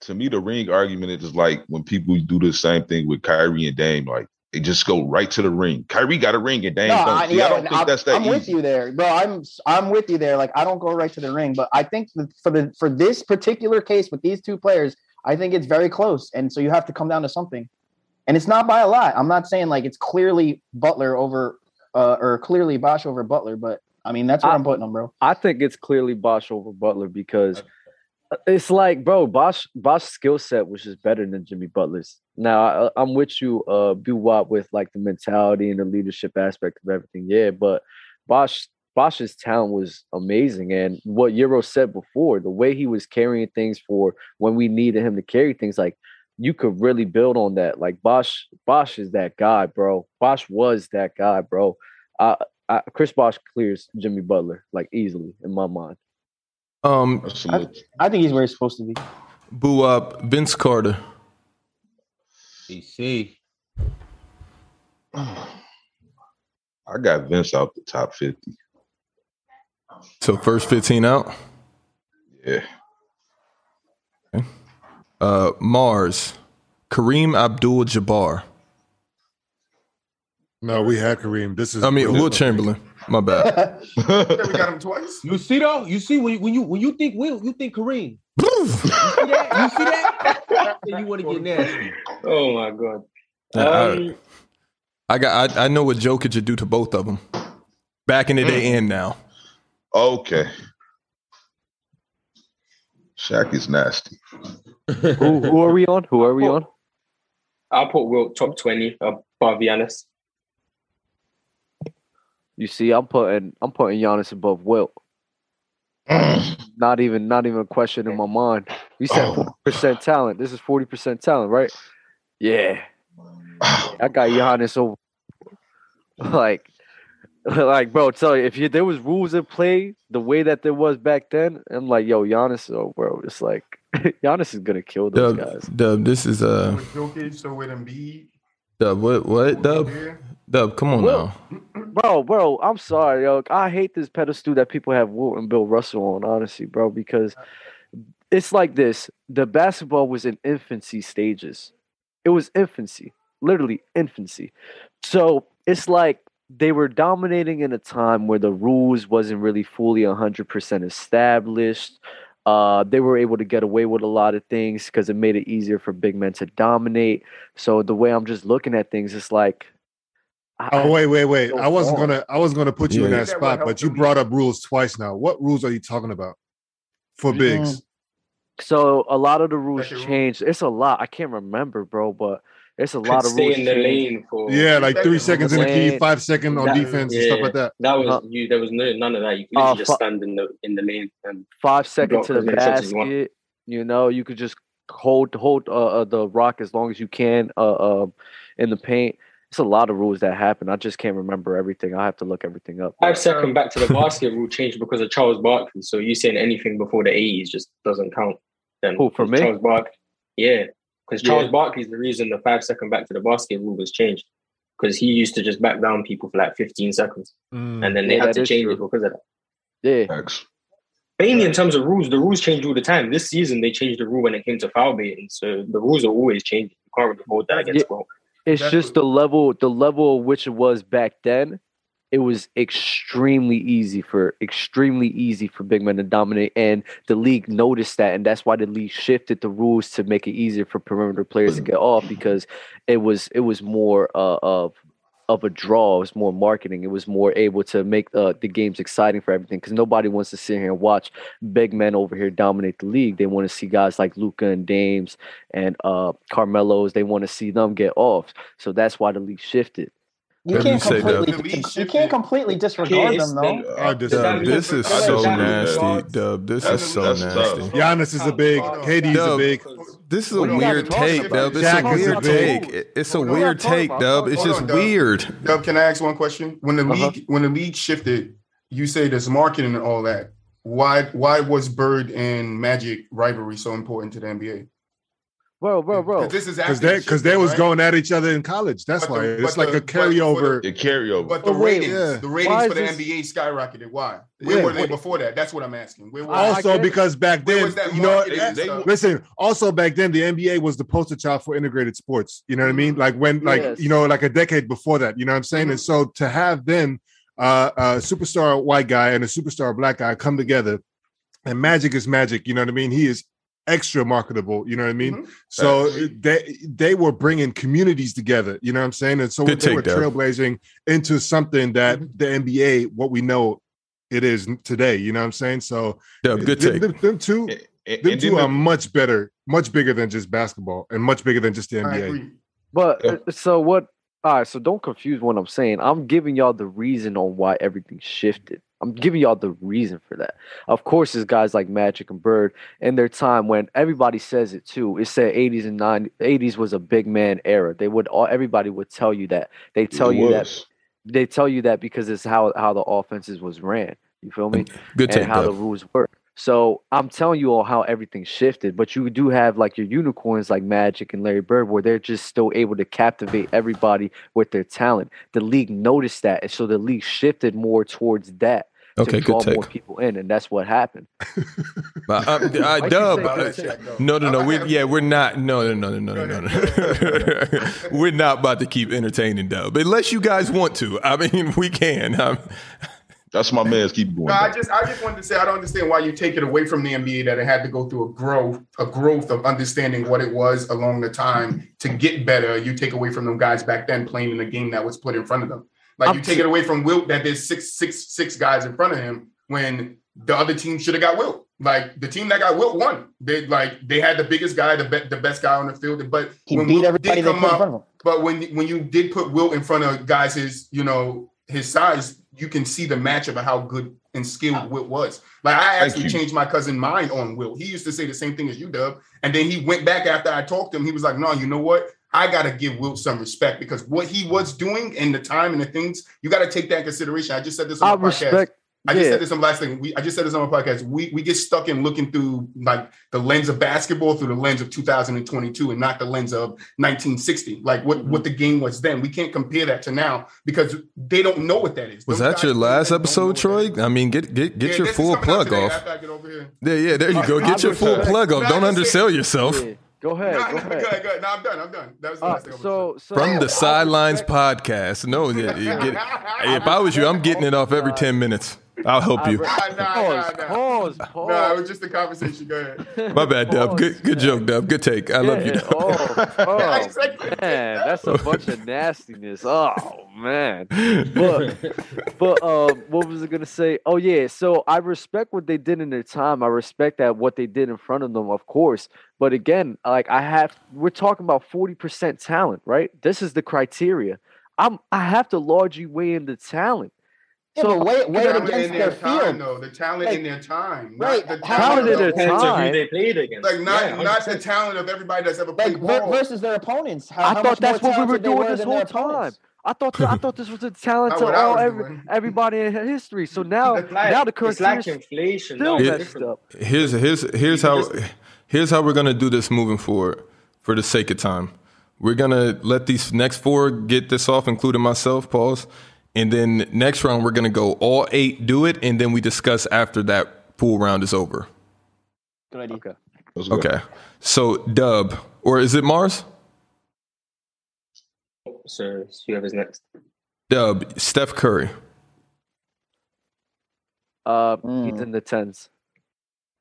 to me, the ring argument is just like when people do the same thing with Kyrie and Dame, like they just go right to the ring. Kyrie got a ring and Dame
No,
don't.
I,
See, I
yeah,
don't
and
think
I'm,
that's that
I'm
easy.
with you there, bro. I'm I'm with you there. Like I don't go right to the ring, but I think that for the for this particular case with these two players, I think it's very close, and so you have to come down to something, and it's not by a lot. I'm not saying like it's clearly Butler over uh, or clearly Bosch over Butler, but I mean that's what
I-
I, am putting them, bro.
I think it's clearly Bosch over Butler because it's like, bro, Bosch Bosch's skill set was just better than Jimmy Butler's. Now I, I'm with you, uh, Buwap with like the mentality and the leadership aspect of everything. Yeah, but Bosch Bosch's talent was amazing, and what Euro said before, the way he was carrying things for when we needed him to carry things, like you could really build on that. Like Bosch, Bosch is that guy, bro. Bosch was that guy, bro. Uh, I, Chris Bosch clears Jimmy Butler like easily in my mind.
um
That's a little-
I think he's where he's supposed to be.
boo up Vince Carter.
DC.
I got Vince out the top fifty.
So first fifteen out.
Yeah,
Uh, Mars, Kareem Abdul-Jabbar.
No, we had Kareem. This is.
I mean Will Chamberlain. My bad.
Yeah, we got him twice.
You see though, you see when you when you when you think Will, you think Kareem.
Boof.
You see that? You see that? Then you want to get nasty.
Oh my god.
Yeah,
um,
I got. I, I know what Jokic would do to both of them, back in the day and now.
Mm. okay. Shaq is nasty.
who, who are we on? Who are we on?
I'll put Wilt top twenty uh, above Giannis.
You see, I'm putting I'm putting Giannis above Wilt. Not even not even a question in my mind. You said forty percent talent. This is forty percent talent, right? Yeah, I got Giannis over. Like, like, bro, tell you if you, there was rules at play the way that there was back then, I'm like, yo, Giannis, oh, bro, it's like Giannis is gonna kill those
Dub,
guys.
Dub, this is uh,
With Jokic, so with Embiid.
Dub. What, what, Dub,
Yeah.
Dub? Come on
Will.
now.
Bro, bro, I'm sorry, yo. I hate this pedestal that people have Wilt and Bill Russell on, honestly, bro, because it's like this. The basketball was in infancy stages. It was infancy, literally infancy. So it's like they were dominating in a time where the rules wasn't really fully 100% established. Uh, they were able to get away with a lot of things because it made it easier for big men to dominate. So the way I'm just looking at things, it's like,
Oh wait, wait, wait!
So
I wasn't
far.
gonna, I was gonna put you in
Yeah.
that
That would
spot,
help
but you
them.
brought up rules twice now. What rules are you talking about for
Mhm.
bigs?
So a lot of the rules
Second rule.
changed. It's a lot. I can't remember, bro, but it's a lot
Could
of
stay
rules
in the
changed.
lane for
Yeah, like three
Second
seconds in the key,
lane. Uh-huh.
five second on
That-
defense and stuff
yeah.
like that.
That was
Huh.
you. There was no none of that. You could
Uh,
literally just
fu-
stand in the in the lane and
Five seconds to
block
the
as many shots as you want.
basket. You know, you could just hold hold uh, uh, the rock as long as you can uh, um in the paint. It's a lot of rules that happen. I just can't remember everything. I have to look everything up.
Five second back to the basket rule changed because of Charles Barkley. So you saying anything before the eighties just doesn't count. Then
Who, Oh, for me?
Charles Barkley. Yeah, Because Charles Barkley's the reason the five second back to the basket rule was changed. Because he used to just back down people for like 15 seconds.
Mm.
And then they
Yeah,
had
that
to
is
change
true.
it because of that.
Yeah.
Facts.
Mainly in terms of rules, the rules change all the time. This season, they changed the rule when it came to foul baiting. So the rules are always changing. You can't really hold that against Will.
It's
Exactly.
just the level, the level of which it was back then. It was extremely easy for extremely easy for big men to dominate, and the league noticed that, and that's why the league shifted the rules to make it easier for perimeter players to get off because it was it was more uh, of of a draw. It was more marketing. It was more able to make uh, the games exciting for everything because nobody wants to sit here and watch big men over here dominate the league. They want to see guys like Luca and Dames and uh Carmelo's. They want to see them get off. So that's why the league shifted.
You
Let me
can't
say that.
completely
The league
you
shifted.
can't completely disregard
Kids,
them though.
then-
I
Does that
Dub,
disagree.
mean-
this is
does
so
that mean-
nasty. Dub, this is
That's-
so
that's tough.
nasty.
Giannis is a big.
Hold on.
KD's a
Dub.
big.
Because
This is a
What are you guys
weird
talking
take,
about?
Dub. This
Jack
is a
is
weird
a big-
take. It- It's a
What are you
weird
guys talking
take,
about?
Dub. It's
Hold
just
on, Dub.
weird.
Dub, can I ask one question? When the
Uh-huh.
league when the league shifted, you say there's marketing and all that. Why why was Bird and Magic rivalry so important to the NBA?
Bro, bro, bro.
'Cause This is
Because
after
they,
the
cause they
shifting,
was
right?
going at each other in college. That's
But
why
the-
it's
but
like
the-
a
but for the-
carryover.
It carryover.
But the
But wait,
ratings,
yeah.
the
Why
ratings
is
for the
this-
NBA skyrocketed. Why? Where
Yeah.
were they
Wait.
before that? That's what I'm asking. Where were
I-
they?
also,
get it.
because back
Where
then,
was uh, that
you know, eh,
market
they-
at,
they-
though?
Listen, also back then the NBA was the poster child for integrated sports. You know what I
Mm-hmm.
mean? Like when like
Yes.
you know, like a decade before that, you know what I'm saying? And
Mm-hmm.
so to have then uh, a superstar white guy and a superstar black guy come together and magic is magic, you know what I mean? He is extra marketable, you know what I mean?
Mhm.
So
Facts.
they they were bringing communities together, you know what I'm saying? And so
Good
they were
take, Dave.
trailblazing into something that
Mm-hmm.
the NBA, what we know it is today, you know what I'm saying? So
Dub, good
them-
take.
them- them two
And- and-
them
and
two
then
are
the-
much better, much bigger than just basketball, and much bigger than just the
I
NBA.
agree.
But
Yeah.
uh, so what? All right, so don't confuse what I'm saying. I'm giving y'all the reason on why everything shifted. I'm giving y'all the reason for that. Of course, it's guys like Magic and Bird in their time when everybody says it too. It said 80s and 90s. 80s was a big man era. They would all everybody would tell you that. They tell
it
you that
was.
they tell you that because it's how how the offenses was ran. You feel me?
Mm, Good
and
take,
how the
Dub.
rules work. So I'm telling you all how everything shifted, but you do have like your unicorns like Magic and Larry Bird, where they're just still able to captivate everybody with their talent. The league noticed that, and so the league shifted more towards that to
Okay,
draw
good take.
more people in, and that's what happened.
But, uh, d- uh,
Why'd you
Dub.
say
uh,
good take?
No, no, no.
I- I
We're,
have-
yeah, we're not. No, no, no, no, no, no, no. no. we're not about to keep entertaining Dub, unless you guys want to. I mean, we can. Um,
That's my man's keep going.
No, I
back.
just I just wanted to say I don't understand why you take it away from the NBA that it had to go through a growth a growth of understanding what it was along the time to get better. You take away from them guys back then playing in the game that was put in front of them. Like
I'm
you take
t-
it away from Wilt that there's six six six guys in front of him when the other team should have got Wilt. Like the team that got Wilt won. They like they had the biggest guy, the be- the best guy on the field. But
He
when
beat
Wilt did
everybody they put
come
in front
up-
of him.
but when when you did put Wilt in front of guys his, you know, his size, you can see the matchup of how good and skilled Wilt was. Like I
Thank
actually
you.
changed my cousin mind on Wilt. He used to say the same thing as you, Dub, and then he went back after I talked to him. He was like, "No, you know what? I gotta give Wilt some respect because what he was doing and the time and the things you got to take that in consideration." I just said this on
I
my podcast.
respect.
I
yeah,
just said this on the last thing. We, I just said this on my podcast. We we get stuck in looking through like the lens of basketball through the lens of 2022 and not the lens of 1960. Like what
Mm-hmm.
what the game was then. We can't compare that to now because they don't know what that is.
was
Those
that
guys
your
don't
last
know what
episode,
that
Troy?
is.
I mean, get get get
Yeah,
your
this is
full
coming out
plug
today
off.
after I get over here.
Yeah, yeah. There you go.
I
Get your full
respect-
plug off.
Can I
Don't
just say-
undersell yourself.
yeah. Go ahead. uh, Go
No, no,
ahead.
good, good. No, I'm done. I'm done. That was the
Uh,
last thing I was gonna
so, so
From
I
the sidelines
respect-
podcast. No, yeah, you get it.
say.
Hey, if I was you, I'm getting it off every
Oh,
Offside.
ten minutes. I'll help
I
you.
re-
Nah, nah,
pause,
nah, nah.
pause,
No,
pause.
it was just a conversation. Go ahead.
My bad,
Oh,
Dub. Good
Pause,
good
man.
joke, Dub. Good take. I love you.
Yeah,
Dub.
Oh,
I
oh
just said good.
man, that's a bunch of nastiness. Oh man, but but um, what was I gonna say? Oh yeah, so I respect what they did in their time. I respect that what they did in front of them, of course. But again, like I have, we're talking about forty percent talent, right? This is the criteria. I'm I have to largely weigh in the talent.
Yeah,
so
but weigh,
The
weigh it
talent
against
in their
their field.
time, though. The talent
Like,
in their time.
right,
Not the
how
Talent
talent
in
of
their
the-
depends on who
time.
they played against.
Like not
Yeah,
not the talent of everybody that's ever
Like
played
ver-
ball.
versus their opponents. How,
I
how
thought
much
that's
more
what we were
talented they
doing
were
this
than
whole
their
time.
opponents.
I thought th- I thought this was a talent
Not
to
what I
all
was
every,
doing.
everybody in history. So now
It's like,
now the
it's like
criteria
inflation.
still
that was
messed
different.
up.
here's here's here's how here's how we're gonna do this moving forward. for the sake of time. We're gonna let these next four get this off, including myself, pause. And then next round we're gonna go all eight, do it, and then we discuss after that pool round is over.
Good idea.
Let's go.
Okay. So dub, or is it Mars?
So whoever's next.
Dub, Steph Curry,
Uh, He's
Mm.
in the tens,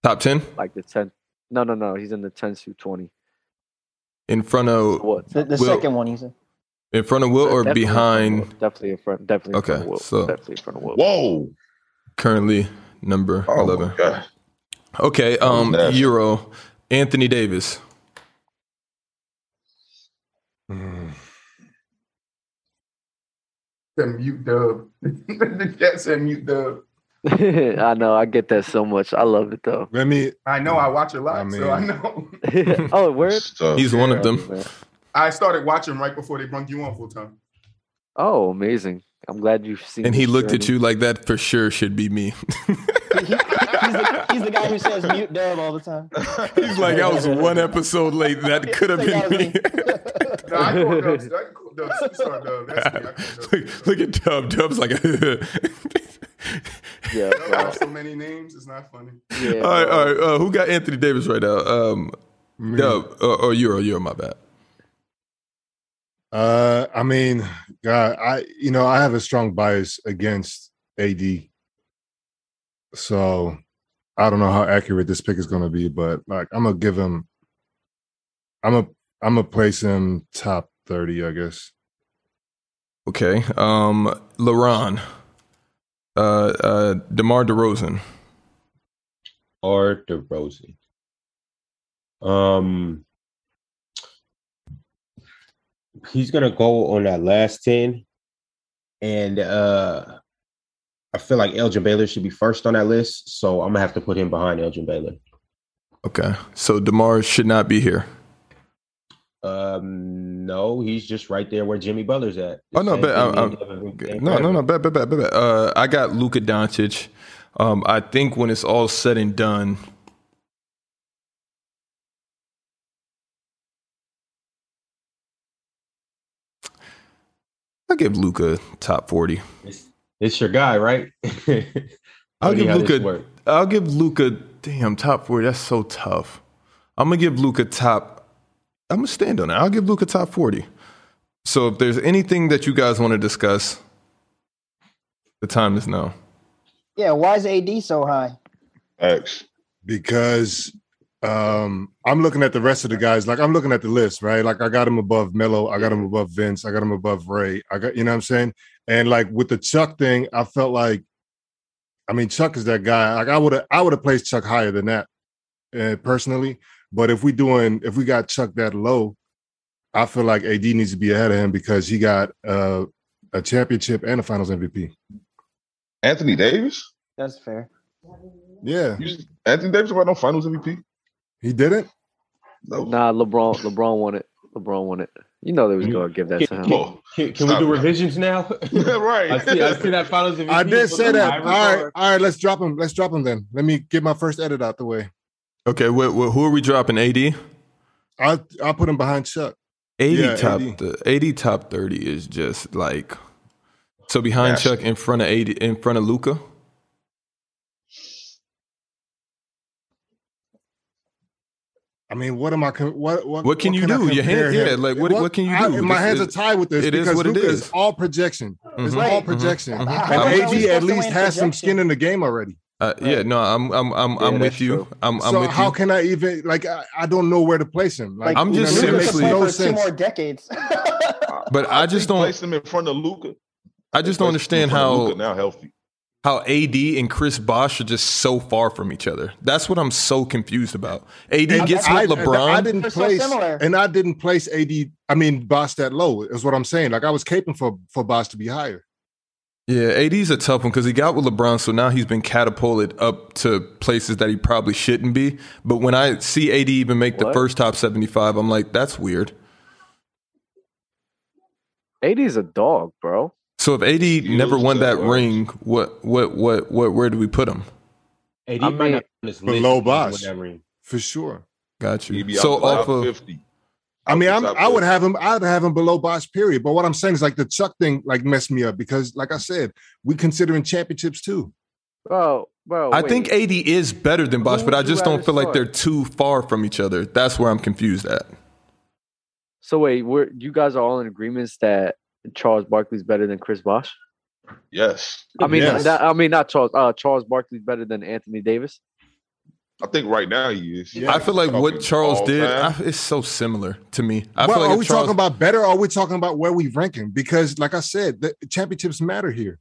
top ten,
like the ten. No, no, no. He's in the tens through twenty.
in front of
What?
The, the
Will-
second one, he's in.
in front of Will or behind
Definitely in front. Definitely.
Okay,
In front of Will,
so-
definitely in front of Will.
Whoa.
currently number
Oh,
eleven.
my God.
Okay,
was
um,
nasty.
Euro, Anthony Davis,
Hmm.
The mute dub. the Jets said mute dub.
I know. I get that so much. I love it though.
Let me.
I know I watch it live,
I mean-
so I know.
oh, word.
It's tough.
he's one of them.
Man.
I started watching right before they brought you on full time.
Oh, amazing! I'm glad you've seen.
And he
this
looked at
journey.
you like that for sure should be me.
He- he- he's, the, he's the guy who says mute dub all the time.
He's like, I was one episode late. That could have
That
been me.
No, I call dubs. I call dubs. superstar dub. That's me. I call dubs.
look, look at Dub. Dub's like,
Yeah.
Dub
bro.
have so many names. It's not funny.
yeah
all right,
bro.
all right. Uh, who got Anthony Davis right now? Um,
me.
Dub uh, or Euro? Euro, my bad.
Uh, I mean, God, I you know I have a strong bias against AD, so I don't know how accurate this pick is going to be, but like I'm gonna give him, I'm a I'm gonna place him top thirty, I guess.
Okay. Um, LaRon, uh, uh, DeMar DeRozan,
or DeRozan. Um, he's gonna go on that last ten, and uh, I feel like Elgin Baylor should be first on that list, so I'm gonna have to put him behind Elgin Baylor.
Okay, so Demar should not be here.
Um, no, he's just right there where Jimmy Butler's at.
Oh, no,
Same
but I-
thing
I'm-
he never been
Okay.
playing
No, no,
forever.
no. Bet, bet, bet, bet, bet. Uh, I got Luka Doncic. Um, I think when it's all said and done, I give Luka top forty.
It's, it's your guy, right?
I'll give Luka-
work.
I'll give Luka. Damn, top forty. That's so tough. I'm gonna give Luka top. I'm gonna stand on it. I'll give Luka top forty. So if there's anything that you guys want to discuss, the time is now.
Yeah, why is AD so high?
X.
because um I'm looking at the rest of the guys. Like I'm looking at the list, right? Like I got him above Melo, I got him above Vince, I got him above Ray. I got you know what I'm saying. And like with the Chuck thing, I felt like, I mean, Chuck is that guy. Like I would have, I would have placed Chuck higher than that, uh, personally. But if we doing, if we got Chuck that low, I feel like AD needs to be ahead of him because he got uh, a championship and a Finals MVP.
Anthony Davis?
That's fair.
Yeah,
You, Anthony Davis about no finals MVP?
he didn't.
No.
Nah, LeBron. LeBron won it. LeBron won it. You know they was gonna give that to
Can,
him.
Whoa.
can- can we
Stop
do
it.
revisions now?
right.
I see. I see that follows.
I did say that. All right, all right. Let's drop him. Let's drop him then. Let me get my first edit out the way.
Okay, wh- wh- who are we dropping? AD, AD
I I put him behind Chuck. Yeah,
top
AD.
th- AD top thirty is just like so behind
Nasty.
Chuck in front of AD in front of Luca.
I mean, what am I? com- What what?
What can you
I
do? Your
compare
hand-
him-
yeah, like, what- what can you do?
my
This
hands
is-
are tied with this
it is
because
what it
Luka
is.
is all projection. It's
Mhm.
all
Right.
projection.
Mhm.
And
How-
Ah,
how
I'm-
are we
AD Um, at
supposed to
least
win
has some
projection?
skin in the game already.
Uh, Yeah, no, I'm I'm I'm I'm
Yeah,
with
that's
you.
true.
I'm I'm
so
with
how
you.
can I even like? I, I don't know where to place him. Like,
I'm
you
just
know what I mean? It
Luka could
makes
seriously-
play
no
for two
sense.
more decades.
But I
think
just don't-
place him in front of Luca.
I just don't understand
Luca
how
now healthy.
how AD and Chris Bosh are just so far from each other. That's what I'm so confused about. AD
And
gets
I,
with LeBron.
I didn't
They're so
place,
similar.
and I didn't place AD. I mean, Boss that low is what I'm saying. Like I was caping for for Boss to be higher.
Yeah, AD's a tough one because he got with LeBron, so now he's been catapulted up to places that he probably shouldn't be. But when I see AD even make the
What?
first top 75, I'm like, that's weird.
AD is a dog, bro.
So if AD never
is
won
that
that
large.
ring, what, what, what, what, where do we put him?
AD
I
might
mean-
not be on this
But
list
low
if he doesn't win
boss.
that ring.
For sure.
Got
He
you.
be
So
out the
off
top
of
fifty.
I mean,
Off
I'm,
the top
I would
of-
have him. I'd have him below Bosch, period. But what I'm saying is, like the Chuck thing, like messed me up because, like I said, we considering championships too.
bro, bro.
I
wait.
think AD is better than Bosch,
Who
but I
would you
just don't
rather
feel like
start?
they're too far from each other. That's where I'm confused at.
so. Wait, we're you guys are all in agreements that Charles Barkley's better than Chris Bosh?
Yes,
I mean,
Yes.
that, I mean, not Charles. Uh, Charles Barkley's better than Anthony Davis.
I think right now he is.
Yeah.
I feel like what
Talking
Charles
all
did I,
time.
it's so similar to me. I
well,
feel like
are
if
we
Charles,
talking about better? or Are we talking about where we ranking? Because, like I said, the championships matter here.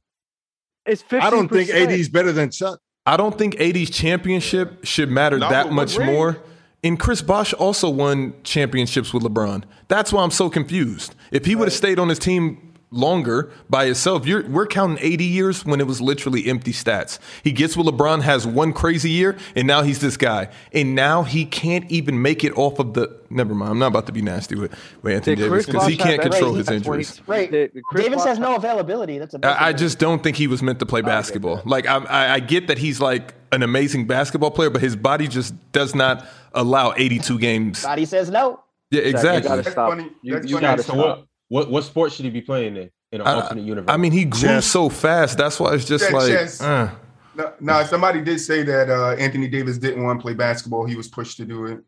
It's fifty.
I don't think AD is better than Chuck.
I don't think 80's championship should matter
No,
that
but
much
what ring?
more. And Chris Bosh also won championships with LeBron. That's why I'm so confused. If he would have stayed on his team longer by himself, you're, we're counting 80 years when it was literally empty stats. He gets with LeBron, has one crazy year, and now he's this guy. And now he can't even make it off of the. Never mind. I'm not about to be nasty with, with Anthony
Did Chris
Davis because he
Bosh
can't
have
control
Right,
his
that's when he-
injuries.
Right.
did- did Chris
Davis
Bosh
has no availability. That's a bad
I, I
thing.
just don't think he was meant to play basketball. Like I, I, I get that he's like an amazing basketball player, but his body just does not allow 82 games.
Body says no.
Yeah,
Exactly.
exactly.
You gotta stop.
funny.
You,
That's
you
funny.
gotta
so
stop.
what, what what sport should he be playing in in an
I-
alternate universe?
Uh, I mean, he grew
Chess.
so fast. That's why it's just
Yeah,
like,
chess.
uh,
No, no, somebody did say that uh, Anthony Davis didn't want to play basketball. He was pushed to do it.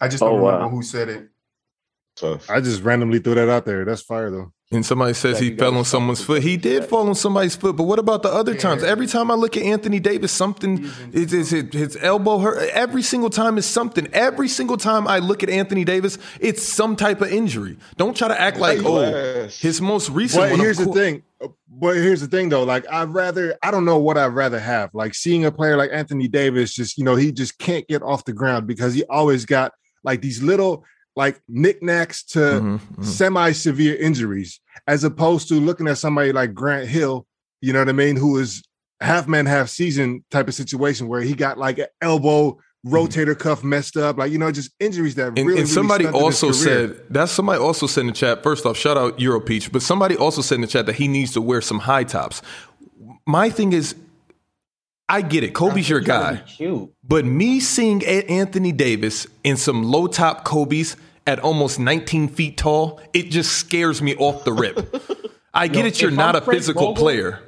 I just don't
Oh, wow.
remember who said it.
Tough.
I just randomly threw that out there. That's fire though.
and somebody says
Yeah,
he
you gotta
fell on
stop
someone's
with
foot.
that.
He did fall on somebody's foot, but what about the other times?
Yeah.
Every time I look at Anthony Davis, something
He's in-
is his, his elbow hurt. Every single time is something. Every single time I look at Anthony Davis, it's some type of injury. Don't try to act like, oh,
Yes.
his most recent.
But
one, of
here's the
cour-
thing. uh, But here's the thing though. Like I'd rather I don't know what I'd rather have. Like seeing a player like Anthony Davis just, you know, he just can't get off the ground because he always got like these little like knickknacks to
Mhm, mhm.
semi-severe injuries, as opposed to looking at somebody like Grant Hill, you know what I mean, who is half man, half season type of situation where he got like an elbow rotator cuff messed up, like you know, just injuries that
Mm-hmm. And,
really.
and somebody
really stunted his
also
career.
said that's somebody also said in the chat. First off, shout out Europeach, but somebody also said in the chat that he needs to wear some high tops. My thing is, I get it. Kobe's your guy,
Trying to be Cute.
but me seeing A- Anthony Davis in some low top Kobe's at almost 19 feet tall, it just scares me off the rip. I get
Yo,
it. You're
if
not
I'm
a
Frank
physical
Vogel-
player.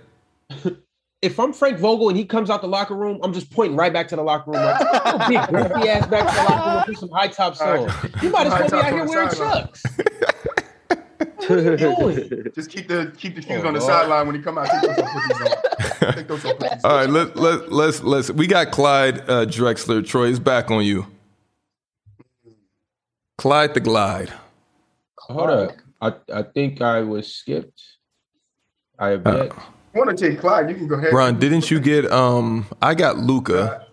If I'm Frank Vogel and he comes out the locker room, I'm just pointing right back to the locker room. Like, oh, big grumpy ass back to the locker room, put some high tops on. You might as well be out here wearing chucks. doing?
Just keep the keep the shoes
Oh,
on the
Lord.
sideline when he come out. Take those off, put these on. Take those off, put these
All
on.
right, let, let, let's let's. We got Clyde uh, Drexler. Troy is back on you. Clyde the Glide.
Hold up. I, I think I was skipped. I have
Uh,
yet.
You want to take Clyde? You can go ahead.
Ron, didn't you get um I got Luca.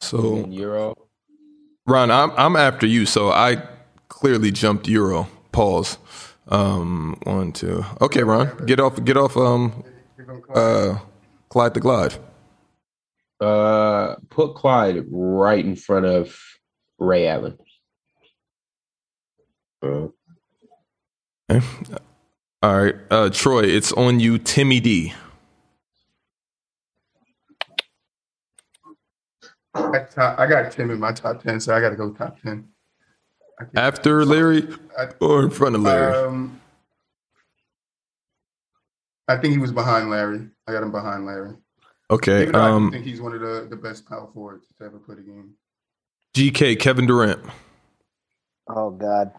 So
Euro.
Ron, I'm I'm after you, so I clearly jumped Euro. Pause. Um one, two. Okay, Ron. Get off get off um uh Clyde the Glide.
Uh, put Clyde right in front of Ray Allen.
Uh,
All right. Uh Troy, it's on you, Timmy D.
I, top, I got Tim in my top ten, so I got to go top ten. I can't-
After Larry or in front of Larry.
Um, I think he was behind Larry. I got him behind Larry.
Okay.
Even though I do
Um
think he's one of the, the best power forwards to ever play the game.
GK, Kevin Durant.
Oh God.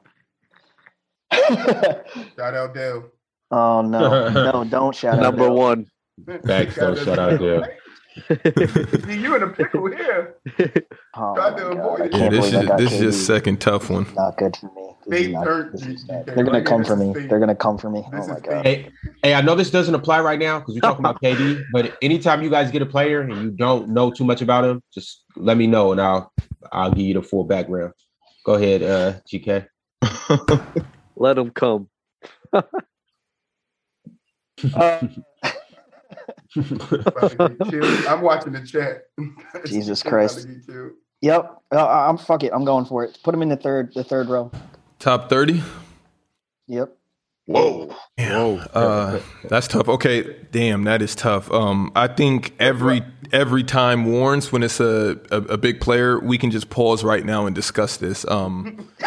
Shout out Dale.
oh no, no! Don't shout out.
Number
Dale.
one.
Facts, though. Shout out Dale.
See, you in a pickle here.
Oh,
Tried
my
to
God.
avoid
I
it.
can't
Yeah, this
believe
is
I got
this is your
KD.
second tough one.
Not good for me. This is
Fate
not-
hurt
this is
you,
bad.
you
They're gonna
can't
come for me.
resist fate.
They're gonna come for me.
This
oh my
is
god.
fate.
Hey, hey, I know this doesn't apply right now because we're talking about KD, but anytime you guys get a player and you don't know too much about him, just let me know and I'll I'll give you the full background. Go ahead, uh, GK.
Let him come.
Uh,
About to get killed. I'm watching the chat.
Jesus
About to
Christ.
get killed.
yep. Uh, I- I'm fuck it. I'm going for it. Put him in the third, the third row.
Top 30?
Yep.
Whoa.
Whoa, uh, that's tough. Okay, damn, that is tough. Um, I think every every time warns when it's a, a a big player, we can just pause right now and discuss this. Um, you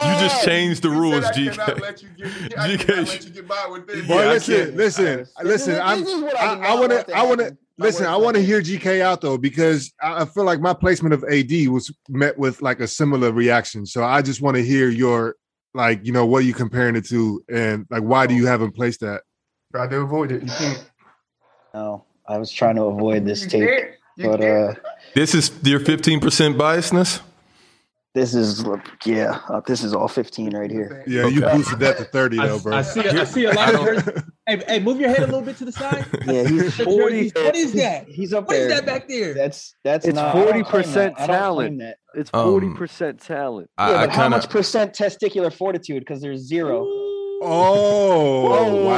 just changed the rules,
I cannot
GK.
let you get, I
GK.
cannot let you get by with this.
Boy,
Yeah, I
listen,
can't-
listen,
I-
listen.
This
I'm,
is what I
I I
did not
want
want
to,
to
I want to
happen. My
listen.
worst
I want to
nightmare.
hear GK out though because I I feel like my placement of AD was met with like a similar reaction. So I just want to hear your like, you know, what are you comparing it to, and like, why do you haven't placed that?
Try to avoid it. You can't.
No, I was trying to avoid this
You
take,
can't. You
but
can't.
uh,
This is your fifteen percent biasness.
this is yeah, uh, this is all 15 right here.
Yeah, you
Okay.
boosted that to thirty
I,
though, bro.
I see. I see a lot of. Her, hey, hey, move your head a little bit to the side.
Yeah, he's
Shut your-
40.
What is that?
he's up
What
there.
is that back there?
That's that's
It's
not, I don't claim
40%
that. I don't claim
talent.
that.
It's
Um,
forty percent talent.
I,
yeah,
I
but how
kind
much
of
percent testicular fortitude? Because there's zero.
oh wow!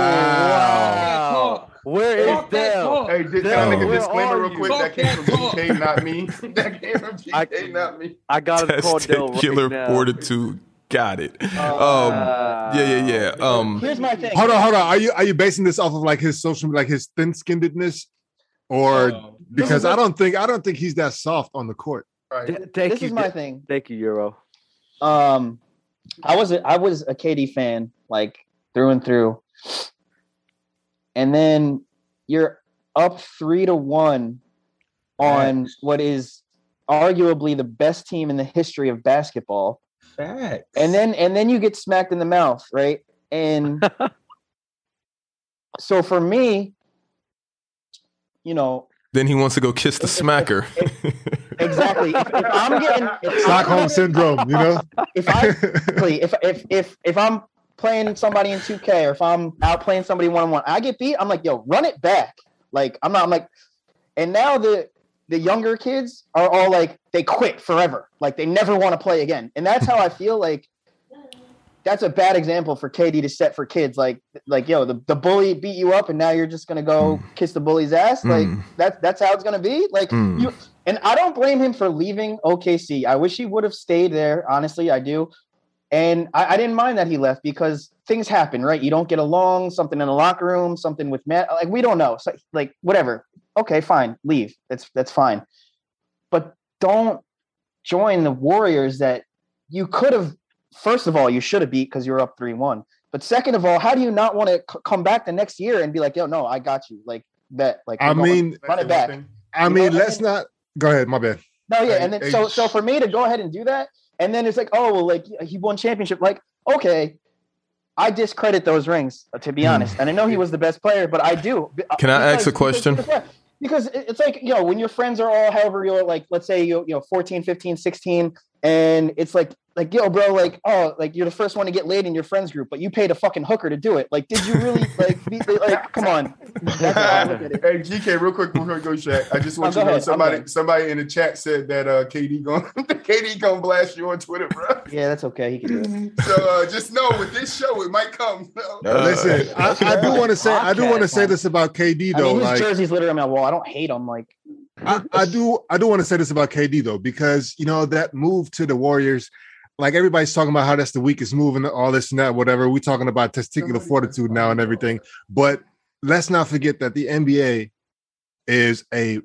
That talk.
Where is
Talk that
Dell?
talk.
Hey, did, can
Damn.
I make a
Where
disclaimer
are
real
you?
quick?
Fuck
That came from
that talk.
GK, not me. that came from GK, not me.
I gotta call Dell right
testicular
now.
fortitude. Got it. um,
Wow.
yeah, yeah, yeah. Um,
Here's my thing.
Hold on, hold on. Are you are you basing this off of like his social, like his thin skinnedness, or
Oh.
because
is a-
I don't think I don't think he's that soft on the court.
Right.
Th- thank
this
you.
is my
Dell.
thing.
Thank you, Euro.
Um, I was a, I was a KD fan like through and through, and then you're up three to one on what is arguably the best team in the history of basketball,
Facts.
and then and then you get smacked in the mouth, right? And so for me, you know,
then he wants to go kiss the smacker.
exactly. If, if I'm getting if I'm
Stockholm
getting-
syndrome, you know.
if I Exactly. if if if if I'm playing somebody in 2K or if I'm out playing somebody one on one, I get beat. I'm like, yo, run it back. Like I'm not. I'm like, and now the the younger kids are all like they quit forever. Like they never want to play again. And that's how I feel like. That's a bad example for KD to set for kids. Like, like yo, the, the bully beat you up, and now you're just gonna go kiss the bully's ass. Like
Mm.
that's that's how it's gonna be. Like
Hmm.
Mm.
you, and I don't blame him for leaving OKC. I wish he would have stayed there. Honestly, I do. And I, I didn't mind that he left because things happen, right? You don't get along, something in the locker room, something with Matt. Like we don't know. So like whatever. Okay, fine, leave. That's that's fine. But don't join the Warriors that you could have. First of all, you should have beat because you were up three one. But second of all, how do you not want to c- come back the next year and be like, yo, no, I got you. Like bet. Like
I
we're going-
mean,
run it back.
I
You know
mean,
what I
let's
mean?
not go ahead. My bad.
No, yeah,
Right,
and then so
it's-
so for me to go ahead and do that, and then it's like, oh well, like he won championship. Like, okay, I discredit those rings uh, to be
Hmm.
honest, and I know he was the best player, but I do. be- uh,
Can I ask a question?
Because, because it- it's like you know when your friends are all however you're like let's say you you know 14 15 16 and it's like like yo bro like oh like you're the first one to get laid in your friends group but you paid a fucking hooker to do it like did you really like be, like come on that's how I look at it
Hey GK, real quick before I go, Shaq. I just want
Oh,
you to know
go ahead, I'm
somebody
done.
somebody in the chat said that uh KD going KD gonna blast you on Twitter, bro.
yeah that's okay he can do it
So uh, just know with this show it might come.
Uh,
Listen, I, I do want to say I do want to say this about KD
I
though.
mean his
like,
jersey's literally on my wall I don't hate him like
I, I do I do want to say this about KD though, because you know that move to the Warriors, like everybody's talking about how that's the weakest move and all this and that, whatever. We're talking about testicular fortitude now and everything. But let's not forget that the NBA is a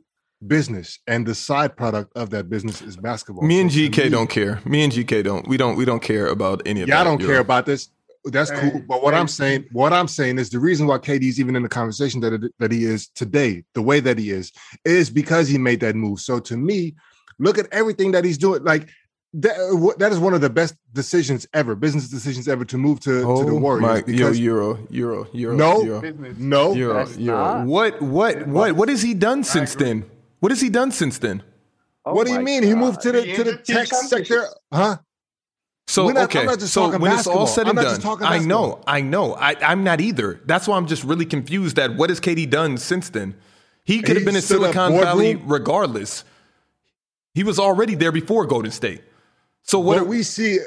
business and the side product of that business is basketball.
Me and
So to
GK
me-
don't care. Me and GK don't. We don't. We don't care about any of
Yeah, I
that.
don't
You're
care
right.
about this. That's
Hey,
cool. But what
hey.
I'm saying, what I'm saying is the reason why KD's even in the conversation that it, that he is today, the way that he is, is because he made that move. So to me, look at everything that he's doing. Like that, wh- that is one of the best decisions ever, business decisions ever, to move to, to the
Oh
Warriors.
my! Yo,
because
Euro, Euro, Euro.
No.
Euro,
Business.
no,
Euro.
That's
Euro.
not-
What? What? What? What has he done since
agree.
then? What has he done since then?
Oh
what do you
my
mean? He
God.
moved to the
He
to the
ended team
tech sector,
championships.
huh?
So
We're not-
okay.
I'm not just
so
talking
when it's all
basketball.
said
I'm
and
not
done,
just talking
I know,
basketball.
I know, I, I'm not either. That's why I'm just really confused. That what has KD done since then? He could have
He
been in
stood up
Silicon Valley
boardroom.
regardless. He was already there before Golden State. So
What
what?
did we see?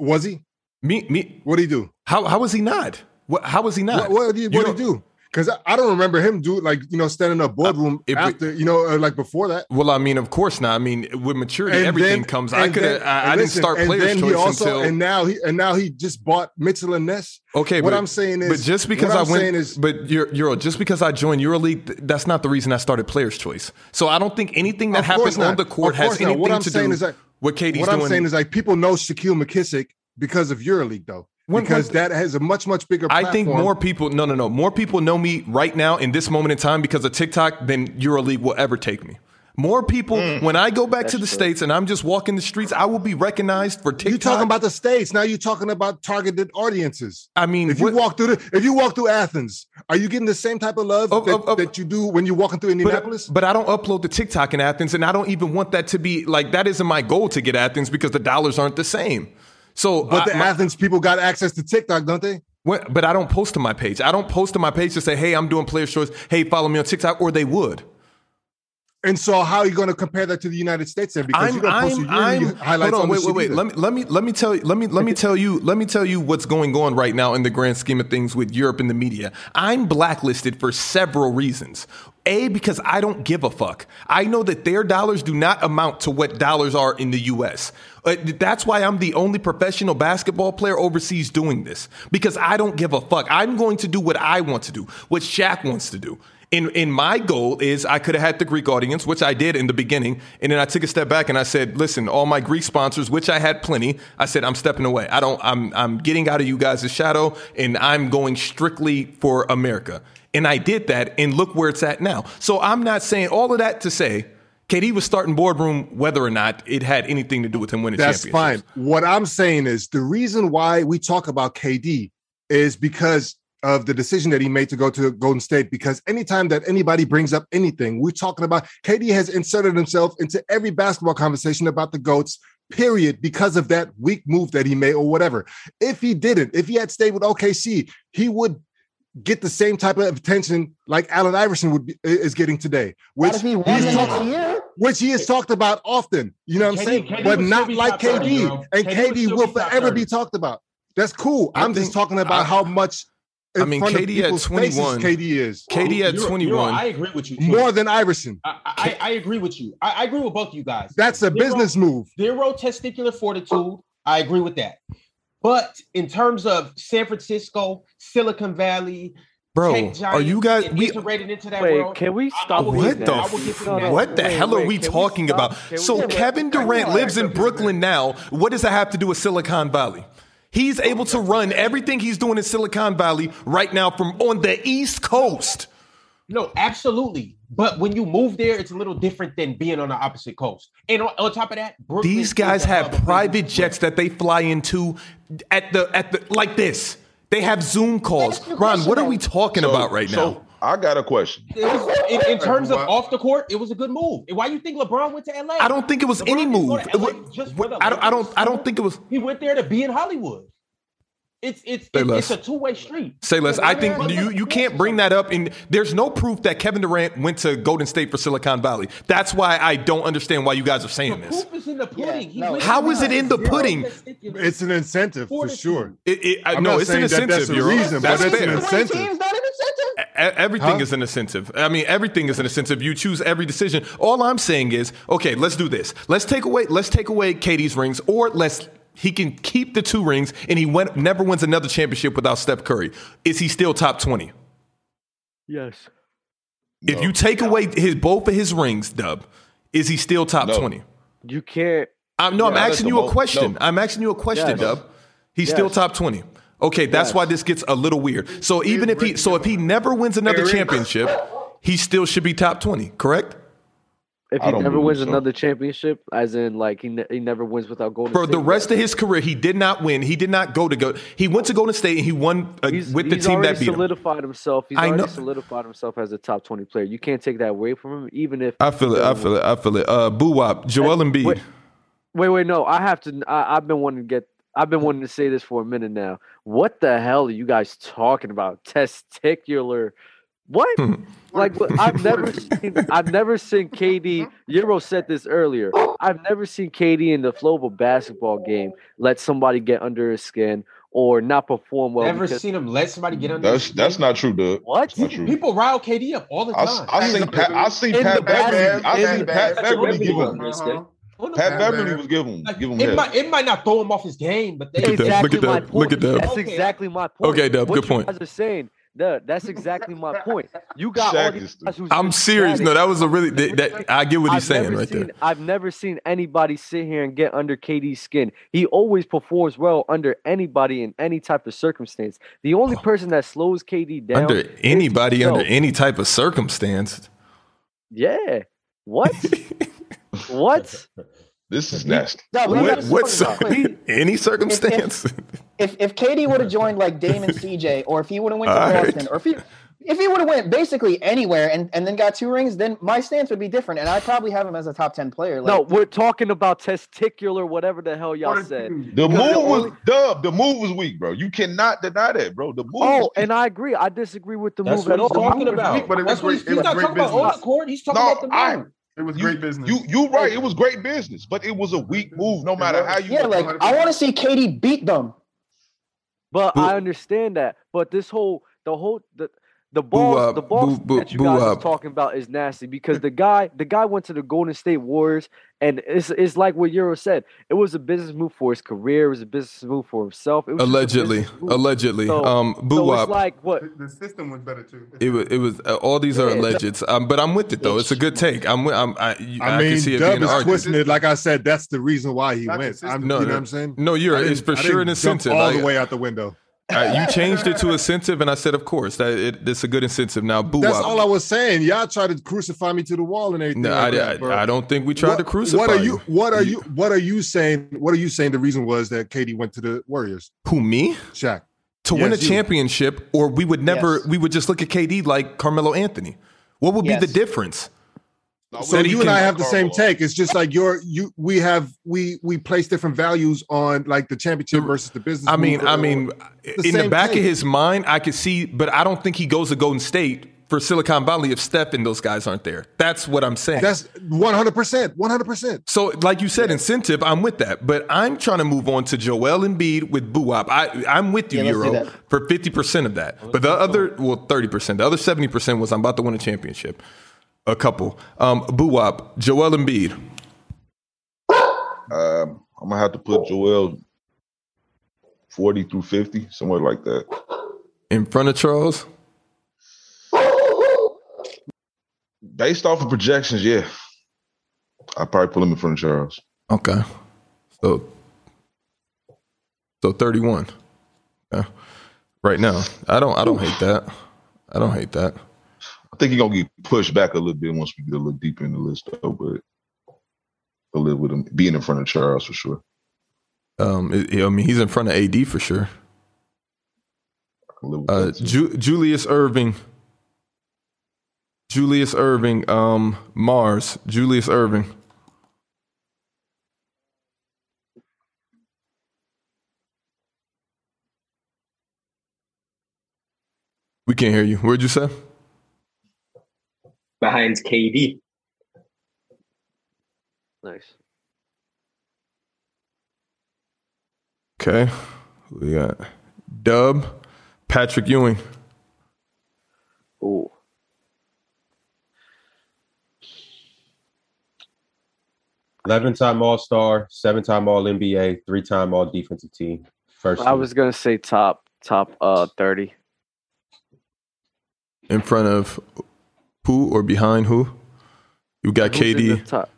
Was he?
me, me.
What did he do?
How? How was he not? What, how was he not?
What, what did he,
You
what did
don't-
he do? Because I, I don't remember him do like you know standing up boardroom
if it-
after you know uh, like before that.
Well, I mean, of course not. I mean, with maturity,
And
everything
then-
comes. I
and
could.
then- and
I, I didn't
listen,
start
and
player's
then he
choice
also-
until.
and now he and now he just bought Mitchell and Ness.
okay,
what
but,
I'm saying is,
but just because
what
I
I'm saying
went,
is,
but Euro, Euro, just because I joined EuroLeague, th- that's not the reason I started player's choice. So I don't think anything that
Of course
happens on
not.
the court
Of
has
course not.
anything
What I'm
to
saying
do
is that-
with Katie's
what I'm
doing.
saying is like people know Shaquille McKissick because of EuroLeague though,
When-
because
when-
that has a much much bigger.
I think
platform.
more people, no, no, no, more people know me right now in this moment in time because of TikTok than EuroLeague will ever take me. More people,
Mm.
when I go back to the
That's true.
states and I'm just walking the streets, I will be recognized for TikTok.
You're talking about the states now. You're talking about targeted audiences.
I mean,
If you
what-
walk through the, if you walk through Athens, are you getting the same type of love
Of-
that,
of- of-
that you do when you're walking through Indianapolis?
Oh, But, but I don't upload to TikTok in Athens, and I don't even want that to be like that. Isn't my goal to get Athens because the dollars aren't the same. So,
But
I-
the
my-
Athens people got access to TikTok, don't they?
when- but I don't post to my page. I don't post to my page to say, "Hey, I'm doing player choice. Hey, follow me on TikTok," or they would.
And so, how are you going to compare that to the United States then? Because you
I'm,
don't post
I'm,
your yearly
I'm.
highlights
Hold on,
on,
wait,
the
wait, wait. Let me, let me, let me tell you. Let me, let me tell you. Let me tell you what's going on right now in the grand scheme of things with Europe and the media. I'm blacklisted for several reasons. A, because I don't give a fuck. I know that their dollars do not amount to what dollars are in the U.S. Uh, that's why I'm the only professional basketball player overseas doing this because I don't give a fuck. I'm going to do what I want to do, what Shaq wants to do. In in my goal is I could have had the Greek audience, which I did in the beginning, and then I took a step back and I said, "Listen, all my Greek sponsors, which I had plenty, I said I'm stepping away. I don't. I'm I'm getting out of you guys' shadow, and I'm going strictly for America." And I did that, and look where it's at now. So I'm not saying all of that to say KD was starting boardroom, whether or not it had anything to do with him winning.
That's fine.
championships.
What I'm saying is the reason why we talk about KD is because of the decision that he made to go to Golden State. Because anytime that anybody brings up anything, we're talking about KD has inserted himself into every basketball conversation about the GOATs, period, because of that weak move that he made or whatever. If he didn't, if he had stayed with OKC, he would get the same type of attention like Allen Iverson would be, is getting today, which
Got to be one
he's
minute
talking
a year.
which he is talked about often. You know what I'm
KD
saying?
KD
but
would
not
still be
like
top thirty,
KD.
bro.
and
KD would
KD,
still
will
be top
forever
thirty.
be talked about. That's cool.
I
I'm just
think-
talking about
I-
how much in
I mean,
front of
KD at
people's
21
faces KD is.
KD at
You're- you're-
21.
I agree with you. too.
More than Iverson.
I, I, I agree with you. I, I agree with both of you guys.
That's a
Zero-
business move.
Zero testicular fortitude. I agree with that. But in terms of San Francisco, Silicon Valley,
Bro,
tech
are
giants
you guys?
and
We
integrated into that
Wait,
world?
can we
I- I
stop?
will
with
What
give you
that?
the
that. I will give you
No, no,
that.
what the
wait,
hell
wait,
are we
can
talking
stop?
about?
Can we
so
stop?
Kevin Durant
Come on.
lives in Brooklyn now. What does that have to do with Silicon Valley? He's able to run everything he's doing in Silicon Valley right now from on the East Coast.
No, absolutely. But when you move there, it's a little different than being on the opposite coast. And on, on top of that, Brooklyn
These
is
guys
the
have
hub of
private
business.
jets that they fly into at the at the like this. They have Zoom calls.
Ask your
Ron, what
question
are we
then.
talking
So-
about right
so
now?
I got a question.
It was, in, in terms of
Why-
off the court, it was a good move. And why you think LeBron went to LA?
I don't think it was
LeBron
any
didn't go
move.
to
It
LA
wa-
just for the
I don't. I don't.
Lakers.
I don't think it was.
He went there to be in Hollywood. It's it's
Say
it's,
less.
it's a two way street.
Say less. I think
Whatever.
you, you can't bring that up, and there's no proof that Kevin Durant went to Golden State for Silicon Valley. That's why I don't understand why you guys are saying
The
this.
proof is in the
Yeah,
pudding. He
no,
went
How
to
is it in the
zero
pudding?
testicular
It's an incentive for
fortitude.
sure.
It, it, I,
I'm
no,
not
it's an
saying
incentive.
that that's the
you're
reason,
right.
but
That's
it's an
fair.
incentive.
Team's not an incentive.
E- Everything
Huh?
is an incentive. I mean, everything is an incentive. You choose every decision. All I'm saying is, okay, let's do this. Let's take away. Let's take away Katie's rings, or let's. He can keep the two rings, and he went, never wins another championship without Steph Curry. Is he still top twenty?
Yes.
If you take away his both of his rings, Dub, is he still top
No.
twenty?
You can't.
I'm, no, I'm
Yeah, I
asking
let
you
them
a
all-
question.
no.
I'm asking you a question,
Yes.
Dub. He's still
Yes.
top 20. Okay, that's
Yes.
why this gets a little weird. So even if he so if he never wins another championship, he still should be top 20, correct?
If
I
he
don't
never
believe
wins
so.
another championship, as in like he, ne- he never wins without Golden
For
State.
the rest of his career, he did not win. He did not go to go. He went to Golden State and he won uh,
he's,
with the
he's
team
already
that beat him.
solidified himself. He's
I
already
know-
solidified himself as a top twenty player. You can't take that away from him, even if
I feel it. I feel it. I feel it. Uh, Boo Wop, Joel Embiid.
Wait, wait, wait, no. I have to. I, I've been wanting to get. I've been wanting to say this for a minute now. What the hell are you guys talking about? Testicular. What? Like what- I've never seen. I've never seen KD. Euro said this earlier. I've never seen KD in the flow of a basketball game let somebody get under his skin or not perform well.
Never
because-
seen him let somebody get under.
That's
his
that's
skin.
not true, Doug.
what?
That's not true.
People rile KD up all the
I,
time.
I seen Pat. I seen
In the
Pat Beverly.
bathroom.
I
In
seen
the
Pat
bathroom.
Beverly give him.
Uh-huh.
Hold on.
Pat
Pat
Beverly
Beverly.
was give him
Like,
give him
it
hell.
might it might not throw him off his game, but they
Look at that,
exactly
look at
my
that,
point.
look at that.
That's
Okay.
exactly my point.
Okay, Dub,
What
good
you
point.
guys are saying, no, that's exactly my point. You got all
Shaq
these
is
guys who's
I'm
been
serious. No,
static.
that was a really that, that- I get what he's
I've
saying
never
right
seen,
there.
I've never seen anybody sit here and get under KD's skin. He always performs well under anybody in any type of circumstance. The only person that slows KD down
Oh. Under
is
anybody, under
himself.
any type of circumstance.
yeah. What? what?
This is nasty.
No, we
What,
gotta
what
talk about-
cir- any circumstance?
if if KD would have joined like Dame and CJ, or if he would have went to
All right.
Boston, or if he if he would have went basically anywhere and, and then got two rings, then my stance would be different, and I probably have him as a top ten player. Like,
No, we're talking about testicular, whatever the hell y'all said.
The move
Because the
was
only-
dub. The move was weak, bro. You cannot deny that, bro. The move. was
Oh,
weak.
and I agree. I disagree with the move
That's what
at all.
he's talking
was
about.
weak, but it was
That's what he's,
great-
he's
it was
not
great
talking about on
business.
the court. He's talking
No,
about the
I-
move.
It was
You-
great business.
you you right. It was great business, but it was a weak move. No matter how you.
yeah, like I want to see KD beat them.
But
Boo-
I understand that. But this whole the whole the the
Boo
balls
up,
the balls
boo- boo-
that you
boo
guys are
up.
talking about is nasty because the guy the guy went to the Golden State Warriors and it's it's like what Euro said. It was a business move for his career. It was a business move for himself. It was just a
allegedly,
business move.
allegedly.
So-
um, boo
so it's
wop.
like what
The system was better too.
It was. It was. Uh, all these are
Yeah,
alleged. Um, but I'm with it though. It's a good take. I'm. with- I'm I, you, I,
I
can
mean,
see it
Dub
being an
is
argument.
twisting it. Like I said, that's the reason why he
Not
went. I'm,
consistent.
you know
No,
what I'm saying?
No, you're.
I
It's
didn't-
for
I
sure an
didn't jump
incentive.
all
Like,
the way out the window.
uh, you changed it to incentive, and I said, of course, that it, it's a good incentive. Now, boo
That's
wop.
all I was saying. Y'all tried to crucify me to the wall and everything.
No,
like
I,
that, bro.
I, I don't think we tried to crucify
What are you?
you.
What are
You-
you? What are you saying? What are you saying? The reason was that Katie went to the Warriors.
Who me?
Shaq.
to win a
Yes, you.
championship, or we would never,
Yes.
we would just look at KD like Carmelo Anthony. What would be
Yes.
the difference?
No,
So
we-
you and I have the same
Carmelo.
take. It's just like your you. We have we we place different values on like the championship
The-
versus the business.
I mean,
move.
I mean,
the
in the
same
back
thing.
of his mind, I could see, but I don't think he goes to Golden State for Silicon Valley if Steph and those guys aren't there. That's what I'm saying.
that's one hundred percent. One hundred percent.
so, like you said, incentive. I'm with that, but I'm trying to move on to Joel Embiid with Buop. I, I'm with you,
Yeah, let's do
Euro,
that.
for 50 percent of that. But the other, well, 30 percent. The other 70 percent was I'm about to win a championship. A couple. Um, Buop, Joel Embiid.
Um, I'm gonna have to put Joel forty through fifty, somewhere like that.
in front of Charles.
Based off of projections, yeah, I probably put him in front of Charles.
Okay. So so 31. Yeah. Right now. I don't I don't hate that. I don't hate that.
I think he's gonna get pushed back a little bit once we get a little deeper in the list, though. But I'll live with him being in front of Charles for sure.
Um it- I mean he's in front of AD for sure.
I can live with
Uh
that, too.
Ju- Julius Irving Julius Irving um Mars Julius Irving we can't hear you. Where'd you say?
behind KD.
nice.
Okay. We got Dub Patrick Ewing.
Ooh.
Eleven-time All Star, seven-time All NBA, three-time All Defensive Team. First,
I was gonna say top top uh thirty.
in front of who or behind who? You got
Who's in the
KD.
top?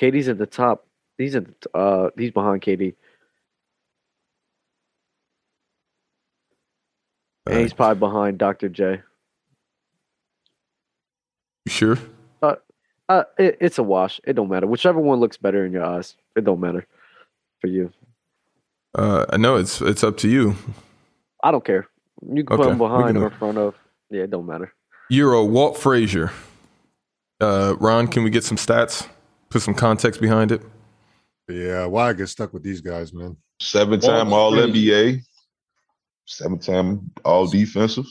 KD's at the top. He's at the t- uh he's behind KD. And he's
Uh,
probably behind Dr. J.
you sure?
Uh, it, it's a wash. It don't matter. Whichever one looks better in your eyes, it don't matter for you.
Uh, I know it's it's up to you.
I don't care. You can put
Okay,
him
we
behind
can-
or in front of. Yeah, it don't matter.
Euro Walt Frazier. Uh, Ron, can we get some stats? Put some context behind it.
Yeah. Why I get stuck with these guys, man?
Seven time
Ball
All
is
NBA, seven time All Defensive.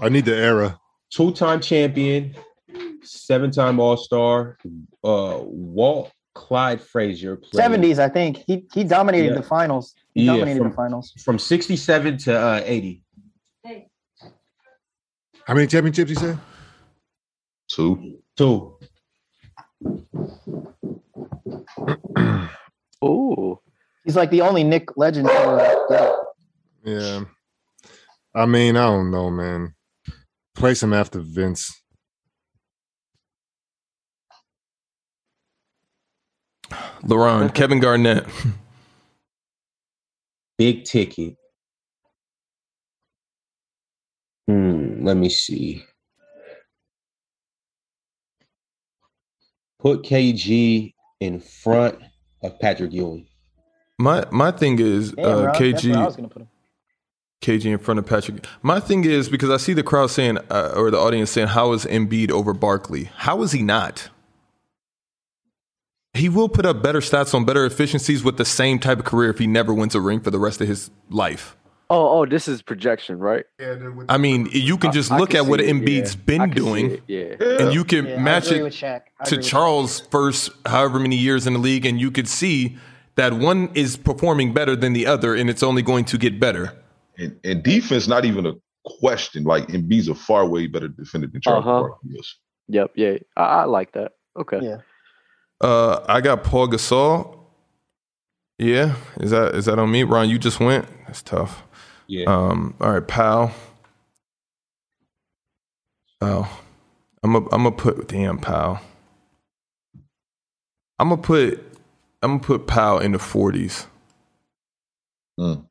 I need the era.
two-time champion, seven-time All Star. Uh, Walt Clyde Frazier played
Seventies, I think he he dominated
Yeah.
the finals. He
Yeah,
dominated
from-
the finals.
from 67 to uh, 80.
How many championships you say?
Two.
Two.
Ooh.
He's like the only Nick legend. To, uh, get it.
Yeah. I mean, I don't know, man. Place him after Vince.
LeBron, Kevin Garnett.
Big ticket. Hmm, let me see. Put KG in front of Patrick Ewing.
My my thing is
Damn,
uh,
Rob, that's where I was
KG
gonna put him.
KG in front of Patrick. My thing is because I see the crowd saying uh, or the audience saying how is Embiid over Barkley? How is he not? He will put up better stats on better efficiencies with the same type of career if he never wins a ring for the rest of his life.
Oh, oh, this is projection, right?
Yeah, they're with-
I mean, you can
I-
just
I
look
can
at what
see it,
Embiid's
yeah. I
been
can see
doing
it, Yeah.
and you can
Yeah, I
match
agree
it
with Shaq. I agree
to
with Shaq.
Charles' first however many years in the league, and you could see that one is performing better than the other, and it's only going to get better.
And, and defense, not even a question. Like Embiid's a far way better defender than Charles
Uh-huh.
Barkley is.
Yep. Yeah. I, I like that. Okay.
Yeah.
Uh, I got Paul Gasol. Yeah, is that is that on me, Ron? You just went. That's tough.
Yeah.
Um, all right, pal. Oh, I'm a, I'm gonna put damn pal. I'm gonna put I'm gonna put pal in the 40s.
Mm.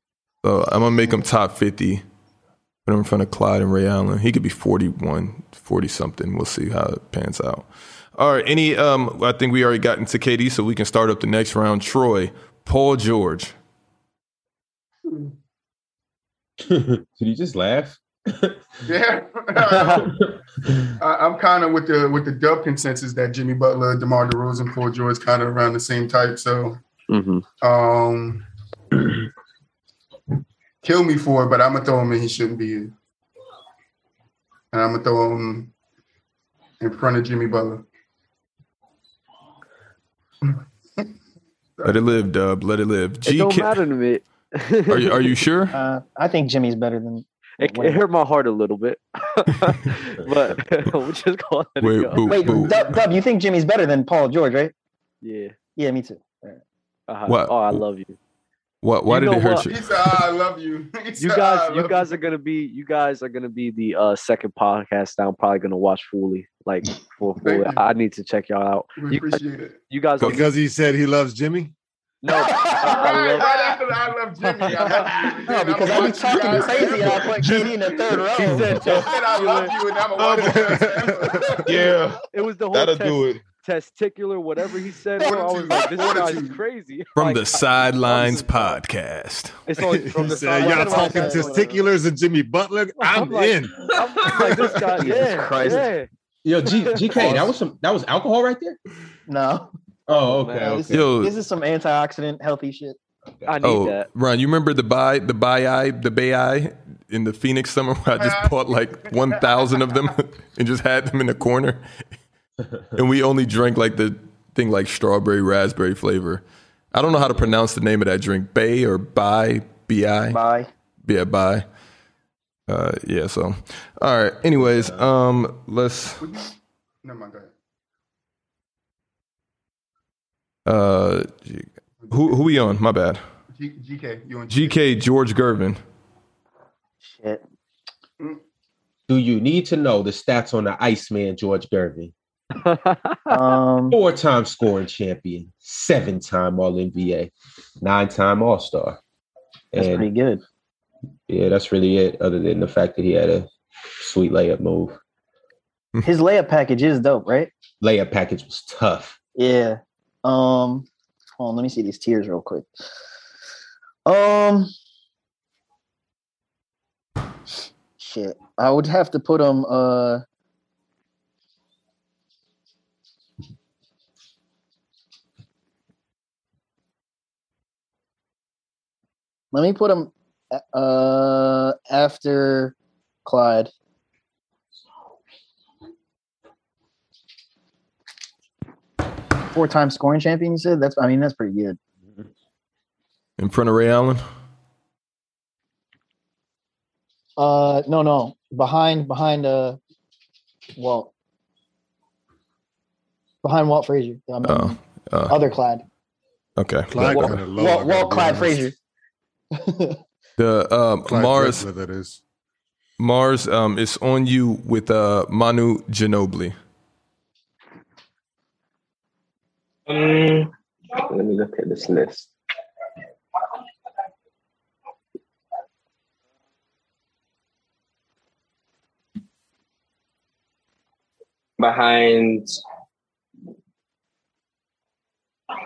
So I'm gonna make him top 50. Put him in front of Clyde and Ray Allen. He could be 41, 40 something. We'll see how it pans out. All right. Any? Um, I think we already got into KD, so we can start up the next round. Troy, Paul George.
Did you just laugh?
yeah. I, I'm kind of with the with the dub consensus that Jimmy Butler, DeMar DeRozan, Paul George, kind of around the same type. So,
Mm-hmm.
um, kill me for it, but I'm gonna throw him in. He shouldn't be in, and I'm gonna throw him in front of Jimmy Butler.
Let it live, Dub. Let it live.
It don't
K-
matter to me.
Are you Are you sure?
Uh, I think Jimmy's better than.
It, it hurt my heart a little bit, but we just gonna let it
Wait,
go.
boo,
Wait,
boo.
Dub, Dub, you think Jimmy's better than Paul George, right?
Yeah.
Yeah, me too.
Uh-huh.
What?
Oh, I love you.
Why, why
You
did
know
it hurt
what?
you?
He said, "Ah, "I love you." He
You
said, "Ah, I
guys, you
love
guys are gonna be, you guys are gonna be the uh, second podcast that I'm probably gonna watch fully, like for fully.
you.
I need to check y'all out.
you. We
you guys-
appreciate it."
You guys,
Go.
are,
Because he said he loves Jimmy.
no, I love-
I love, I love Jimmy. I love you.
No,
And
because
I'ma
I be
watch you
talking
guys
crazy and I put KD in the third row.
He said,
He said, I love you and I'm a water
Yeah,
it was the whole
that'll
test,
do it.
testicular, whatever he said. bro, I was
Fortitude,
like, this guy is
fortitude.
crazy.
From
Like,
the sidelines
I'm sorry.
podcast.
it's all
He
from the
said,
side.
y'all
That's what I
talking
said.
testiculars and Jimmy Butler. I'm,
I'm like-
in.
I'm just like this guy.
Jesus
yeah,
Christ.
yeah.
Yo, G- GK, that was some that was alcohol right there.
No,
Oh, okay.
Man,
okay.
Yo,
this is some antioxidant healthy shit.
I need
Oh,
that.
Ron, you remember the buy, the buy eye, the bay eye in the Phoenix summer where I just bought like 1,000 of them and just had them in the corner. And we only drank like the thing like strawberry, raspberry flavor. I don't know how to pronounce the name of that drink. Bay or Bai, B-I.
Bye.
Yeah, Bai. Uh, yeah, so. All right. Anyways, um, let's,
No, my God.
uh, who, who we on? My bad.
G- GK, you and
GK, George Gervin.
Shit.
Do you need to know the stats on the Iceman George Gervin?
Um,
Four time scoring champion, seven time All NBA, nine time All Star.
that's pretty
And
good.
yeah, that's really it, other than the fact that he had a sweet layup move.
His layup package is dope, right?
Layup package was tough.
Yeah. Um, hold on, let me see these tiers real quick. Um, shit, I would have to put him. Uh, let me put him uh after Clyde. four-time scoring champion. You said that's. I mean, that's pretty good.
in front of Ray Allen.
Uh, no, no, behind, behind, uh, Walt, behind Walt Frazier. I mean,
Oh, uh,
other Clyde.
okay.
Clyde
Walt-
kind of low. I
Walt,
gotta
Walt
be
Clyde
honest.
Frazier.
The um,
Clyde
Mars
Drexler, that is.
Mars um, is on you with uh, Manu Ginobili.
Um, let me look at this list. Behind,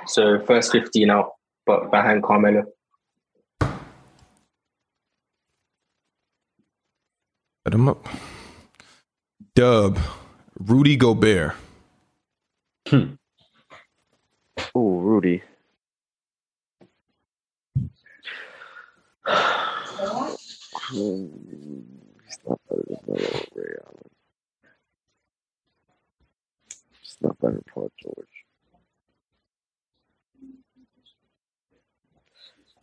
so first 15 out, but behind Carmelo.
Put him up. Dub Rudy Gobert.
Hmm. Ooh, Rudy. It's not better than Melo or Ray Allen. It's not better than Paul George.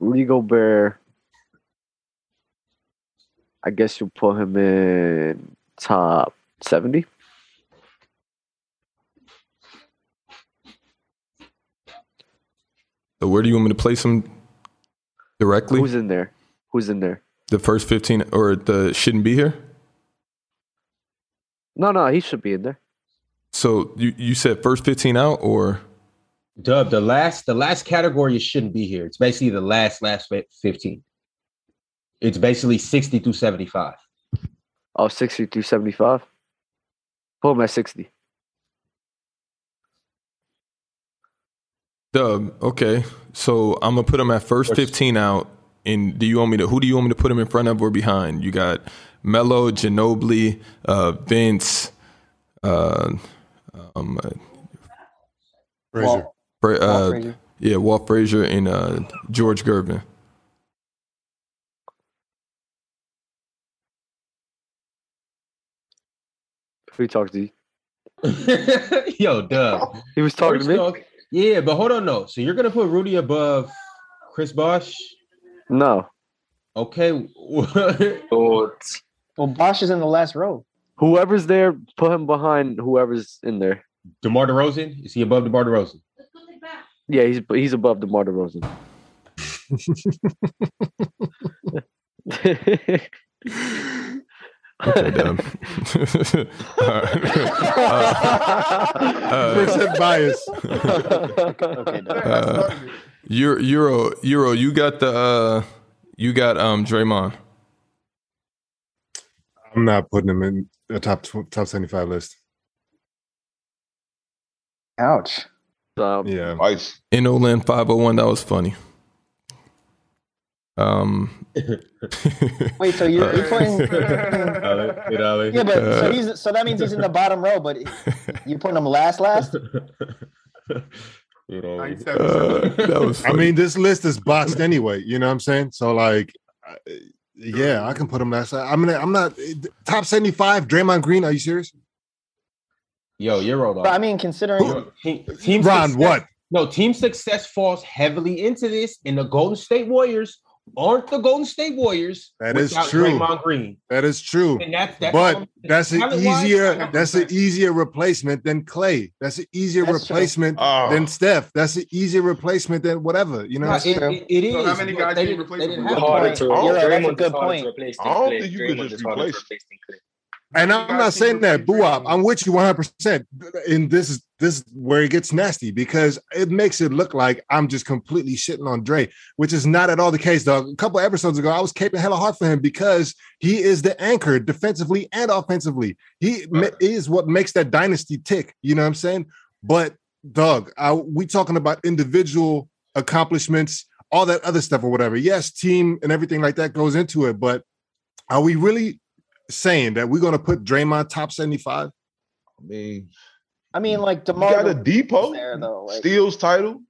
Rudy Gobert. I guess you put him in top seventy.
So where do you want me to place him directly?
Who's in there? Who's in there?
the first fifteen or the shouldn't be here.
No, no, he should be in there.
So you you said first fifteen out or
Dub, the last the last category you shouldn't be here. It's basically the last last fi- 15. It's basically 60 through 75.
Oh, 60 through 75. Put him at 60.
Dub? Okay, so I'm gonna put him at first
First.
fifteen out. And do you want me to? Who do you want me to put him in front of or behind? You got Melo, Ginobili, uh, Vince, uh, um, uh,
Frazier.
Walt,
Fra-
Walt
uh,
Frazier.
yeah, Walt Frazier and uh, George Gervin.
Who you talking to?
Yo, Dub.
He was talking to
First
me?
off- yeah, but hold on, no. So you're gonna put Rudy above Chris Bosh?
No.
Okay.
But
Well, Bosch is in the last row.
Whoever's there, put him behind whoever's in there.
DeMar DeRozan? Is he above DeMar DeRozan?
Yeah, he's he's above DeMar DeRozan.
Okay, Dub. All right. Uh,
Percent bias.
okay,
uh, Euro, Euro, Euro, you got the uh, you got um Draymond.
I'm not putting him in the top tw- top 75 list.
Ouch.
um,
Yeah.
Ice.
In Olin 501, that was funny. Um
Wait, so you're, you're putting? Yeah, but
Uh,
so he's so that means he's in the bottom row, but you're putting him last, last.
you know.
uh, that was
I
funny.
mean, this list is boxed anyway. You know what I'm saying? So like, I- yeah, I can put him last. I mean, I'm not eh, top 75. Draymond Green. Are you serious?
Yo, you're old.
But I mean, considering
Yo, team, team
Ron,
success-
what?
No, team success falls heavily into this, and the Golden State Warriors aren't the Golden State Warriors
That is
without
true.
Draymond Green,
That is true.
and that's that's all
But
I'm-
that's an
talent-wise,
easier
I'm
that's an
impressed.
easier replacement than Clay. That's an easier
That's true.
replacement
Oh,
than Steph. That's an easier replacement than whatever. You know,
No,
what I'm
it,
saying?
it, it is.
So how many
but
guys
they
can you
didn't-
replace
they
him
didn't
with?
have
Good
harder
one.
point.
to,
I don't-
Yeah, that's
Oh, Draymond
a
is harder to
good point.
replace
I
than
don't
Clay.
think you could
Draymond
just
is harder to
replace-
replace than Clay.
and
You
I'm
guys
not
can
saying that,
replace
boo
Draymond.
I'm with you 100. percent And this is this is where it gets nasty because it makes it look like I'm just completely shitting on Dre, which is not at all the case, dog. A couple episodes ago, I was caping hella hard for him because he is the anchor defensively and offensively. He ma- is what makes that dynasty tick. You know what I'm saying? But dog, I, we talking about individual accomplishments, all that other stuff or whatever. Yes, team and everything like that goes into it, but are we really saying that we're going to put Draymond top 75?
I mean,
I mean, like
you got a
Demar
depot,
there though. Like,
steals title,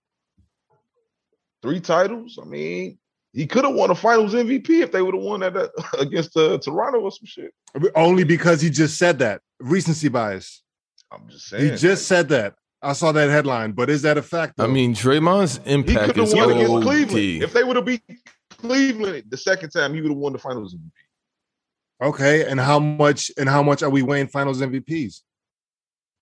three titles. I mean, he could have won a Finals MVP if they would have won that uh, against uh, Toronto or some shit.
Only because he just said that. Recency bias.
I'm just
He
saying.
just said that. I saw that headline, but is that a fact?
I
though?
mean, Draymond's
He
impact
could have
is
won against
OD.
Cleveland. If they would have beat Cleveland the second time, he would have won the finals.
okay, and how much and how much are we weighing Finals MVPs?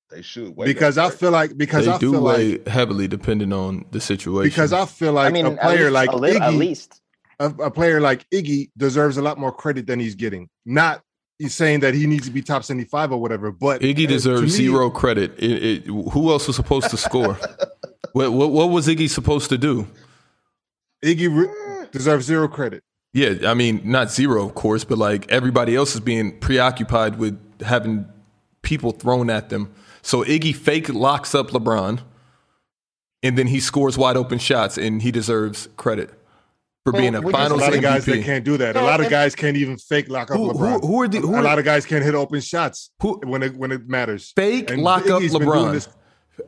They should wait
Because I
that.
feel like because
They
I
do
feel
weigh
like
heavily depending on the situation.
because I feel like
I mean,
a
at
player
least
like
a little,
Iggy,
at least.
a, a player like Iggy deserves a lot more credit than he's getting. Not he's saying that he needs to be top seventy five or whatever, but
Iggy
uh,
deserves
to me-
zero credit. It, it, who else was supposed to score? what, what what was Iggy supposed to do?
Iggy
Mm.
re- deserves zero credit.
Yeah, I mean, not zero, of course, but like everybody else is being preoccupied with having people thrown at them. So Iggy fake locks up LeBron, and then he scores wide open shots, and he deserves credit for
Well,
being a
we
There's
just-
a
Finals
lot of guys that
MVP.
can't do that. A
So
lot of
if-
guys can't even fake lock up
Who, who,
LeBron.
who are the who
a lot
are,
of guys can't hit open shots
who
when it when it matters.
fake
And
lock up
Iggy's been doing
LeBron?
this-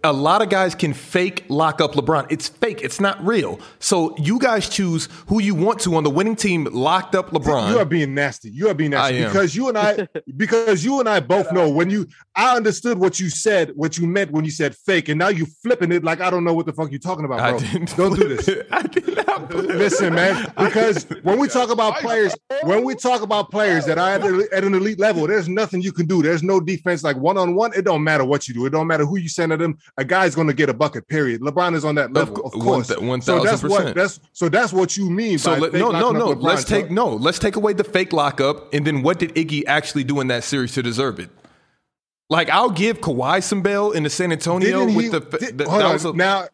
A lot of guys can fake lock up LeBron. It's fake. It's not real. So you guys choose who you want to on the winning team. Locked up LeBron.
You are being nasty. You are being nasty
I am.
because you and I because you and I both know when you I understood what you said, what you meant when you said fake, and now you flipping it like I don't know what the fuck you're talking about,
I
bro.
didn't
Don't do
flip
this.
it. I did not. flip it.
Listen, man, because when we talk about players, when we talk about players that are at, the- at an elite level, there's nothing you can do. There's no defense like one on one. It don't matter what you do. It don't matter who you send at them. A guy's going to get a bucket. Period. LeBron is on that level,
cou-
of
one
course.
th- one
so that's
thousand
what
percent.
that's so that's what you mean.
So
by
let,
fake
no, no,
knocking up
no.
LeBron.
Let's
So-
take no. Let's take away the fake lockup, and then what did Iggy actually do in that series to deserve it? Like I'll give Kawhi some bail in the San Antonio
Didn't
with
he-
the, fa-
did-
the
hold
that
on.
was a-
now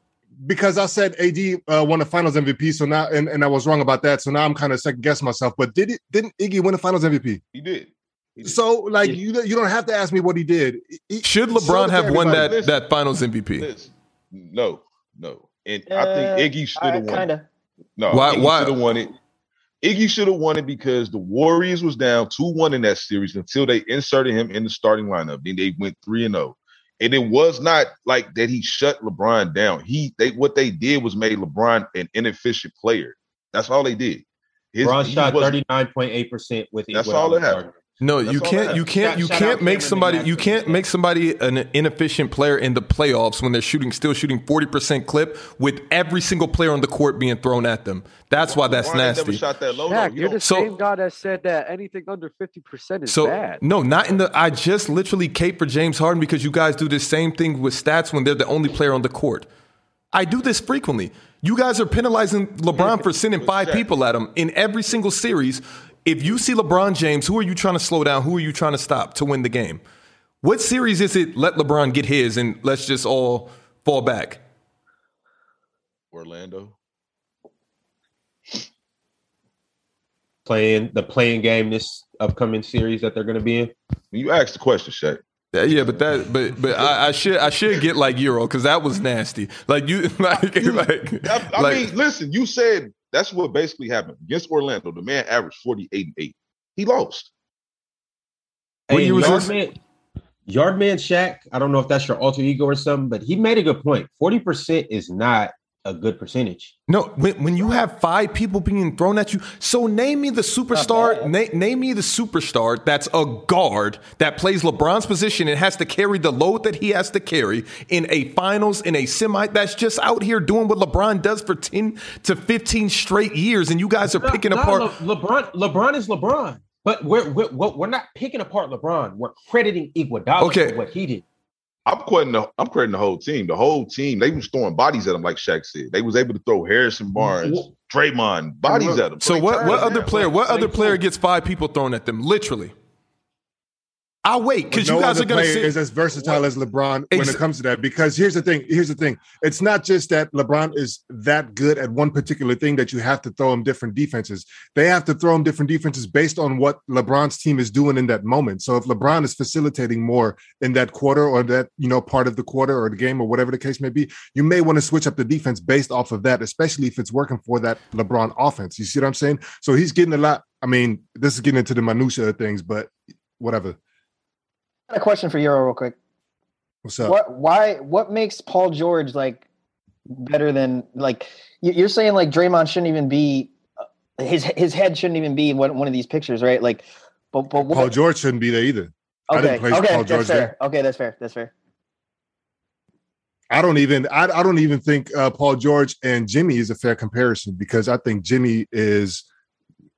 because I said AD uh, won the Finals MVP, so now and, and I was wrong about that. So now I'm kind of second guessing myself. But did it? Didn't Iggy win the Finals MVP?
He did. He did.
So like you you don't have to ask me what he did. He-
should
so
LeBron
did
have won
everybody.
that
Listen.
that Finals MVP?
Listen, no, no, and I
Uh,
think Iggy should have won.
Kind of.
No,
Why-
Iggy
why-
should have won it. Iggy should have won it because the Warriors was down 2-1 in that series until they inserted him in the starting lineup. Then they went 3 and 0. And it was not like that he shut LeBron down. He they what they did was made LeBron an inefficient player. That's all they did. His,
Bron
he
shot
wasn't-
thirty nine point eight percent with
That's
Iguodala
all that happened.
starting.
No,
That's
you
all
can't.
that.
You can't.
Shout-
you
shout
can't
out
make
Cameron
somebody.
McNabb
You
for
can't
that.
make somebody an inefficient player in the playoffs when they're shooting, still shooting forty percent clip with every single player on the court being thrown at them. That's why
LeBron
that's
ain't Never
nasty.
shot that low.
Shaq,
though. You
you're
don't-
the
So-
same guy that said that anything under 50% is
So
bad.
no, not in the. I just literally cape for James Harden because you guys do the same thing with stats when they're the only player on the court. I do this frequently. You guys are penalizing LeBron for sending five people at him in every single series. If you see LeBron James, who are you trying to slow down? Who are you trying to stop to win the game? What series is it? Let LeBron get his and let's just all fall back.
Orlando.
Playing the playing game this upcoming series that they're going to be in.
You asked the question, Shaq.
Uh, Yeah, but that, but but I, I should I should get like Euro because that was nasty. Like you, like, like,
I, I
like-
mean, listen, you said that's what basically happened against Orlando. The man averaged 48 and 8. He lost.
What
Hey,
year was this?
Yardman, Yardman Shaq, I don't know if that's your alter ego or something, but he made a good point. 40% is not a good percentage.
No, when, when you have five people being thrown at you, so name me the superstar. Na- name me the superstar that's a guard that plays LeBron's position and has to carry the load that he has to carry in a finals in a semi. That's just out here doing what LeBron does for ten to fifteen straight years, and you guys are picking
Nah,
apart.
Le- LeBron, LeBron is LeBron. But we're, we're we're we're not picking apart LeBron. We're crediting Iguodala
Okay.
for what he did.
I'm crediting the I'm crediting the whole team. The whole team, they was throwing bodies at him, like Shaq said. They was able to throw Harrison Barnes,
Wh-
Draymond, bodies at him.
So
they
what?
tired
What
of
other
him.
player? What
like,
other player
cool.
gets five people thrown at them? Literally, I wait because
But
you
no
guys
other
are gonna
player
sit.
is as versatile as LeBron when
Ex-
it comes to that. Because here's the thing. Here's the thing. It's not just that LeBron is that good at one particular thing that you have to throw him different defenses. They have to throw him different defenses based on what LeBron's team is doing in that moment. So if LeBron is facilitating more in that quarter or that you know part of the quarter or the game or whatever the case may be, you may want to switch up the defense based off of that, especially if it's working for that LeBron offense. You see what I'm saying? So he's getting a lot. I mean, this is getting into the minutia of things, but whatever.
I got a question for Euro real quick.
What's up?
What? Why? What makes Paul George like better than like? you- You're saying like Draymond shouldn't even be uh, his his head shouldn't even be in one, one of these pictures, right? Like, but but what?
Paul George shouldn't be there either. I didn't place Paul George
that's fair.
there.
Okay, that's fair. That's fair.
I don't even I, I don't even think uh, Paul George and Jimmy is a fair comparison because I think Jimmy is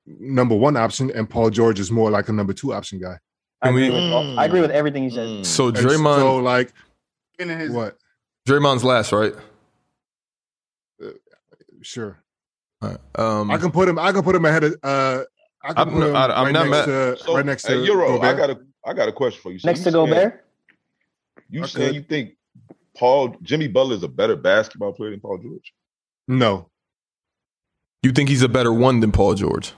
number one option and Paul George is more like a number two option guy.
I
Can we-
agree, with, all- I agree
Hmm.
with everything you said.
So
And so
Draymond,
like
In his,
what?
Draymond's last, right?
Uh, Sure,
All right. Um,
I can put him. I can put him ahead of. Uh, I can
I'm
put
not-
him
I- I'm
right,
not
next to,
So,
right next to
hey, Euro, I
Gobert.
got a I got a question for you. So
Next
you
to
saying-
Gobert,
You
I
saying
could.
you think Paul Jimmy Butler is a better basketball player than Paul George?
no.
you think he's a better one than Paul George?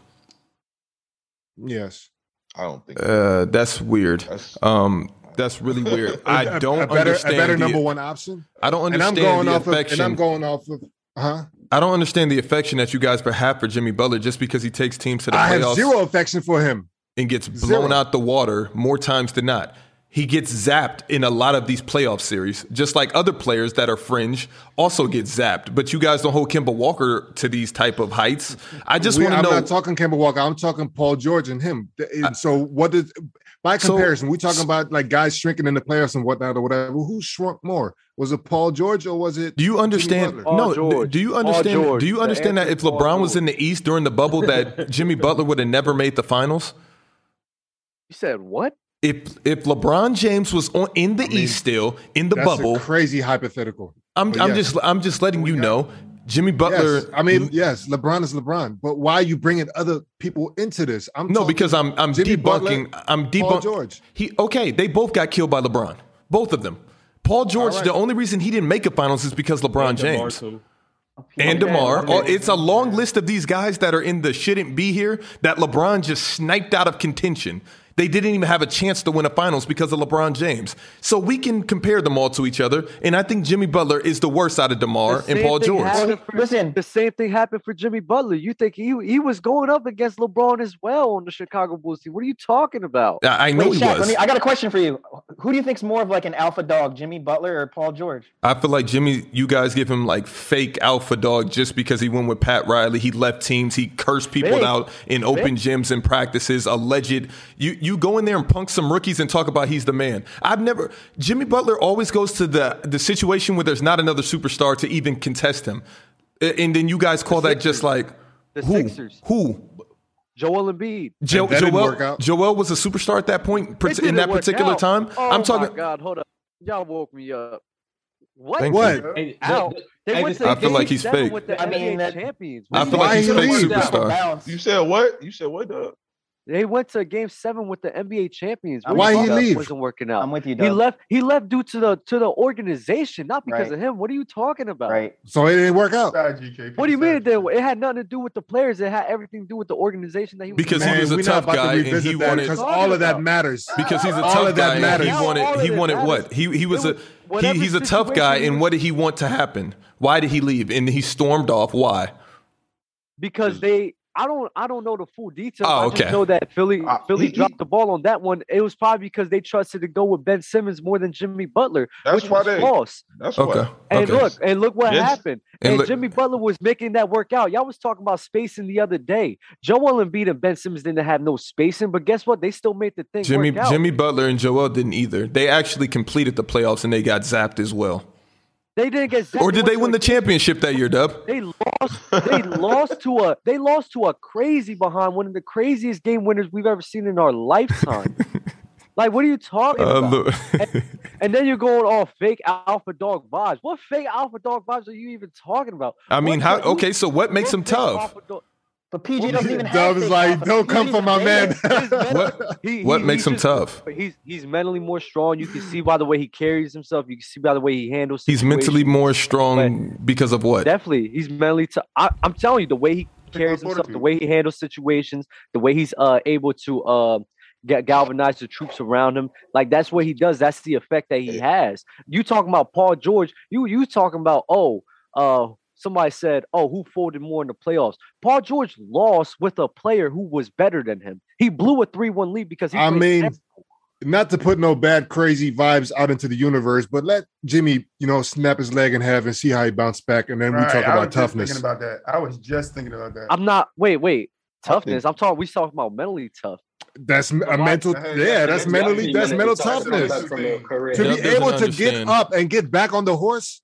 Yes.
I don't think.
Uh, that's weird.
That's
Um, that's really weird.
A-
I
a-
don't
a better
understand.
a better
the-
number one option.
I don't
And I'm
understand
going
the
off of
affection.
and I'm going off of huh?
I don't understand the affection that you guys have for Jimmy Butler just because he takes teams to the
I
playoffs
have zero affection for him.
and gets blown
zero.
out the water more times than not. He gets zapped in a lot of these playoff series, just like other players that are fringe also get zapped. But you guys don't hold Kimba Walker to these type of heights. I just
We-
want to
I'm
know.
not talking Kemba Walker. I'm talking Paul George and him. Th- and so what is by
So-
comparison? we talking about like guys shrinking in the playoffs and whatnot or whatever. Who shrunk more? Was it Paul George or was it?
Do you understand?
Butler.
Paul
No. d-
George.
Do you
Paul
understand?
George.
Do you
The
understand that
answer
if
is Paul
LeBron was
George.
in the East during the bubble, that Jimmy Butler would have never made the finals?
You said what?
If if LeBron James was on in the East still in the
That's
bubble,
a Oh, crazy hypothetical.
I'm
but
I'm
yes.
just I'm just letting you know, Jimmy Butler.
Oh, Yes. I mean, yes, LeBron is LeBron, but why are you bringing other people into this? I'm
No,
talking
because I'm I'm
Jimmy
debunking.
Butler,
I'm debunking.
Paul George.
He okay. They both got killed by LeBron. Both of them. Paul George.
right.
The only reason he didn't make a finals is because LeBron James and
Okay,
Demar.
okay.
Oh, It's a long list of these guys that are in the shouldn't be here that LeBron just sniped out of contention. They didn't even have a chance to win a finals because of LeBron James. So we can compare them all to each other, and I think Jimmy Butler is the worst out of Demar
The
and
same
Paul
thing
George.
happened
Well, listen.
The same thing happened for Jimmy Butler. You think he he was going up against LeBron as well on the Chicago Bulls team? What are you talking about?
I, I know he
wait, Shaq,
was.
let me, I got a question for you. Who do you think's more of like an alpha dog, Jimmy Butler or Paul George?
I feel like Jimmy, you guys give him like fake alpha dog just because he went with Pat Riley. He left teams. He cursed people
Big.
out in open gyms and practices. Alleged. You you go in there and punk some rookies and talk about he's the man. I've never. Jimmy Butler always goes to the the situation where there's not another superstar to even contest him, A- and then you guys call that just like
The
who
Sixers.
who.
Joel Embiid.
Jo-
that didn't work
Joel,
out.
Joel was a superstar at that point
It
in
didn't
that
work
particular
out.
time.
Oh
I'm talking.
My God, hold up. Y'all woke me up. What?
Thank
What?
Hey, the-
Out.
the-
They
I
went
just-
to
I feel like
game
he's
seven
fake.
With the
I mean,
NBA
that-
champions.
I
What
feel
are
like
you
he's
talking
fake
about?
superstar.
Bounce.
you said what? You said what? Doug?
They went to game seven with the NBA champions.
I'm
Why
What you
he
talking about?
leave?
Wasn't working
I'm
out.
with you, Doug.
He left. He left due to the to the organization, not because
Right.
of him. What are you talking about?
Right.
So it didn't work out.
Side GK,
What do you mean it
side
didn't? It had nothing to do with the players. It had everything to do with the organization that he was.
Because he
Man,
was a
we're
tough
not about
guy
to
and he
revisit that
wanted-
because all of that matters.
because he's a
All
tough
of that
guy.
matters.
He
Now
all
wanted.
of
He
it
wanted
matters.
what? He he was
It was
a he,
whatever
he's a tough
situation
guy.
he
And
was-
what did he want to happen? Why did he leave? And he stormed off. Why?
because they I don't I don't know the full details.
Oh,
I just
okay.
know that Philly
Uh,
Philly
he-
dropped the ball on that one. It was probably because they trusted to go with Ben Simmons more than Jimmy Butler,
That's
which
why
was
they.
false.
That's
Okay.
why.
And
okay.
look, and look what
Yes.
happened.
And
And,
look-
Jimmy Butler was making that work out. Y'all was talking about spacing the other day. Joel Embiid and Ben Simmons didn't have no spacing, but guess what? They still made the thing
Jimmy
work out.
Jimmy Butler and Joel didn't either. They actually completed the playoffs and they got zapped as well.
they didn't get zapped.
Or did
went
they
to
win
a
the
game-
championship that year, Dub?
They lost. They lost to a. They lost to a crazy behind one of the craziest game winners we've ever seen in our lifetime. like, what are you talking
Uh,
about?
look.
And then you're going all fake alpha dog vibes. What fake alpha dog vibes are you even talking about?
I mean,
What
how?
the- who-
Okay, so what makes
what
him
fake
tough?
alpha dog-
But PG doesn't even have.
Dub is
big
like,
alpha.
don't
He
come for
even
my man.
dated.
What?
He-
What
he-
makes
he's
him
just-
tough?
He's he's mentally more strong. You can see by the way he carries himself. You can see by the way he handles.
He's mentally
situations.
more strong because of what?
Definitely, he's mentally. T- I, I'm telling you, the way he carries himself, the
fortitude.
way he handles situations, the way he's uh, able to uh, ga- galvanize the troops around him, like that's what he does. That's the effect that he has. You talking about Paul George? You you talking about oh, uh, somebody said oh, who folded more in the playoffs? Paul George lost with a player who was better than him. He blew a three-one lead because he.
I
played
mean,
terrible.
not to put no bad crazy vibes out into the universe, but let Jimmy, you know, snap his leg in half and see how he bounced back, and then we
Right,
talk
I was
about
just
toughness.
Thinking about that, I was just thinking about that.
I'm not. Wait, wait. Toughness. I'm talking. We talking about mentally tough.
That's a mental. Yeah, that's mentally. That's mental toughness. To
Dub
be
doesn't
able to get
understand.
up and get back on the horse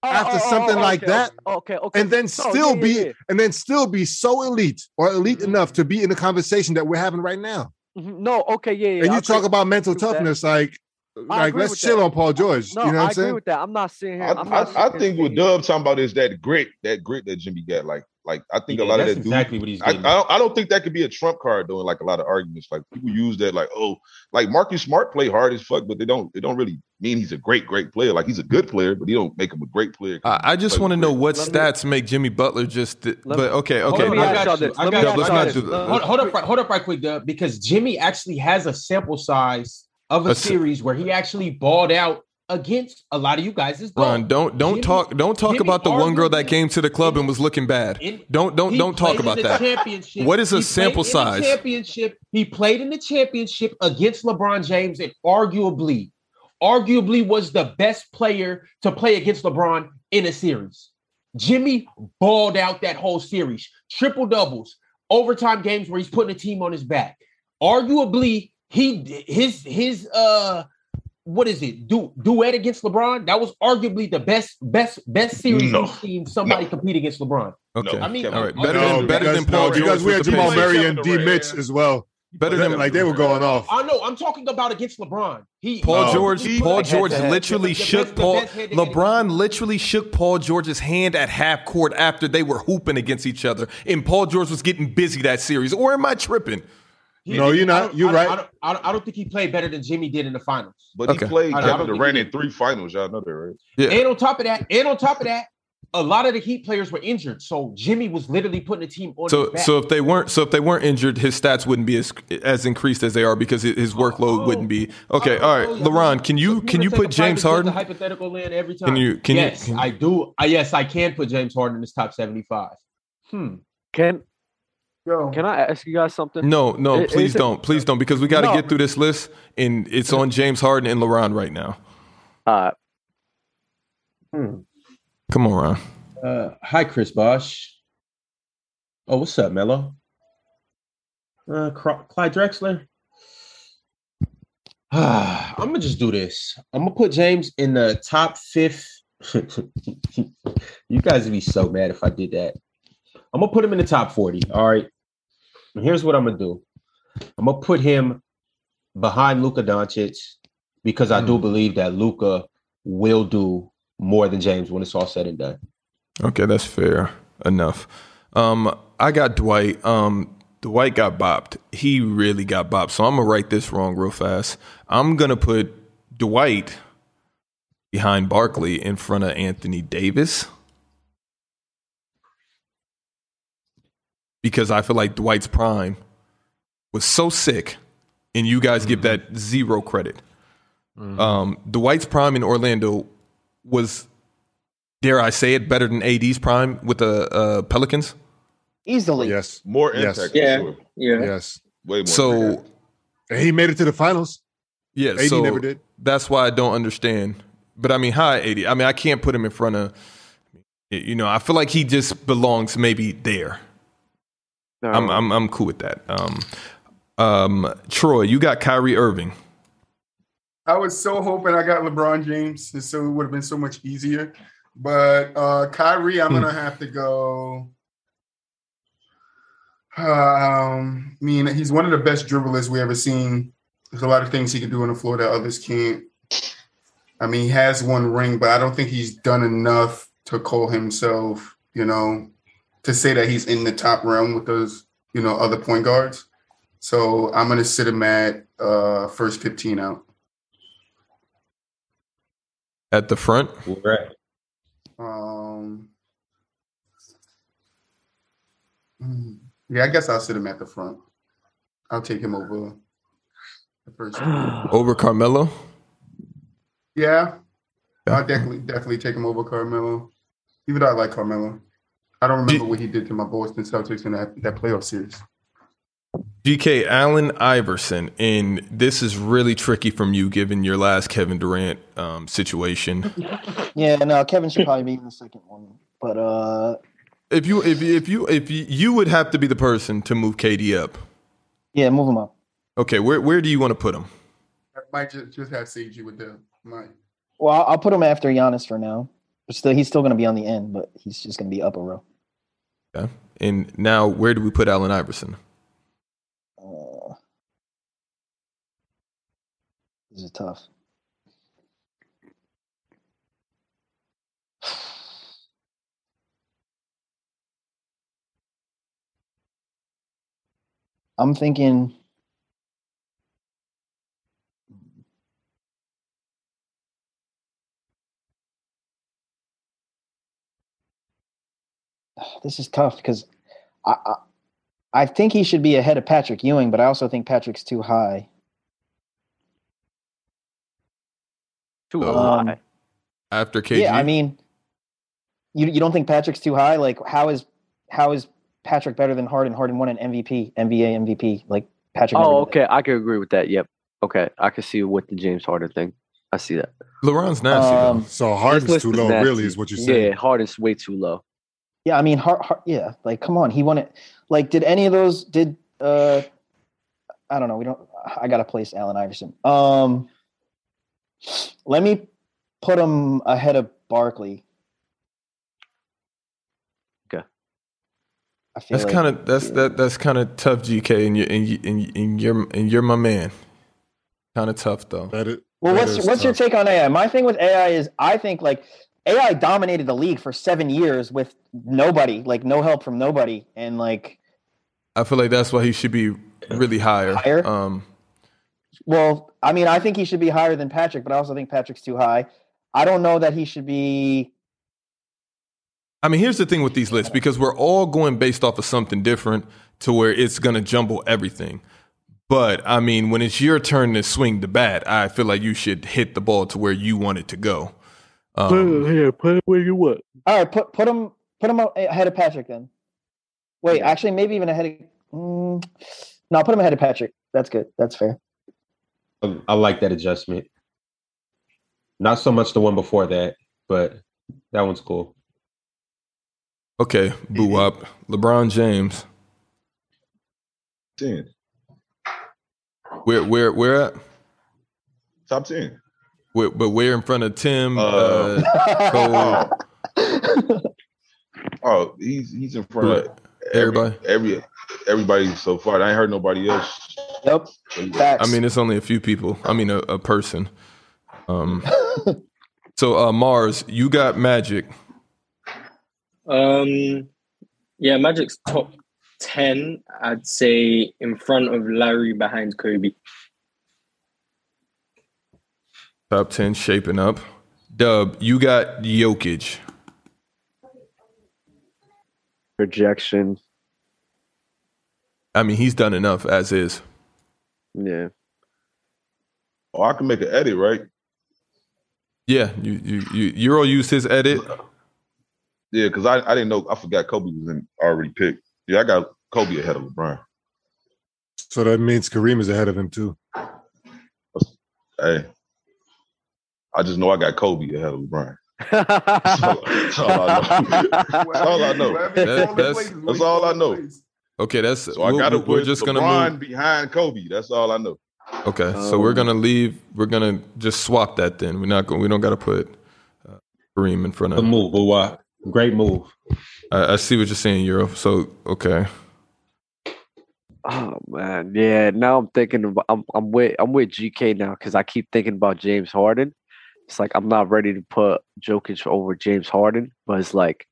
Oh,
after
oh, oh,
something
oh,
like
okay,
that,
Okay, okay.
and then
No,
still
yeah,
be
yeah, yeah.
and then still be so elite or elite
Mhm.
enough to be in the conversation that we're having right now.
Mhm. No, okay, yeah, yeah.
and
I
you
agree-
talk about mental
agree with that.
toughness, like like
agree
let's
with
chill
that.
on Paul George.
No,
you know what
I
I'm
agree
saying?
with that. I'm not sitting here.
I,
I'm not
I, I
sitting
think
here
what
saying-
Dub talking about is that grit, that grit that Jimmy got. Like, like I think a lot of
that's
that dude.
exactly what he's
I, I
getting. at.
don't, I don't think that could be a trump card though. in, Like a lot of arguments, like people use that, like oh, like Marcus Smart play hard as fuck, but they don't, they don't really mean he's a great, great player. Like he's a good player, but he don't make him a great player.
I, I just
Play
want to
with
know
grit.
what
Let me-
stats make Jimmy Butler just. th-
Let-
but okay,
Hold
okay.
on,
Let me
I
but-
ask
got
y'all
you.
this.
I
Let me
got
you.
ask
Let's
y'all
not
this.
do that.
Let-
Let's-
Hold, hold up, right- hold up, right quick, Dub, because Jimmy actually has a sample size of a
A se-
series where he actually balled out against a lot of you guys' ball.
Ron, don't don't
Jimmy-
talk don't talk
Jimmy
about the one girl that
arguably-
came to the club and was looking bad.
In-
Don't don't
he
don't talk
played
about
in the
that.
Championship.
What is a
He played
sample
in the
size?
championship. He played in the championship against LeBron James, and arguably, arguably was the best player to play against LeBron in a series. Jimmy balled out that whole series, triple doubles, overtime games where he's putting a team on his back. Arguably, he his his uh. What is it? Du- duet against LeBron? That was arguably the best, best, best series
No.
we've seen somebody
No.
compete against LeBron.
Okay.
No.
I mean,
Kevin
All right.
Durant.
Better than
No,
better
because,
than Paul
no,
George.
because we had
with the
Jamal
pins.
Murray.
Murray and
Kevin Durant.
D. Mitch as well.
Better
That-
than
like they were going off.
I know. I'm talking about against LeBron. He
Paul
No.
George.
He
Paul
put a
George
head-to-head.
literally
The best-
shook
the
Paul.
best head-to-head against
LeBron literally shook Paul George's hand at half court after they were hooping against each other, and Paul George was getting busy that series. Or am I tripping?
He-
No, you're not.
I don't-
You're
I don't-
right.
I don't, I don't. I don't think he played better than Jimmy did in the finals.
But
Okay.
he played
I- I
Kevin
don't think
Durant
he-
in three finals. Y'all know that, right?
Yeah.
And on top of that, and on top of that, a lot of the Heat players were injured, so Jimmy was literally putting the team on his
So
back.
so if they weren't so if they weren't injured, his stats wouldn't be as as increased as they are because his- his workload
Oh.
wouldn't be okay.
I
All right,
don't know. I mean,
LeBron, can
if
you
wanna
can you
take a
put James
private jet to
Harden?
hypothetical land every time?
Can you can you
yes,
can you-
I do. I yes, I can put James Harden in this top seventy-five. Hmm.
Can
Yo,
can I ask you guys something?
No, no,
I- is
please
it-
don't. Please don't, because we got to
No.
get through this list, and it's on James Harden and LaRon right now.
Uh,
Come on, Ron.
Hmm. Uh, hi, Chris Bosch. Oh, what's up, Mello? Uh, Cro- Clyde Drexler. I'm gonna just do this. I'm gonna put James in the top fifth. you guys would be so mad if I did that. I'm gonna put him in the top 40. All right. And here's what I'm gonna do. I'm gonna put him behind Luka Doncic because I do believe that Luka will do more than James when it's all said and done.
Okay, that's fair enough. Um, I got Dwight. Um, Dwight got bopped. He really got bopped. So I'm gonna write this wrong real fast. I'm gonna put Dwight behind Barkley in front of Anthony Davis because I feel like Dwight's prime was so sick, and you guys give
Mm-hmm.
that zero credit. Um, Dwight's prime in Orlando was dare I say it, better than AD's prime with the uh, Pelicans.
easily.
Yes,
More
Yes.
impact.
Yeah.
For sure.
Yeah.
yes.
Way more.
So
And he made it to the finals.
yeah,
AD
so
never did.
that's why I don't understand. But I mean, hi AD. I mean, I can't put him in front of. You know, I feel like he just belongs maybe there.
no.
I'm I'm I'm cool with that. Um, um, Troy, you got Kyrie Irving.
I was so hoping I got LeBron James, and so it would have been so much easier. But uh Kyrie, I'm
Hmm.
gonna have to go.
Hmm.
Um, I mean, he's one of the best dribblers we ever seen. There's a lot of things he can do on the floor that others can't. I mean, he has one ring, but I don't think he's done enough to call himself, you know, to say that he's in the top realm with those, you know, other point guards. So I'm gonna sit him at uh first 15 out.
At the front,
Right.
Um, hmm. yeah, I guess I'll sit him at the front. I'll take him over the first.
over Carmelo.
Yeah, I'll definitely definitely take him over Carmelo. Even though I like Carmelo, I don't remember what he did to my Boston Celtics in that, that playoff series.
GK Allen Iverson, and this is really tricky from you, given your last Kevin Durant um, situation.
Yeah, no, Kevin should probably be in the second one. But uh
If you if you- if you if you, you would have to be the person to move KD up.
yeah, move him up.
Okay, where where do you want to put him?
I might just, just have CG with the mic.
Well, I'll- I'll put him after Giannis for now. Still, he's still going to be on the end, but he's just going to be up a row.
Okay. And now where do we put Allen Iverson?
Uh, this is tough. I'm thinking. This is tough because I, I I think he should be ahead of Patrick Ewing, but I also think Patrick's too high.
Too
Oh.
high.
After KG?
Um, Yeah, I mean, you you don't think Patrick's too high? Like, how is how is Patrick better than Harden? Harden won an MVP, NBA MVP. Like Patrick. never
Oh,
did that.
okay. I can agree with that. Yep. Okay. I can see with the James Harden thing. I see that.
LeBron's nasty
Um,
So
This
Harden's
list
too
is
low,
nasty.
really, is what you're saying.
Yeah, Harden's way too low.
Yeah, I mean, har, Har- yeah, like come on, he won it. Like, did any of those? Did uh, I don't know. We don't. I gotta place Allen Iverson. Um, let me put him ahead of Barkley.
Okay.
I feel
That's
like-
kind of that's that that's kind of tough, GK, and you and you and, and you're and you're my man. Kind of tough though.
That it,
Well,
that
what's
is
what's your
tough.
take on AI? My thing with AI is I think like AI dominated the league for seven years with nobody, like no help from nobody, and like
I feel like that's why he should be really higher.
Higher?
Um,
well, I mean, I think he should be higher than Patrick, but I also think Patrick's too high. I don't know that he should be.
I mean, here's the thing with these lists because we're all going based off of something different to where it's going to jumble everything. But I mean, when it's your turn to swing the bat, I feel like you should hit the ball to where you want it to go. Um,
yeah, put it where you want.
All right, put put him put him ahead of Patrick then. Wait,
Okay.
actually, maybe even ahead of. Mm, no, put him ahead of Patrick. That's good. That's fair.
I- I like that adjustment. Not so much the one before that, but that one's cool.
okay, boo up. LeBron James,
Ten.
where where where at?
Top ten.
Where, but where in front of Tim? Uh,
Uh,
Cole,
Oh, oh, he's he's in front
who-
of
everybody.
every everybody so far. I ain't heard nobody else.
yep. Facts.
I mean, it's only a few people. I mean, a, a person. Um, so uh, Mars, you got Magic.
Um, yeah, Magic's top ten. I'd say in front of Larry, behind Kobe.
Top 10 shaping up. Dub, you got Jokic.
Projection.
I mean, he's done enough as is.
Yeah.
Oh, I can make an edit, right?
Yeah, you you you Euro used his edit.
Yeah, because I, I didn't know. I forgot Kobe was in, already picked. Yeah, I got Kobe ahead of LeBron.
So that means Kareem is ahead of him too.
Hey, I just know I got Kobe ahead of LeBron. that's all I
Wherever
all I
you-
know.
wherever you
That-
call it
that's-
places, where
that's
you
all
call
I
it
know.
places.
Okay, that's
So I
we'll-
got to
we're
put
just gonna
LeBron
move.
behind Kobe. That's all I know.
Okay, so we're
Um,
gonna leave. We're gonna just swap that. Then we're not going. We don't gotta put uh, Kareem in front
Good
of.
move, Buwa. Great move.
I, I see what you're saying, Euro. So okay,
Oh man, yeah. Now I'm thinking about I'm I'm with I'm with GK now because I keep thinking about James Harden. It's like I'm not ready to put Jokic over James Harden, but it's like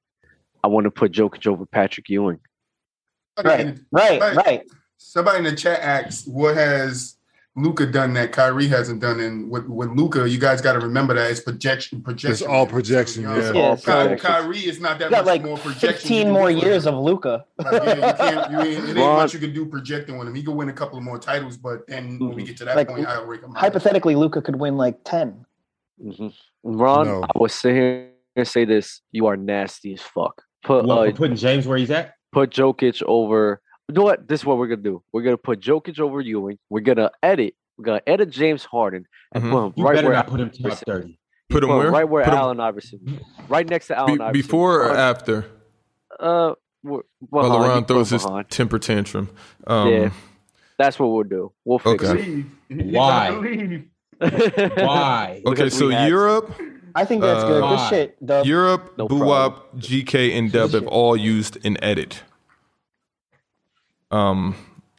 I want to put Jokic over Patrick Ewing.
Somebody
right,
in-
right,
Right.
right.
Somebody in the chat asks, "What has Luca done that Kyrie hasn't done?" And with with Luca, you guys got to remember that it's projection. Projection.
It's all projection.
You know,
Yeah.
so
Yeah,
all
so
Ky-
projections.
Kyrie is not that
you
much
got like
more projection. you
15
can
more
do for
years
him.
of Luca.
Like, yeah, you can't, you ain't, it ain't
Ron-
much you can do projecting with him. He could win a couple of more titles, but then when we get to that
Mm-hmm. Like,
point, I'll rake him out.
Hypothetically, Luca could win like 10.
Mhm. Ron,
No.
I will sit here and say this: you are nasty as fuck. Put
What,
uh,
for putting James where he's at?
put Jokic over. You know what? This is what we're gonna do. We're gonna put Jokic over Ewing. We're gonna edit. We're gonna edit James Harden and
Mhm.
put him
Mm-hmm. You
right
better
where
not put him top
Iverson-
thirty.
put him
put him
where?
right where
Put him-
Allen Iverson, right next to Allen
be-
Iverson.
before or
Or-
after?
Uh, we're-
While
behind, you
LeBron
put him
throws his
behind.
temper tantrum. Um,
Yeah. That's what we'll do. We'll fix
Okay.
Leave. You
Why?
gotta Leave.
it.
Why?
Look
Okay,
at
so
three hats.
Europe,
I think that's good.
Uh,
Good shit, Dub.
Europe,
No
Buwap, GK, and Dub have all used an edit. Um,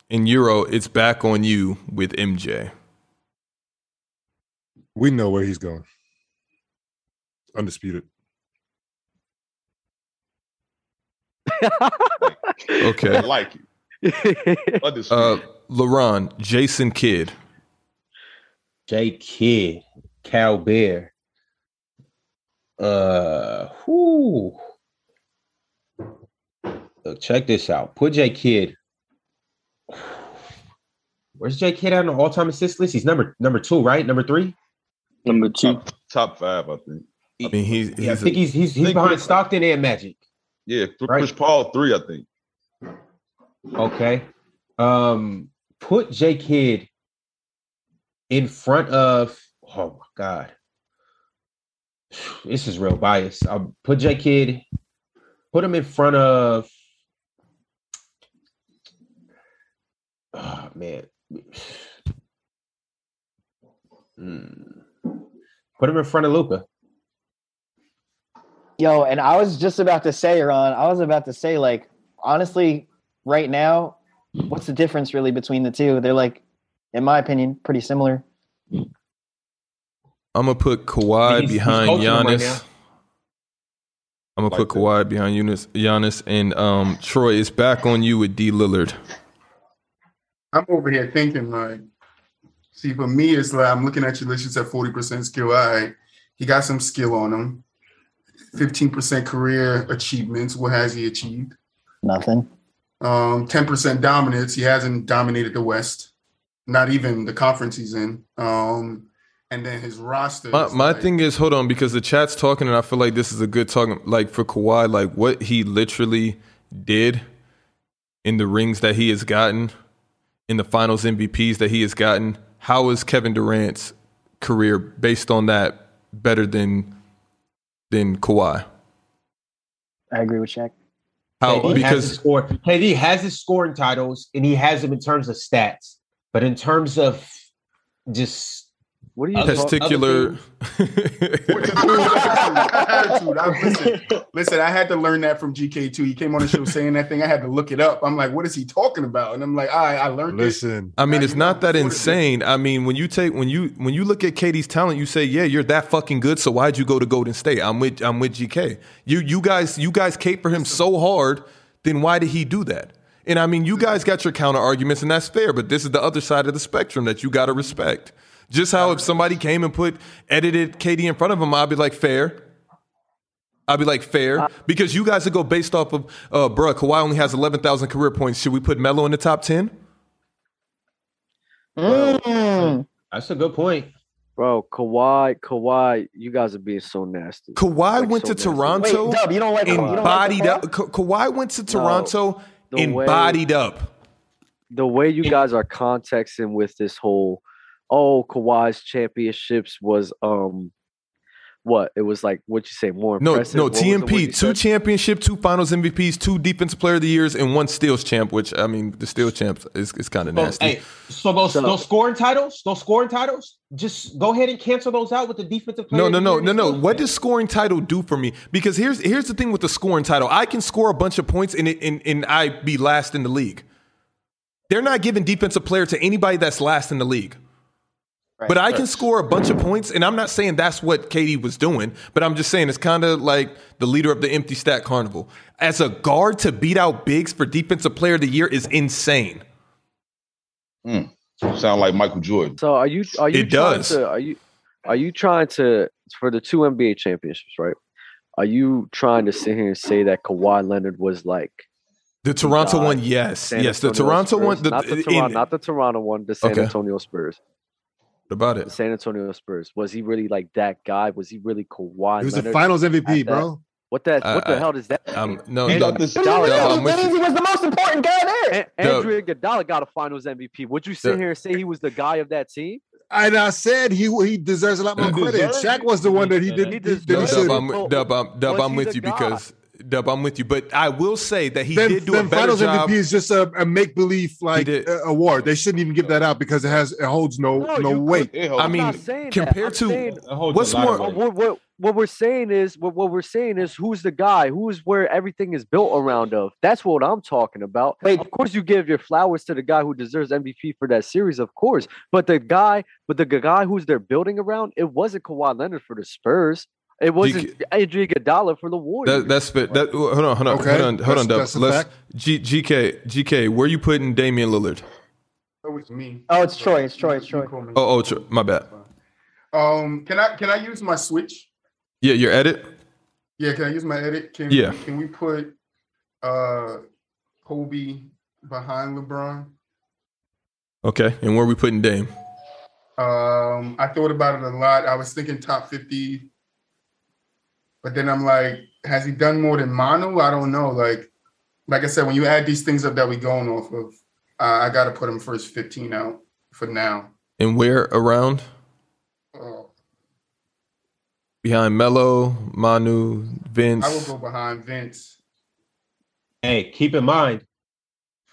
in Euro, it's back on you with MJ.
We know where he's going. Undisputed.
I
Okay,
like it. Undisputed.
uh, LaRon, Jason Kidd.
J Kidd, Cal Bear. Uh whoo. Look, check this out. Put J Kidd. Where's J Kidd on the all-time assist list? He's number number two, right? Number three?
Number two.
top, top five, I think.
I mean, he's, he's
Yeah, I think
a-
he's he's he's
think-
behind Stockton and Magic.
Yeah, Chris
Right.
Paul three, I think.
Okay. Um, put J Kidd in front of oh my god. This is real bias. I'll put J Kidd, put him in front of oh man. Hmm. Put him in front of Luca.
Yo, and I was just about to say, Ron, I was about to say, like, honestly, right now, what's the difference really between the two? They're like, in my opinion, pretty similar.
I'm gonna put Kawhi
He's- he's
behind
coaching him right
Giannis.
now.
I'm gonna
Like
put Kawhi behind Giannis, Giannis, and um, Troy. It's back on you with D Lillard.
I'm over here thinking like, see, for me, it's like I'm looking at your list. It's at forty percent skill. All right, he got some skill on him. Fifteen percent career achievements. What has he achieved?
Nothing.
Um, 10% dominance. He hasn't dominated the West, not even the conference he's in. Um, and then his roster.
My,
is
my
like-
thing is, hold on, because the chat's talking, and I feel like this is a good talking, like for Kawhi, like what he literally did in the rings that he has gotten, in the Finals MVPs that he has gotten. How is Kevin Durant's career based on that better than than Kawhi?
I agree with Shaq.
How
KD has
because
his score. KD has his scoring titles, and he has them in terms of stats. But in terms of just
What are you
Other-
talking?
testicular.
What's your dude attitude? Attitude. I- listen, listen, I had to learn that from GK2. He came on the show saying that thing. I had to look it up. I'm like, what is he talking about? And I'm like, all right, I learned this.
Listen,
I mean,
Nah,
it's
you know,
not that
Porter did.
insane. I mean, when you take when you when you look at Katie's talent, you say, "Yeah, you're that fucking good." So why'd you go to Golden State? I'm with I'm with GK. You you guys you guys caper him so hard. Then why did he do that? And I mean, you guys got your counter arguments, and that's fair. But this is the other side of the spectrum that you got to respect. Just how if somebody came and put edited Katie in front of him, I'd be like, fair. I'd be like, fair. Because you guys would go based off of, uh, bruh, Kawhi only has 11,000 career points. Should we put Melo in the top 10?
Mm.
that's a good point.
Bro, Kawhi, Kawhi, you guys are being so nasty.
Kawhi
Like,
went
so nasty.
to
Wait,
Toronto
Dub, you don't like
and
you don't
bodied
like
up. Ka- Kawhi went to Toronto
the
and
way-
bodied up.
the way you guys are contexting with this whole oh Kawhi's championships was um what it was like what you say more
No,
impressive.
no
What was the word you
TMP, two
said?
championship, two Finals MVPs, two Defensive Player of the Years, and one Steals champ. Which I mean, the Steals champ is, is kind of
So,
nasty.
hey, so those
So-
those scoring titles, those scoring titles, just go ahead and cancel those out with the defensive. Player
No,
of
no,
the
no,
year
no, no.
this
What
season.
does scoring title do for me? Because here's here's the thing with the scoring title. I can score a bunch of points and it, and, and I be last in the league. They're not giving defensive player to anybody that's last in the league.
Right.
But I can score a bunch of points, and I'm not saying that's what KD was doing, but I'm just saying it's kind of like the leader of the empty stat carnival. As a guard to beat out bigs for defensive player of the year is insane.
Sound like Michael Jordan.
So are you are you
It
trying
does.
to are you are you trying to for the two NBA championships, right? Are you trying to sit here and say that Kawhi Leonard was like
The Toronto
God.
one, yes,
San
yes. The
Antonio
Toronto
Spurs?
one, the,
not the
in-
Toronto, not the Toronto one, the San
Okay.
Antonio Spurs.
what about
the
it.
San Antonio Spurs. Was he really like that guy? Was he really Kawhi?
he was the
Leonard?
Finals
at
MVP,
that-
bro.
What that? What
I-
the hell does that?
Um, no,
You
no,
got this-
That means-
No,
that
I'm
means- that
with
means he was the most important guy there.
A-
No.
Andrea Iguodala got a Finals MVP. Would you sit
No.
here and say he was the guy of that team?
And I said he he deserves a lot more
He
credit.
deserves
Shaq
it.
was the one that he
He
didn't. He,
deserves
that he
no,
it.
should-
Dub, I'm,
Oh, Well,
Dub, I'm, Dub,
was
I'm
he
with
the
you
god?
because Dub, I'm with you, but I will say that he
then,
did do
then
a better
finals
job.
MVP is just a, a make believe like
did.
uh, award. They shouldn't even give that out because it has it holds no
No,
no,
you
weight.
It
I
holds-
mean,
I'm not saying that. I'm
compared to-
saying,
What's more-
uh, what, what what we're saying is what, what we're saying is who's the guy? Who is where everything is built around of? That's what I'm talking about.
Wait.
of course you give your flowers to the guy who deserves MVP for that series, of course. But the guy, but the g- guy who's they're building around, it wasn't Kawhi Leonard for the Spurs. It wasn't Adrian Iguodala for the Warriors.
That, that's but that, hold on, hold on,
Okay.
hold on, hold on,
That's-
Dub.
that's a
Let's
fact.
G, GK GK. Where you putting Damian Lillard?
That was me.
Oh, it's Troy, it's Troy, it's
You- you
Troy.
call me.
Oh, oh, tr- my bad.
Um, can I can I use my switch?
Yeah, you're at it.
Yeah, can I use my edit? Can
Yeah.
Can we put uh Kobe behind LeBron?
Okay, and where we putting Dame?
Um, I thought about it a lot. I was thinking top 50, but then I'm like, has he done more than Manu? I don't know. Like, like I said, when you add these things up that we going off of, uh, I got to put him first 15 out for now.
And where around?
Oh,
Behind Melo, Manu, Vince.
I will go behind Vince.
Hey, keep in mind,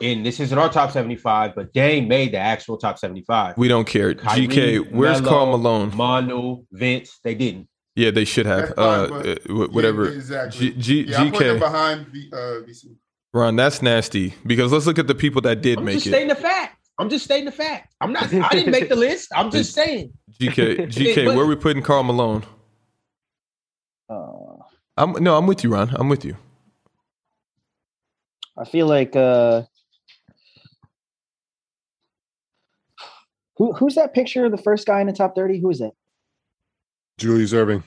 and this isn't our top 75, but Dame made the actual top 75.
We don't care.
Kyrie,
GK, where's
Melo,
Carl Malone?
Manu, Vince, they didn't.
yeah, they should have.
That's
Uh,
fine, but-
uh, wh- whatever.
Yeah, exactly.
G, G,
yeah, I'm putting him
GK,
behind the uh, VC.
Ron, that's nasty. Because let's look at the people that did
I'm
make
just
it.
stating the fact. I'm just stating the fact. I'm not. I didn't make the list. I'm just saying.
GK, GK,
but-
where we putting Carl Malone?
Uh,
I'm no, I'm with you, Ron. I'm with you.
I feel like uh, who who's that picture of the first guy in the top thirty? Who is that?
Julius Irving.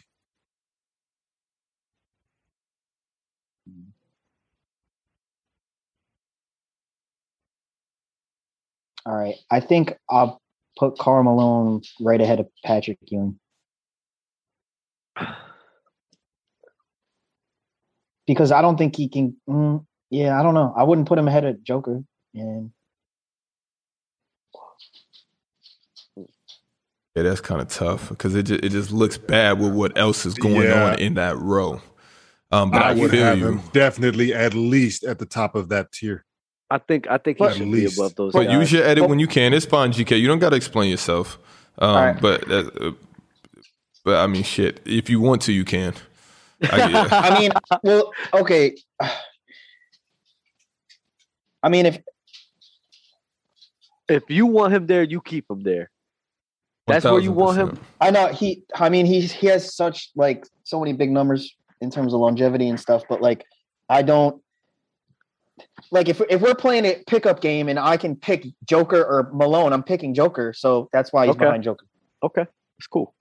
All right, I think I'll put Carl Malone right ahead of Patrick Ewing. Because I don't think he can. Mm, yeah, I don't know. I wouldn't put him ahead of Joker. And
Yeah, that's kind of tough because it just, it just looks bad with what else is going
Yeah.
on in that row. Um, but I,
I would
feel
have
you.
him definitely at least at the top of that tier.
I think I think he
But-
should
At
be
least.
above those
But
guys.
use your edit when you can. It's fine, GK. You don't got to explain yourself. Um,
Alright.
But uh, but I mean, shit. If you want to, you can. I, yeah.
I mean, well, okay. I mean, if
if you want him there, you keep him there. That's where you want him?
1000%.
I know he. I mean, he's he has such like so many big numbers in terms of longevity and stuff. But like, I don't like if if we're playing a pickup game and I can pick Joker or Malone, I'm picking Joker. So that's why he's
Okay.
behind Joker.
Okay, it's cool.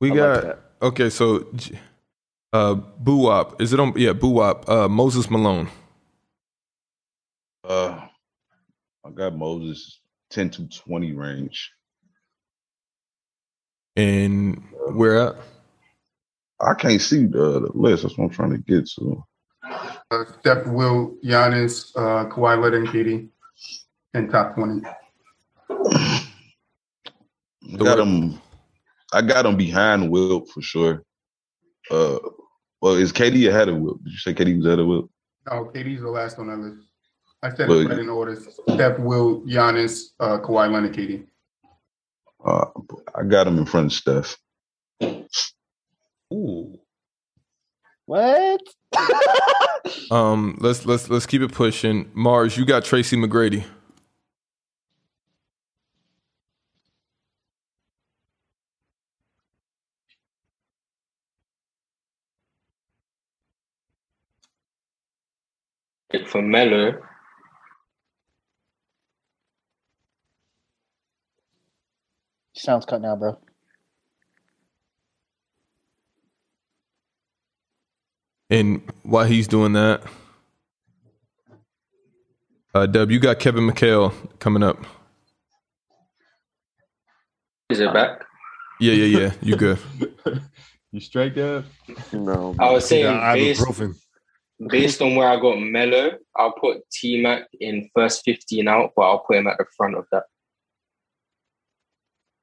We
I like
got
that.
okay. So, G- uh, Boo Wop. Is it on? Yeah, Boo Wop. Uh, Moses Malone.
Uh, I got Moses ten to twenty range.
And where at?
I can't see the, the list. That's what I'm trying to get to.
Uh, Steph, Will, Giannis, uh, Kawhi Leonard, and Katie in top 20.
I got
where-
him. I got him behind Wilt for sure. Uh, well, is KD ahead of Wilt? Did you say KD was ahead of Wilt?
Oh, KD's the last on that list. I said
Well,
it right in order. Steph, Will, Giannis, uh, Kawhi Leonard, KD.
Uh, I got him in front of Steph.
Ooh.
What?
Um, let's let's let's keep it pushing. Mars, you got Tracy McGrady.
For Melo,
Sounds cut now, bro.
And while he's doing that, uh, Dub, you got Kevin McHale coming up.
is it back?
Yeah, yeah, yeah. You good?
You straight up.
No,
I was saying
Yeah,
based,
ibuprofen.
based on where I got Melo, I'll put T Mac in first 15 out, but I'll put him at the front of that.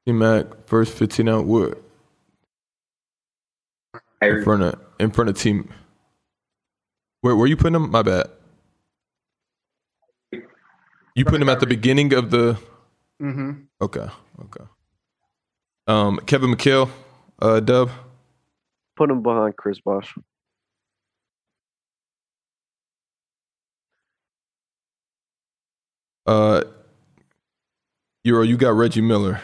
T Mac first fifteen out. What
I
in front of in front of team? Where were you putting them? My bad. You putting them at the beginning of the
hmm
Okay. Okay. Um, Kevin McHale, uh, Dub.
Put him behind Chris Bosh.
Uh, Euro, you got Reggie Miller.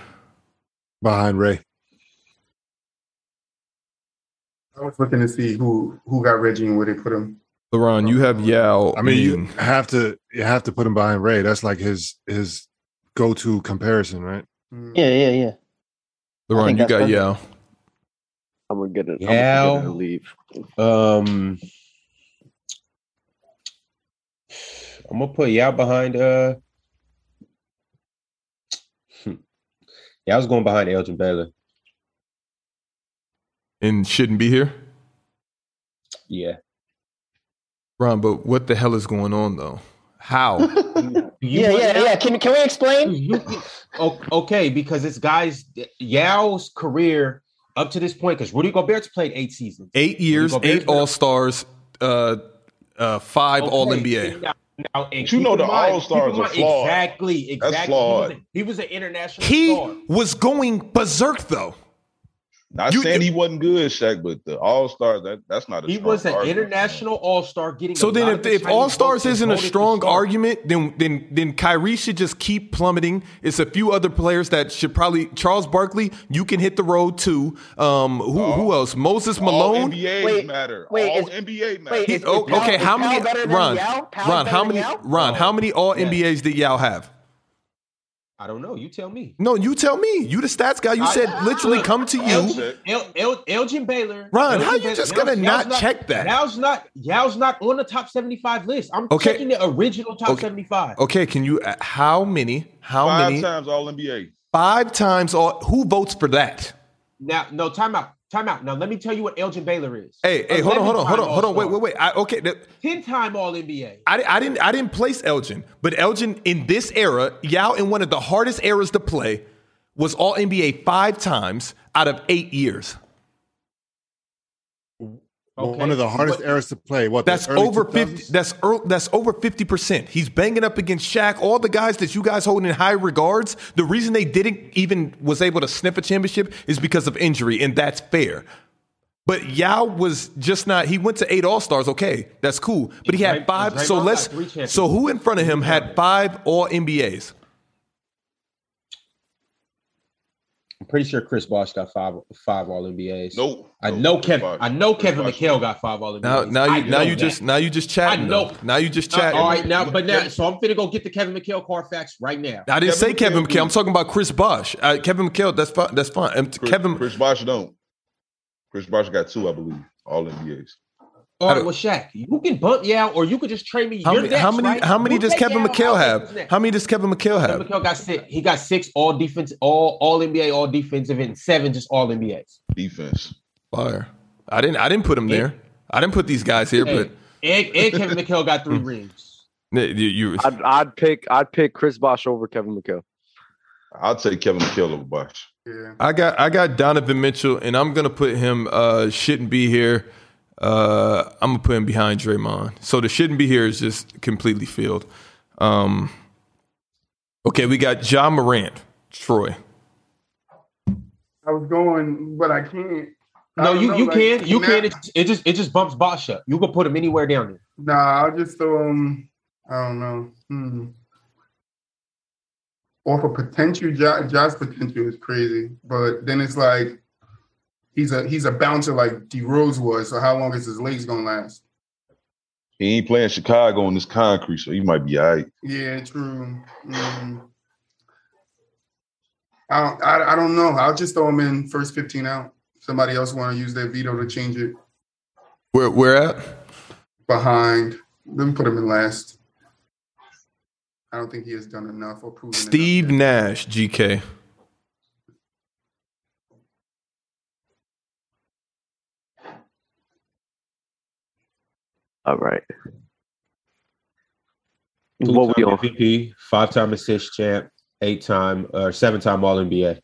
behind Ray.
I was looking to see who who got Reggie and where they put him.
LaRon, you have Yao.
I mean, you
Ming.
have to you have to put him behind Ray. That's like his his go to comparison, right?
Mm.
Yeah, yeah, yeah. I
LaRon,
think
you
that's
got
perfect.
Yao.
I'm gonna get it. I'm gonna
Yeah.
get it and leave.
Um, I'm gonna put y'all behind. Uh, hmm. yeah, I was going behind Elgin Baylor.
and shouldn't be here.
Yeah,
Ron, but what the hell is going on though? How?
You
yeah,
want
yeah,
Yao?
yeah. Can can we explain?
You- you- o- okay, because it's guys Yao's career up to this point. Because Rudy Gobert's played eight seasons.
Eight years,
Gobert-
eight All Stars, uh, uh, five All
Okay,
NBA.
Now, now, and
But you
keep
know
in
the
mind-
All-Stars
keep in
are
mind-
flawed.
Exactly, exactly. He was
flawed.
a- He was, an international star.
He was going berserk though.
Not
You-
saying he wasn't good, Shaq, but the All Stars that that's not a.
He
strong
was an
argument.
international all star. Getting
So
a
then,
lot
if,
of the
if
Chinese
All Stars
votes and
isn't a
voted to
strong
start.
argument, then then then Kyrie should just keep plummeting. It's a few other players that should probably Charles Barkley. You can hit the road too. Um, who
Oh.
who else? Moses
All
Malone.
NBAs
Wait,
matter.
wait,
all
is-
NBA matter.
Wait,
He-
is, is
oh,
Powell-
okay,
is
how
Powell
many?
better than
Ron,
Yao? Powell's
Ron,
better
how
than
many?
Yao?
Ron,
Oh.
how many All
Yeah.
NBAs did y'all have?
I don't know. You tell me.
No, you tell me. You the stats guy. You
I-
said literally
look,
come to you.
Check.
El, El, Elgin Baylor.
Ron,
Elgin
how you
Baylor-
just
Yao's-
gonna
Yao's
not check that?
Yao's not. Yao's not on the top seventy five list. I'm
Okay.
checking the original top
Okay.
seventy five.
Okay, can you? uh, How many? How
Five
many?
times All NBA.
Five times all. Who votes for that?
Now, no timeout. Timeout. Now let me tell you what Elgin Baylor is.
Hey, hey, hold on, hold on, hold on, hold on. Wait, wait,
11-time
wait. I, okay, that-
All-Star, 10-time All-NBA.
I, I didn't I didn't place Elgin, but Elgin in this era, Yao in one of the hardest eras to play, was All NBA five times out of eight years.
Well, One
Okay,
of the hardest
but-
eras to play. What the
That's
early
over
2000s?
fifty. That's ear- that's over fifty percent. He's banging up against Shaq. All the guys that you guys hold in high regards. The reason they didn't even was able to sniff a championship is because of injury, and that's fair. But Yao was just not. He went to eight All Stars. Okay, that's cool. But he had
Dray-
five. So
Draymond
let's.
got three championships.
So who in front of him had five All NBAs?
I'm pretty sure Chris Bosh got five five All NBAs.
Nope.
I
Nope.
know Kevin.
Five.
I know Kevin
Bosh.
McHale got five All NBAs.
Now, now
I
you, now
know
you
that.
just, now you just chatting.
I know.
though. Now you just
Uh,
chatting.
all right now, but now, so I'm finna go get the Kevin McHale card facts right now.
I
Kevin
didn't say Kevin
McHale,
McHale. I'm
please.
talking about Chris Bosh. Uh, Kevin McHale. That's fine. That's fine. Um,
Chris,
Kevin.
Chris Bosh don't. Chris Bosh got two, I believe. All NBAs.
All
I
right,
don't-
well, Shaq, you can bump Yao, or you could just trade me.
How
your
many,
Nets,
how many?
right?
How many
You
does
take
Kevin
Yao,
McHale
I'll take
have?
his Nets.
How many does Kevin McHale
Kevin
have?
McHale got six. He got six All Defense, All All NBA, All Defensive, and seven just All NBAs.
Defense.
Fire. I didn't. I didn't put him there. I didn't put these guys here.
Hey,
But
and, and Kevin McHale got
Hmm.
three rings.
Yeah, you, you
I'd, I'd pick I'd pick Chris Bosh over Kevin McHale.
I'll take Kevin McHale over Bosh.
Yeah.
I got. I got Donovan Mitchell, and I'm gonna put him. Uh, shouldn't be here. Uh, I'm gonna put him behind Draymond. So the shouldn't be here is just completely filled. Um, okay, we got John Morant, Troy.
I was going, but I can't. I
No,
don't
you
know,
you
like,
can you
now-
can. It, it just it just bumps Bosh up. You can put him anywhere down there.
Nah, I'll just throw him. I don't know. Hmm. Off a potential, Ja- Ja's potential is crazy, but then it's like he's a he's a bouncer like D Rose was. So how long is his legs gonna last?
He ain't playing Chicago on this concrete, so he might be all right.
Yeah, true. Hmm. I don't. I, I don't know. I'll just throw him in first fifteen out. Somebody else want to use their veto to change it
Where where at?
behind. Let me put him in last. I don't think he has done enough or proven.
Steve
Enough.
Nash, GK.
All right.
Two-time
What we on?
MVP, five-time assist champ, eight-time or seven-time All NBA.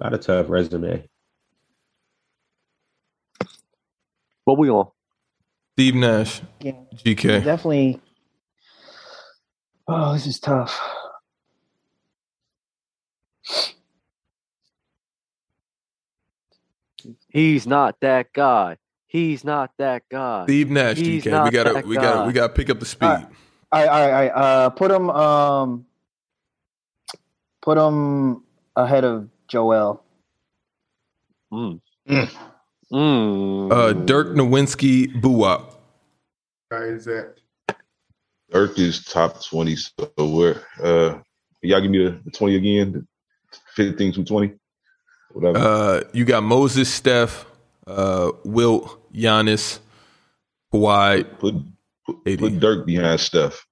Got a tough resume.
What we on?
Steve Nash,
Yeah.
GK.
Definitely. Oh, this is tough.
He's not that guy. He's not that guy.
Steve Nash,
He's
GK. We
not
gotta,
that
we gotta,
guy.
we gotta pick up the speed.
Alright. I, I, I uh, put him, um, put him ahead of Joel.
Mm.
Uh, Dirk Nowinski, Buwap.
Guy is that?
Dirk is top twenty. So where? Uh, y'all give me the, the twenty again. The Fifteen through twenty. Whatever.
Uh, you got Moses, Steph, uh, Wilt, Giannis, Kawhi.
put put,
AD.
put Dirk behind Steph.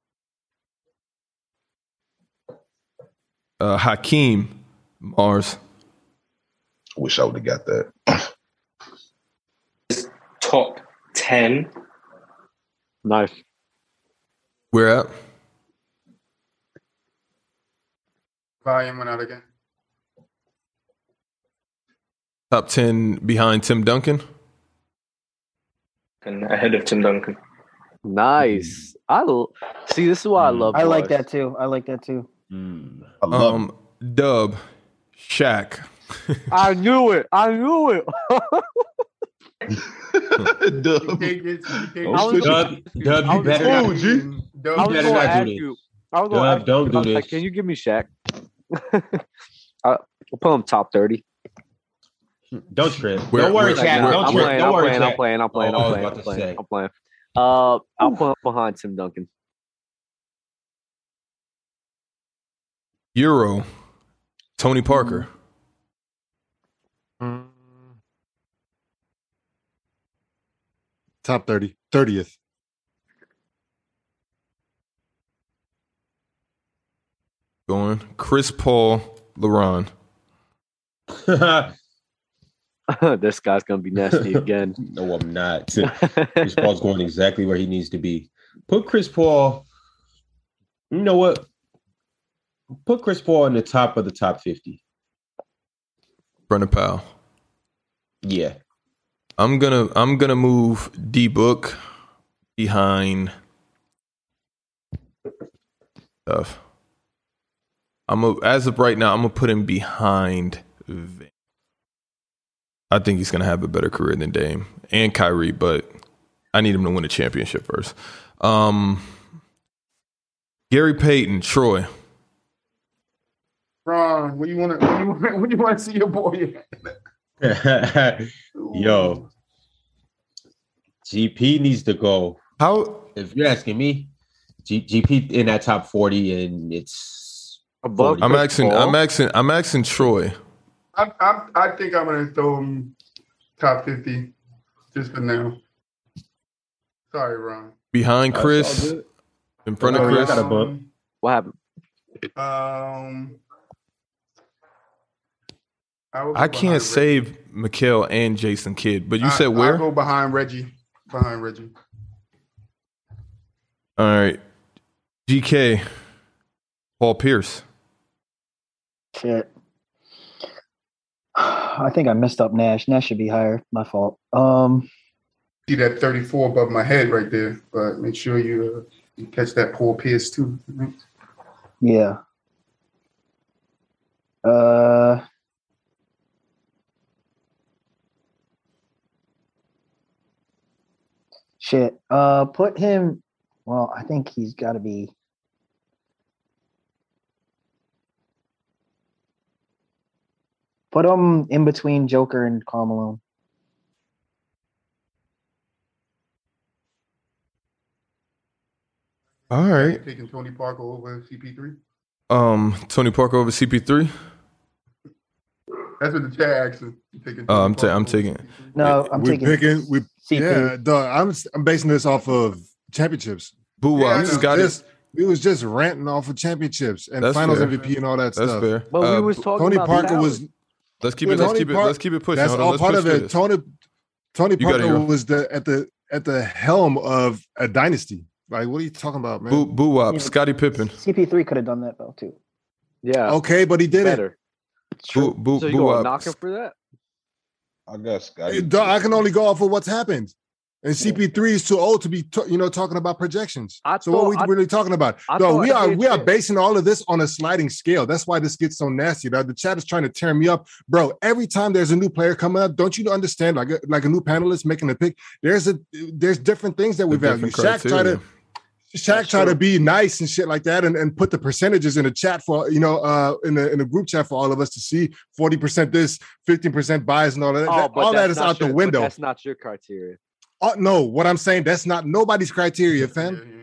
uh, Hakeem Mars.
Wish I would have got that.
Top ten.
nice.
Where at?
Volume went out again.
Top 10 behind Tim Duncan.
And ahead of Tim Duncan.
Nice. I l- see. This is why I
Mm.
love.
I like
Boris.
that too. I like that too.
I love it.
Um, Dub, Shaq.
I knew it. I knew it.
You
Dumb.
can't get- you can't
I
get-
was-
Dub, Dub,
I
you
was
better
gonna-
not.
Ooh, G.
Dub-
I was gonna
better not do
ask
this.
you. I was gonna
Dub,
ask
don't
you. I
do
was like,
this.
Can you give me Shaq? I- I'll put him top thirty.
Don't trip.
Where-
don't worry,
where-
Chad.
where-
Don't
I'm
trip.
playing.
don't
I'm
worry,
playing.
Chad.
I'm playing. I'm playing.
Oh, I
I'm playing. I'm
was about to
playing.
say.
I'm playing. Uh, I'll put him behind Tim Duncan.
Euro, Tony Parker.
Top 30, 30th.
Going. Chris Paul, LeBron.
this guy's gonna be nasty again.
no, I'm not. Chris Paul's going exactly where he needs to be. Put Chris Paul. You know what? Put Chris Paul in the top of the top fifty.
Brendan Powell.
Yeah,
I'm gonna I'm gonna move D Book behind stuff. I'm a, as of right now, I'm gonna put him behind Van. I think he's gonna have a better career than Dame and Kyrie, but I need him to win a championship first. Um, Gary Payton, Troy.
Ron, what do you want to? What do you want? What do you want to see your boy?
yo, GP needs to go.
How
If you're asking me, G- GP in that top forty, and it's
Above.
I'm
Chris
asking
Paul?
I'm asking I'm asking Troy.
I, I, I think I'm gonna throw him top fifty just for now. Sorry, Ron.
Behind
That's all
Chris,
good.
in front of
Oh, yeah, I
Chris.
got a bump.
What happened?
Um, I, would go
I
behind
can't save Mikhail and Jason Kidd, but you
Reggie. I-
said
I
where?
go behind Reggie. Behind Reggie.
All right. GK, Paul Pierce.
Shit. I think I messed up Nash. Nash should be higher. My fault. Um,
See that 34 above my head right there, but make sure you, uh, you catch that Paul Pierce too.
yeah. Uh, shit. Uh, put him. Well, I think he's got to be. Put him in between Joker and Carmelo.
All right.
Taking Tony Parker over CP3.
Um, Tony Parker over CP3.
That's what the chat asked. him. You taking
Oh, I'm
Tony
ta- I'm
Parker over
taking-
CP3?
No, I'm
we
taking.
picking- we-
CP.
Yeah, dog. I'm s- I'm basing this off of championships.
Boo
Yeah, I
Wop,
know.
uh, got it.
This we was just ranting off of championships and
That's
finals
fair.
MVP and all that
That's
stuff.
fair.
But
Uh,
we was talking
Tony
about
Parker
talent.
was
let's keep it. Let's
Tony
keep it.
Park-
Let's keep it pushing.
that's
Hold on,
all
let's
part
push
of
through
it.
this.
Tony Tony
You got it,
Parker
Hero.
was the at the at the helm of a dynasty. Like, what are you talking about, man?
Boo, Boo Wop,
Yeah, but-
Scottie Pippen.
CP3 could have done that though too.
Yeah.
Okay, but he did it.
better.
It's true.
Boo, Boo,
so you
Boo
gonna
Wop.
knock him for that?
uh, I got
Hey,
Scotty.
dog, I can only go off of what's happened. And CP3 is too old to be, t- you know, talking about projections.
I
so what
thought-
are we
I-
really talking about?
I
no,
thought
we are we are
AJ
basing all of this on a sliding scale. That's why this gets so nasty. The, the chat is trying to tear me up, bro. Every time there's a new player coming up, don't you understand? Like a, like a new panelist making a pick, there's a there's different things that we value.
different
Shaq tried to
criteria.
Shaq try to be nice and shit like that, and, and put the percentages in the chat for you know uh in the in the group chat for all of us to see forty percent this, fifteen percent bias, and all that.
Oh,
That-
but
all that
that's
is
not
out
your-
the
but
window.
That's not your criteria.
Uh, no, what I'm saying that's not nobody's criteria, fam.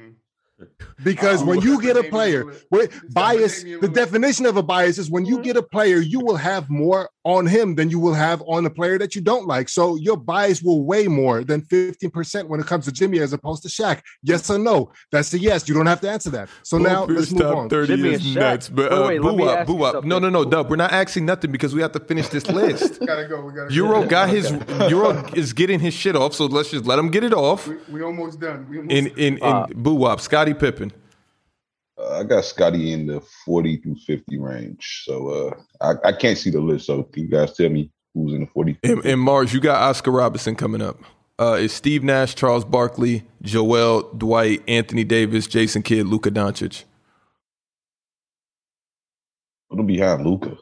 Because
Uh,
when you get a
Damian
player,
Lillard.
wait,
It's
bias.
Damian
The Mm-hmm.
Lillard.
definition of a bias is when you get a player, you will have more on him than you will have on a player that you don't like. So your bias will weigh more than 15% when it comes to Jimmy as opposed to Shaq. Yes or no? That's a yes. You don't have to answer that. So now
Booper's
let's move
top
on.
30
Jimmy
is
and Shaq.
nuts.
Wait,
But uh,
wait, let
boo
me
wop,
ask
boo
you
wop. No, no,
something.
no, Dub. We're not asking nothing because we have to finish this list.
gotta go. We gotta
Euro
go.
got his Euro is getting his shit off, so let's just let him get it off.
We, we almost done. We almost
In in in
Uh,
boo wop, Scotty Pippen.
Uh, I got Scotty in the 40 through 50 range. So uh, I, I can't see the list. So can you guys tell me who's in the 40?
In, in Mars, you got Oscar Robertson coming up. Uh, it's Steve Nash, Charles Barkley, Joel, Dwight, Anthony Davis, Jason Kidd, Luka Doncic.
I'm behind Luca.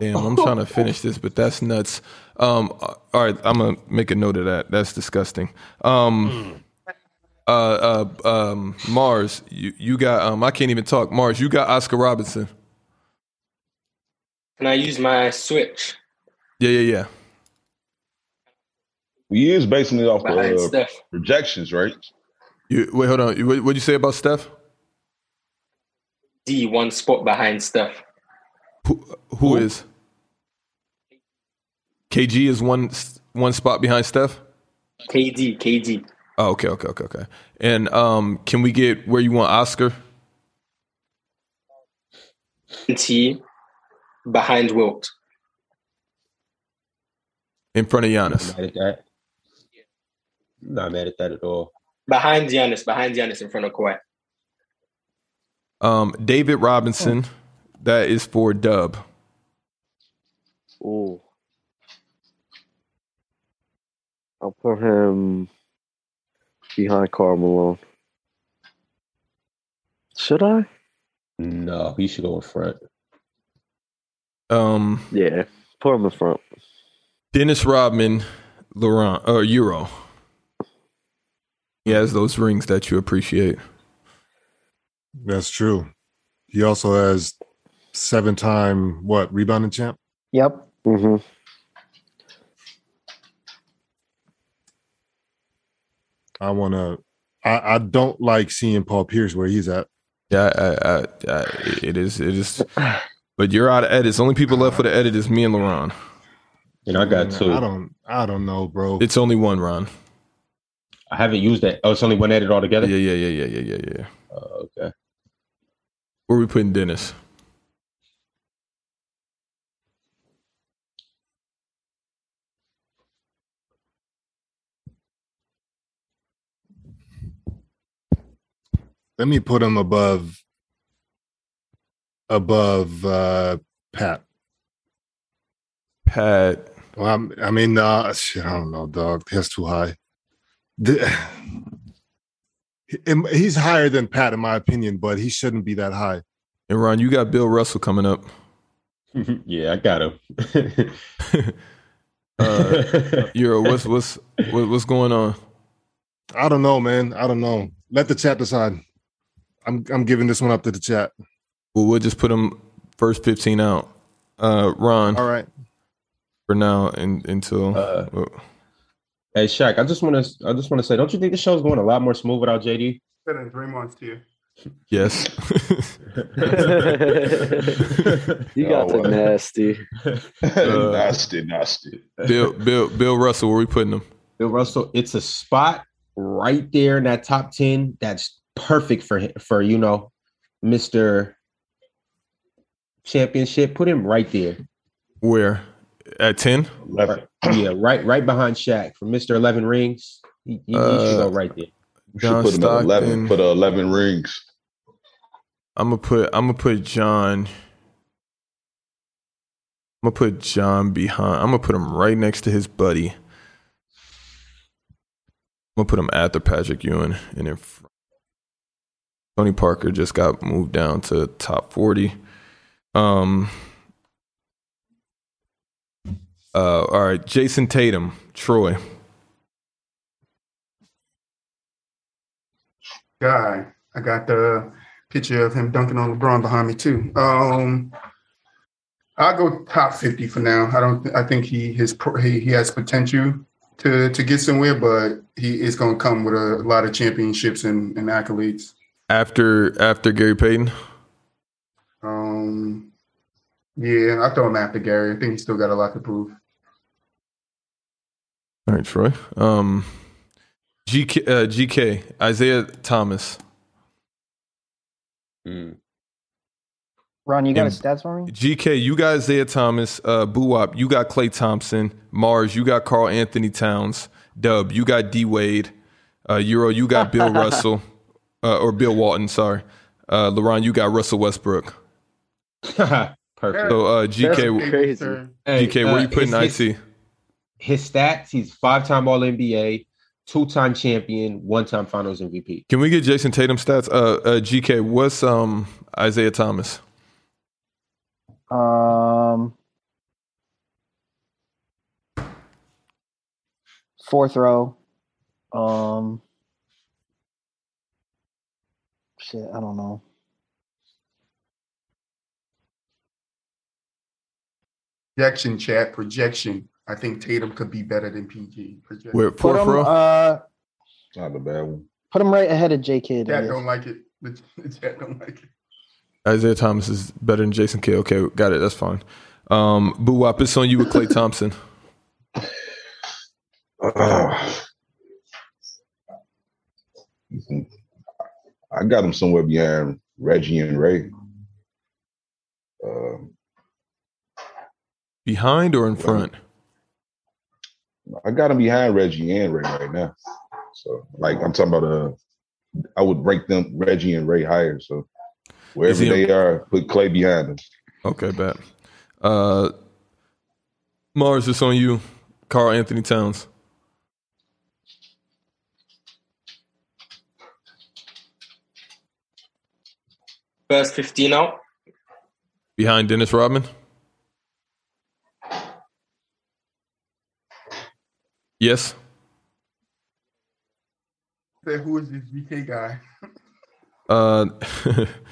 Damn, I'm trying to finish this, but that's nuts. Um, uh, all right, I'm gonna make a note of that. That's disgusting. Um, uh, uh, um, Mars, you, you got um, I can't even talk. Mars, you got Oscar Robertson.
And I use my switch
Yeah, yeah, yeah.
We is basing it off
behind
the uh,
Steph.
projections, right?
You, wait, hold on. You- What would you say about Steph?
D one spot behind Steph.
Who, who is? KG is one s- one spot behind Steph.
KD, KD.
Oh, okay, okay, okay, okay. And um, can we get where you want Oscar?
T behind Wilt.
In front of Giannis.
Not mad at that. Not mad at that at all.
Behind Giannis, behind Giannis in front of Kawhi.
Um, David Robinson,
Oh.
that is for Dub.
Ooh. I'll put him behind Carl Malone. Should I?
No, he should go in front.
Um,
Yeah. Put him in front.
Dennis Rodman, Laurent or Euro. He has those rings that you appreciate.
That's true. He also has seven time what rebounding champ.
Yep.
hmm
I wanna. I, I don't like seeing Paul Pierce where he's at.
Yeah, I, I, I, I- it is, it is. But you're out of edits. Only people left with the edit is me and Laurent.
And I got
Mm,
two.
I
I,
don't. I don't know, bro.
It's only one, Ron.
haven't used that. Oh, it's only one edit
Yeah,
altogether.
yeah, yeah, yeah, yeah, yeah, yeah.
Oh, okay.
Where we putting Dennis?
Let me put him above. Above uh Pat.
Pat.
Well, I'm, I mean, nah, shit, I don't know, dog. That's too high. The- He- he's higher than Pat, in my opinion, but he shouldn't be that high.
And Ron, you got Bill Russell coming up.
yeah, I got him.
Uh, Euro, what's what's what, what's going on?
I don't know, man. I don't know. Let the chat decide. I'm I'm giving this one up to the chat.
Well, we'll just put him first fifteen out. Uh, Ron
All right.
for now and until.
Uh, hey, Shaq, I just want to. I just want to say, don't you think the show's going a lot more smooth without JD?
better than Draymond's tier.
yes.
You got
Oh,
the
wow.
nasty.
Uh,
nasty, nasty.
Bill Bill Bill Russell, where we putting him?
Bill Russell, it's a spot right there in that top ten. That's perfect for him, for you know, Mister Championship. Put him right there.
Where? At ten?
Left.
Yeah, right, right behind Shaq for Mister Eleven Rings. He, he, he should
uh,
go right there.
You should put him at 11. Put uh, 11 rings.
I'm gonna put I'm gonna put John. I'm gonna put John behind. I'm gonna put him right next to his buddy. I'm gonna put him after Patrick Ewing and in front. Tony Parker just got moved down to top 40. Um. Uh, all right, Jason Tatum, Troy.
guy. I got the picture of him dunking on LeBron behind me too. Um, I'll go top fifty for now. I don't. I think he his pro- he, he has potential to to get somewhere, but he is going to come with a lot of championships and, and accolades.
After after Gary Payton,
Um, yeah, I throw him after Gary. I think he's still got a lot to prove.
All right, Troy. Um, GK, uh, GK Isaiah Thomas.
Ron, Mm. you got
And-
his stats for me?
GK, you got Isaiah Thomas. Uh, Buwap, you got Clay Thompson. Mars, you got Carl Anthony Towns. Dub, you got D Wade. Uh, Euro, you got Bill Russell uh, or Bill Walton. Sorry, uh, LeBron, you got Russell Westbrook.
Perfect.
So uh, GK,
crazy.
Hey,
GK, where
uh,
you putting
his- his-
IT?
his stats, he's five time All NBA, two time champion, one time finals MVP.
Can we get Jason Tatum stats? Uh, uh, GK, what's um Isaiah Thomas?
Um, fourth row. Um, shit, I don't know.
Projection chat projection. I think Tatum could be better than PG. Projection.
Where
Put
fourth
him,
row?
uh,
Not a bad one.
put him right ahead of J Kidd. I
Chat
guess.
don't like it. The the chat don't like it.
Isaiah Thomas is better than Jason Kidd. Okay, got it. That's fine. Um, Buwap, it's on you with Clay Thompson.
Ah. I got him somewhere behind Reggie and Ray. Um,
Behind or in front?
I got him behind Reggie and Ray right now. So, like, I'm talking about uh, I would rank them Reggie and Ray higher. So, wherever
he-
they are, put Clay behind them.
Okay, bet. Uh, Mars, it's on you. Carl Anthony Towns.
First 15 out.
Behind Dennis Rodman? Yes.
Say, Who is this VK guy?
Uh,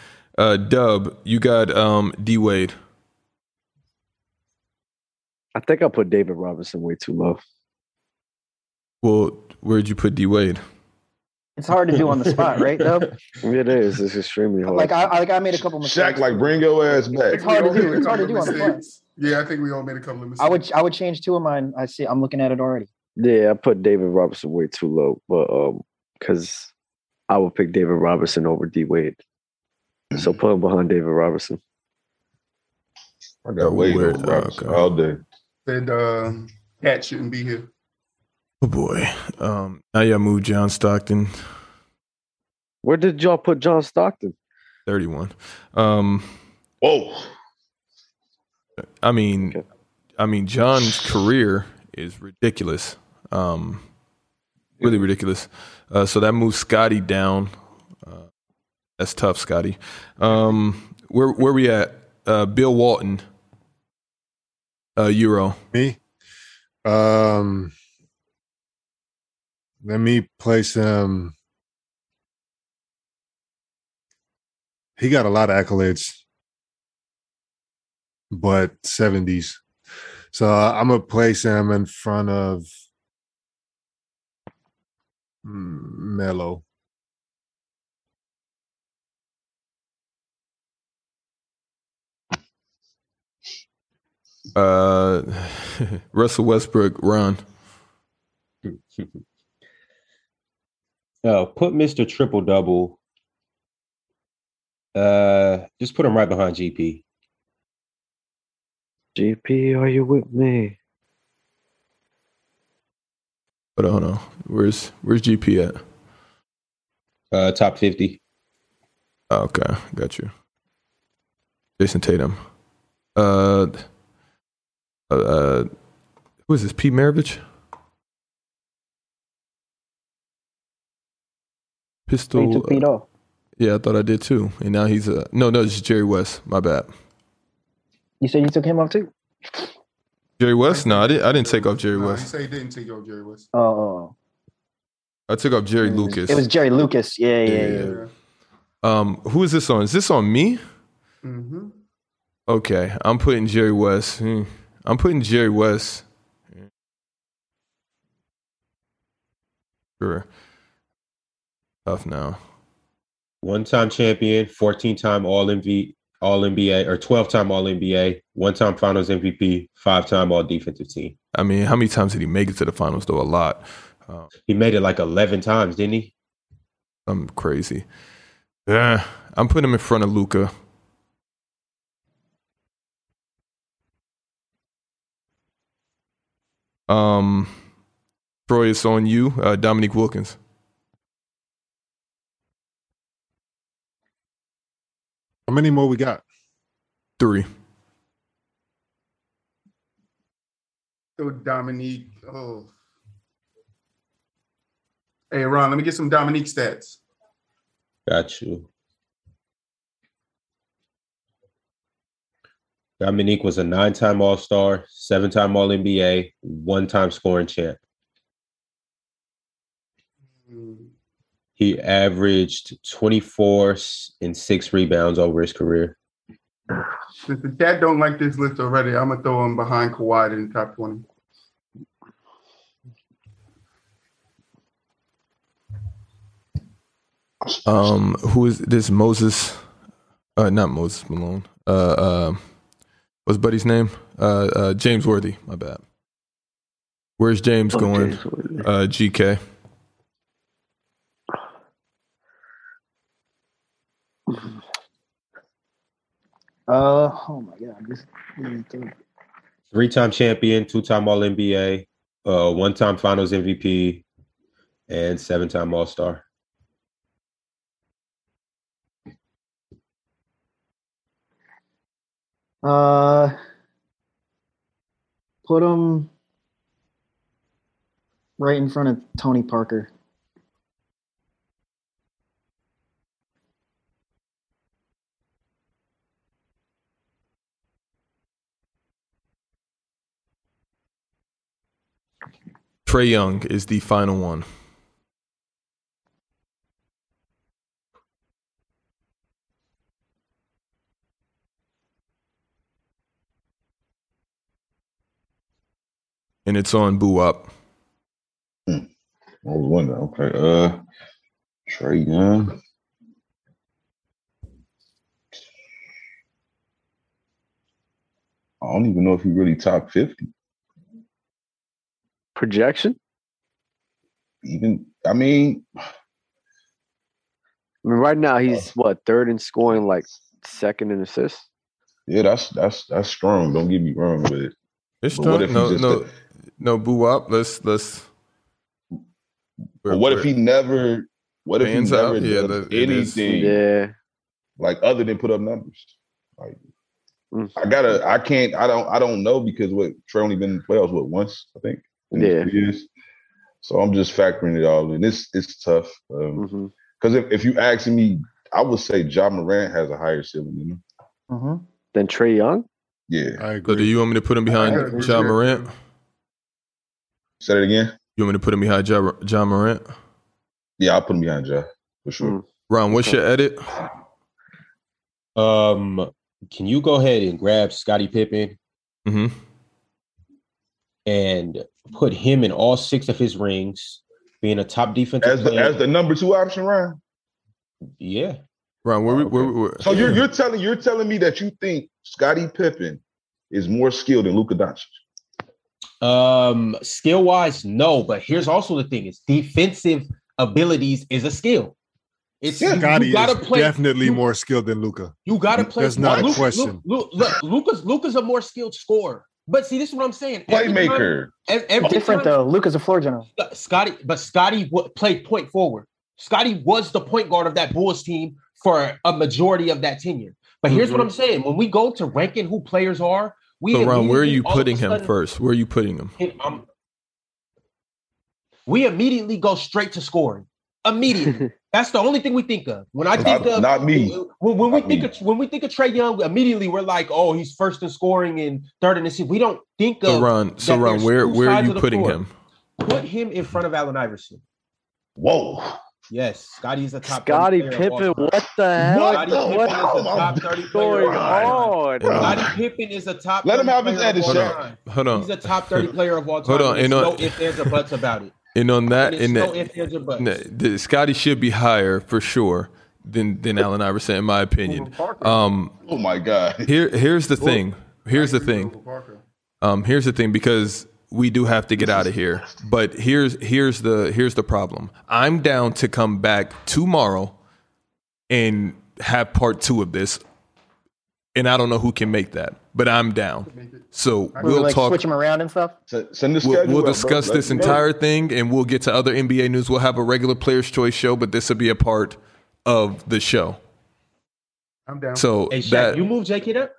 uh, Dub, you got um, D Wade.
I think I put David Robinson way too low.
Well, where'd you put D Wade?
It's hard to do on the spot, right? Though,
It is. It's extremely hard.
like I, I- like I made a couple
Shaq,
mistakes.
like, bring your ass back.
It's hard to do. It's hard to do on the fly.
Mistakes. Yeah, I think we all made a couple of mistakes.
I would I would change two of mine. I see. I'm looking at it already.
yeah, I put David Robinson way too low, but um, because I would pick David Robinson over D Wade. So
Mm-hmm.
put him behind David Robinson.
I
Oh,
got Wade
weird.
over Robinson
Okay.
all day.
said uh, Cat shouldn't be here.
Oh, boy. Um, now y'all move John Stockton,
Where did y'all put John Stockton?
31. Um,
Whoa.
I mean,
Okay.
I mean, John's career is ridiculous, um, really ridiculous. Uh, so that moves Scotty down. Uh, that's tough, Scotty. Um, where where we at? Uh, Bill Walton, uh, Euro.
Me? Um let me place him. He got a lot of accolades, but 70s. So I'm gonna place him in front of Mello.
Uh, Russell Westbrook, Ron.
Uh, put Mr. Triple Double. Uh, just put him right behind GP.
GP, are you with me?
But oh no, where's where's GP at?
Uh, top fifty.
Oh, okay, got you. Jason Tatum. Uh, uh, uh, who is this? Pete Maravich?
He
Pistol. uh,
took Pete off.
yeah, I thought I did too. And now he's a no, no. It's Jerry West. My bad.
You said you took him off too.
Jerry West? No, I didn't. I didn't take off Jerry
No, you
West.
say he didn't take your Jerry West.
Oh, Oh,
I took off Jerry
oh. It was-
Lucas.
It was Jerry Lucas. Yeah, yeah, yeah.
Yeah. um, who is this on? Is this on me?
Mm-hmm.
Okay, I'm putting Jerry West. Hmm. I'm putting Jerry West. Sure. Tough now.
One-time champion, 14-time All MV, All NBA, or 12-time All NBA, one-time Finals MVP, five-time All Defensive Team.
I mean, how many times did he make it to the finals? Though a lot. Um,
He made it like 11 times, didn't he?
I'm crazy. Yeah, I'm putting him in front of Luca. Um, Troy, it's on you. Uh, Dominique Wilkins.
How many more we got?
Three.
So Dominique. Oh. Hey Ron, let me get some Dominique stats.
Got you. Dominique was a nine-time All-Star, seven-time All-NBA, one-time scoring champ.
Mm,
He averaged 24 s- and six rebounds over his career.
Since the chat don't like this list already, I'm gonna throw him behind Kawhi in the top twenty.
Um, who is this? Moses, uh, not Moses Malone. Uh, uh, what's Buddy's name? Uh, uh, James Worthy. My bad. Where's James
Fuck
going?
this, what-
Uh, GK.
Uh, oh my god, this. this-
Three-time champion, two-time All-NBA, uh, one-time Finals MVP, and seven-time All-Star.
Uh, put him right in front of Tony Parker.
Trey Young is the final one. And it's on Boo Up.
Hmm. I was wondering. Okay, uh, Trey Young. I don't even know if he really top fifty.
Projection?
Even I mean, Uh.
I mean, right now he's what third in scoring, like second in assists.
yeah, that's that's that's strong. Don't get me wrong, but
It's
But what
done.
if he
no,
just-
no, no, Boo Up. Let's let's.
but what if he never? What if he
Fans
never
out? Yeah,
does
that- it is.
anything
Yeah.
like other than put up numbers? Like
Mm.
I gotta, I can't, I don't, I don't know because what Trey only been in the playoffs what once I think in his
Yeah.
three years. So I'm just factoring it all in. It's it's tough. Um,
hmm
Because if, if you ask me, I would say John Morant has a higher ceiling than him.
Mm-hmm.
Then Trey Young?
Yeah.
I
So
agree.
do you want me to put him
I agree
behind
with
John
you.
Morant?
Say that again.
You want me to put him behind Ja- John Morant?
Yeah, I'll put him behind John for sure.
Ron, what's your edit?
Um, can you go ahead and grab Scottie Pippen
hmm
and put him in all six of his rings, being a top defensive
As the
player?
as the number two option, Ryan.
yeah.
Ron, where we? Where, we- where,
So you're you're telling you're telling me that you think Scottie Pippen is more skilled than Luka Doncic.
Um, skill wise, no. But here's also the thing: is defensive abilities is a skill. It's you-
Scotty
you gotta
is
play.
definitely
you-
more skilled than Luca.
You gotta play.
That's not a
Luka-
question.
Luka- Luka- Luka's Luka's a more skilled scorer. But see, this is what I'm saying. Every time-
Playmaker.
ev- every
Different
time-
though. Luca's a floor general.
Sc- Scotty, but Scotty w- played point forward. Scotty was the point guard of that Bulls team for a majority of that tenure. But here's what I'm saying: when we go to ranking who players are, We
So Ron, where are you
immediately all of a
putting him
sudden-
first? Where are you putting him?
him- um, we immediately go straight to scoring. Immediately. That's the only thing we think of. When I
Not,
think of
not me.
when, when we
Not
think
me.
of when we think of Trey Young, immediately we're like, oh, he's first in scoring and third in the season. We don't think
So
of
Ron, so
that
Ron,
there's
where
two
where are
sides
you
of the
putting
floor.
him?
put him in front of Allen Iverson.
Whoa.
Yes, Scotty's the top. 30
Scotty
player of all
Pippen,
time.
what the hell?
What
Scottie
the-
Pippen is
wow,
a top 30
is
player.
going
of all time.
on?
Bro.
Scottie Pippen is a top.
Let him
30
have his
player of
edit,
all
Shaq.
time.
Hold on.
He's a top 30 player of all time.
Hold on,
and There's
and
no
on-
if there's a buts about it.
And on that,
And there's
and
no
that,
if there's a buts.
No, the, Scotty should be higher for sure than than Allen Iverson, in my opinion. Um,
Oh my God.
here here's the thing. Here's the thing. Um, here's the thing because we do have to get out of here. But here's here's the here's the problem. I'm down to come back tomorrow and have part two of this. And I don't know who can make that, but I'm down. So
Where we
we'll
like
talk.
switch him around and stuff.
S- Send the
We'll,
schedule.
we'll
out, bro.
discuss
Let's
this
go.
entire thing and we'll get to other NBA news. We'll have a regular Players' Choice show, but this will be a part of the show.
I'm down.
So
Hey, Shaq,
that
you move JK up?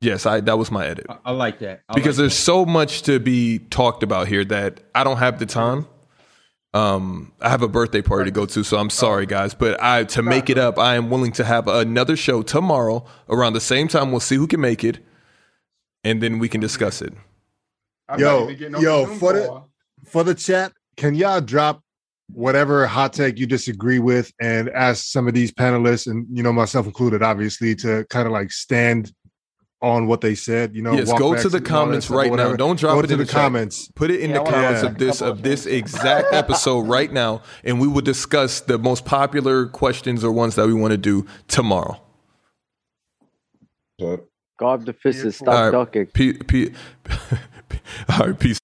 yes, I that was my edit
I, I like that. I
because
like
there's so much to be talked about here that I don't have the time. Um, I have a birthday party to go to, so I'm sorry, guys. But I to make it up, I am willing to have another show tomorrow around the same time. We'll see who can make it, and then we can discuss it.
I'm
Yo,
not even getting on
yo,
the Zoom
for the-
call.
for the chat, can y'all drop whatever hot take you disagree with and ask some of these panelists and you know myself included obviously to kind of like stand on what they said you know
yes,
walk
go
back
to the
and all that
comments
stuff or
right now.
whatever.
Don't drop
go
it
to
in
the,
the chat.
comments
Put it in
Yeah, I
the
wanna
comments
watch
of
a
this
couple
of
of
this exact episode right now, and we will discuss the most popular questions or ones that we want to do tomorrow.
So-
Guard the fist and
All
stop
right.
ducking.
P- P- All right, peace.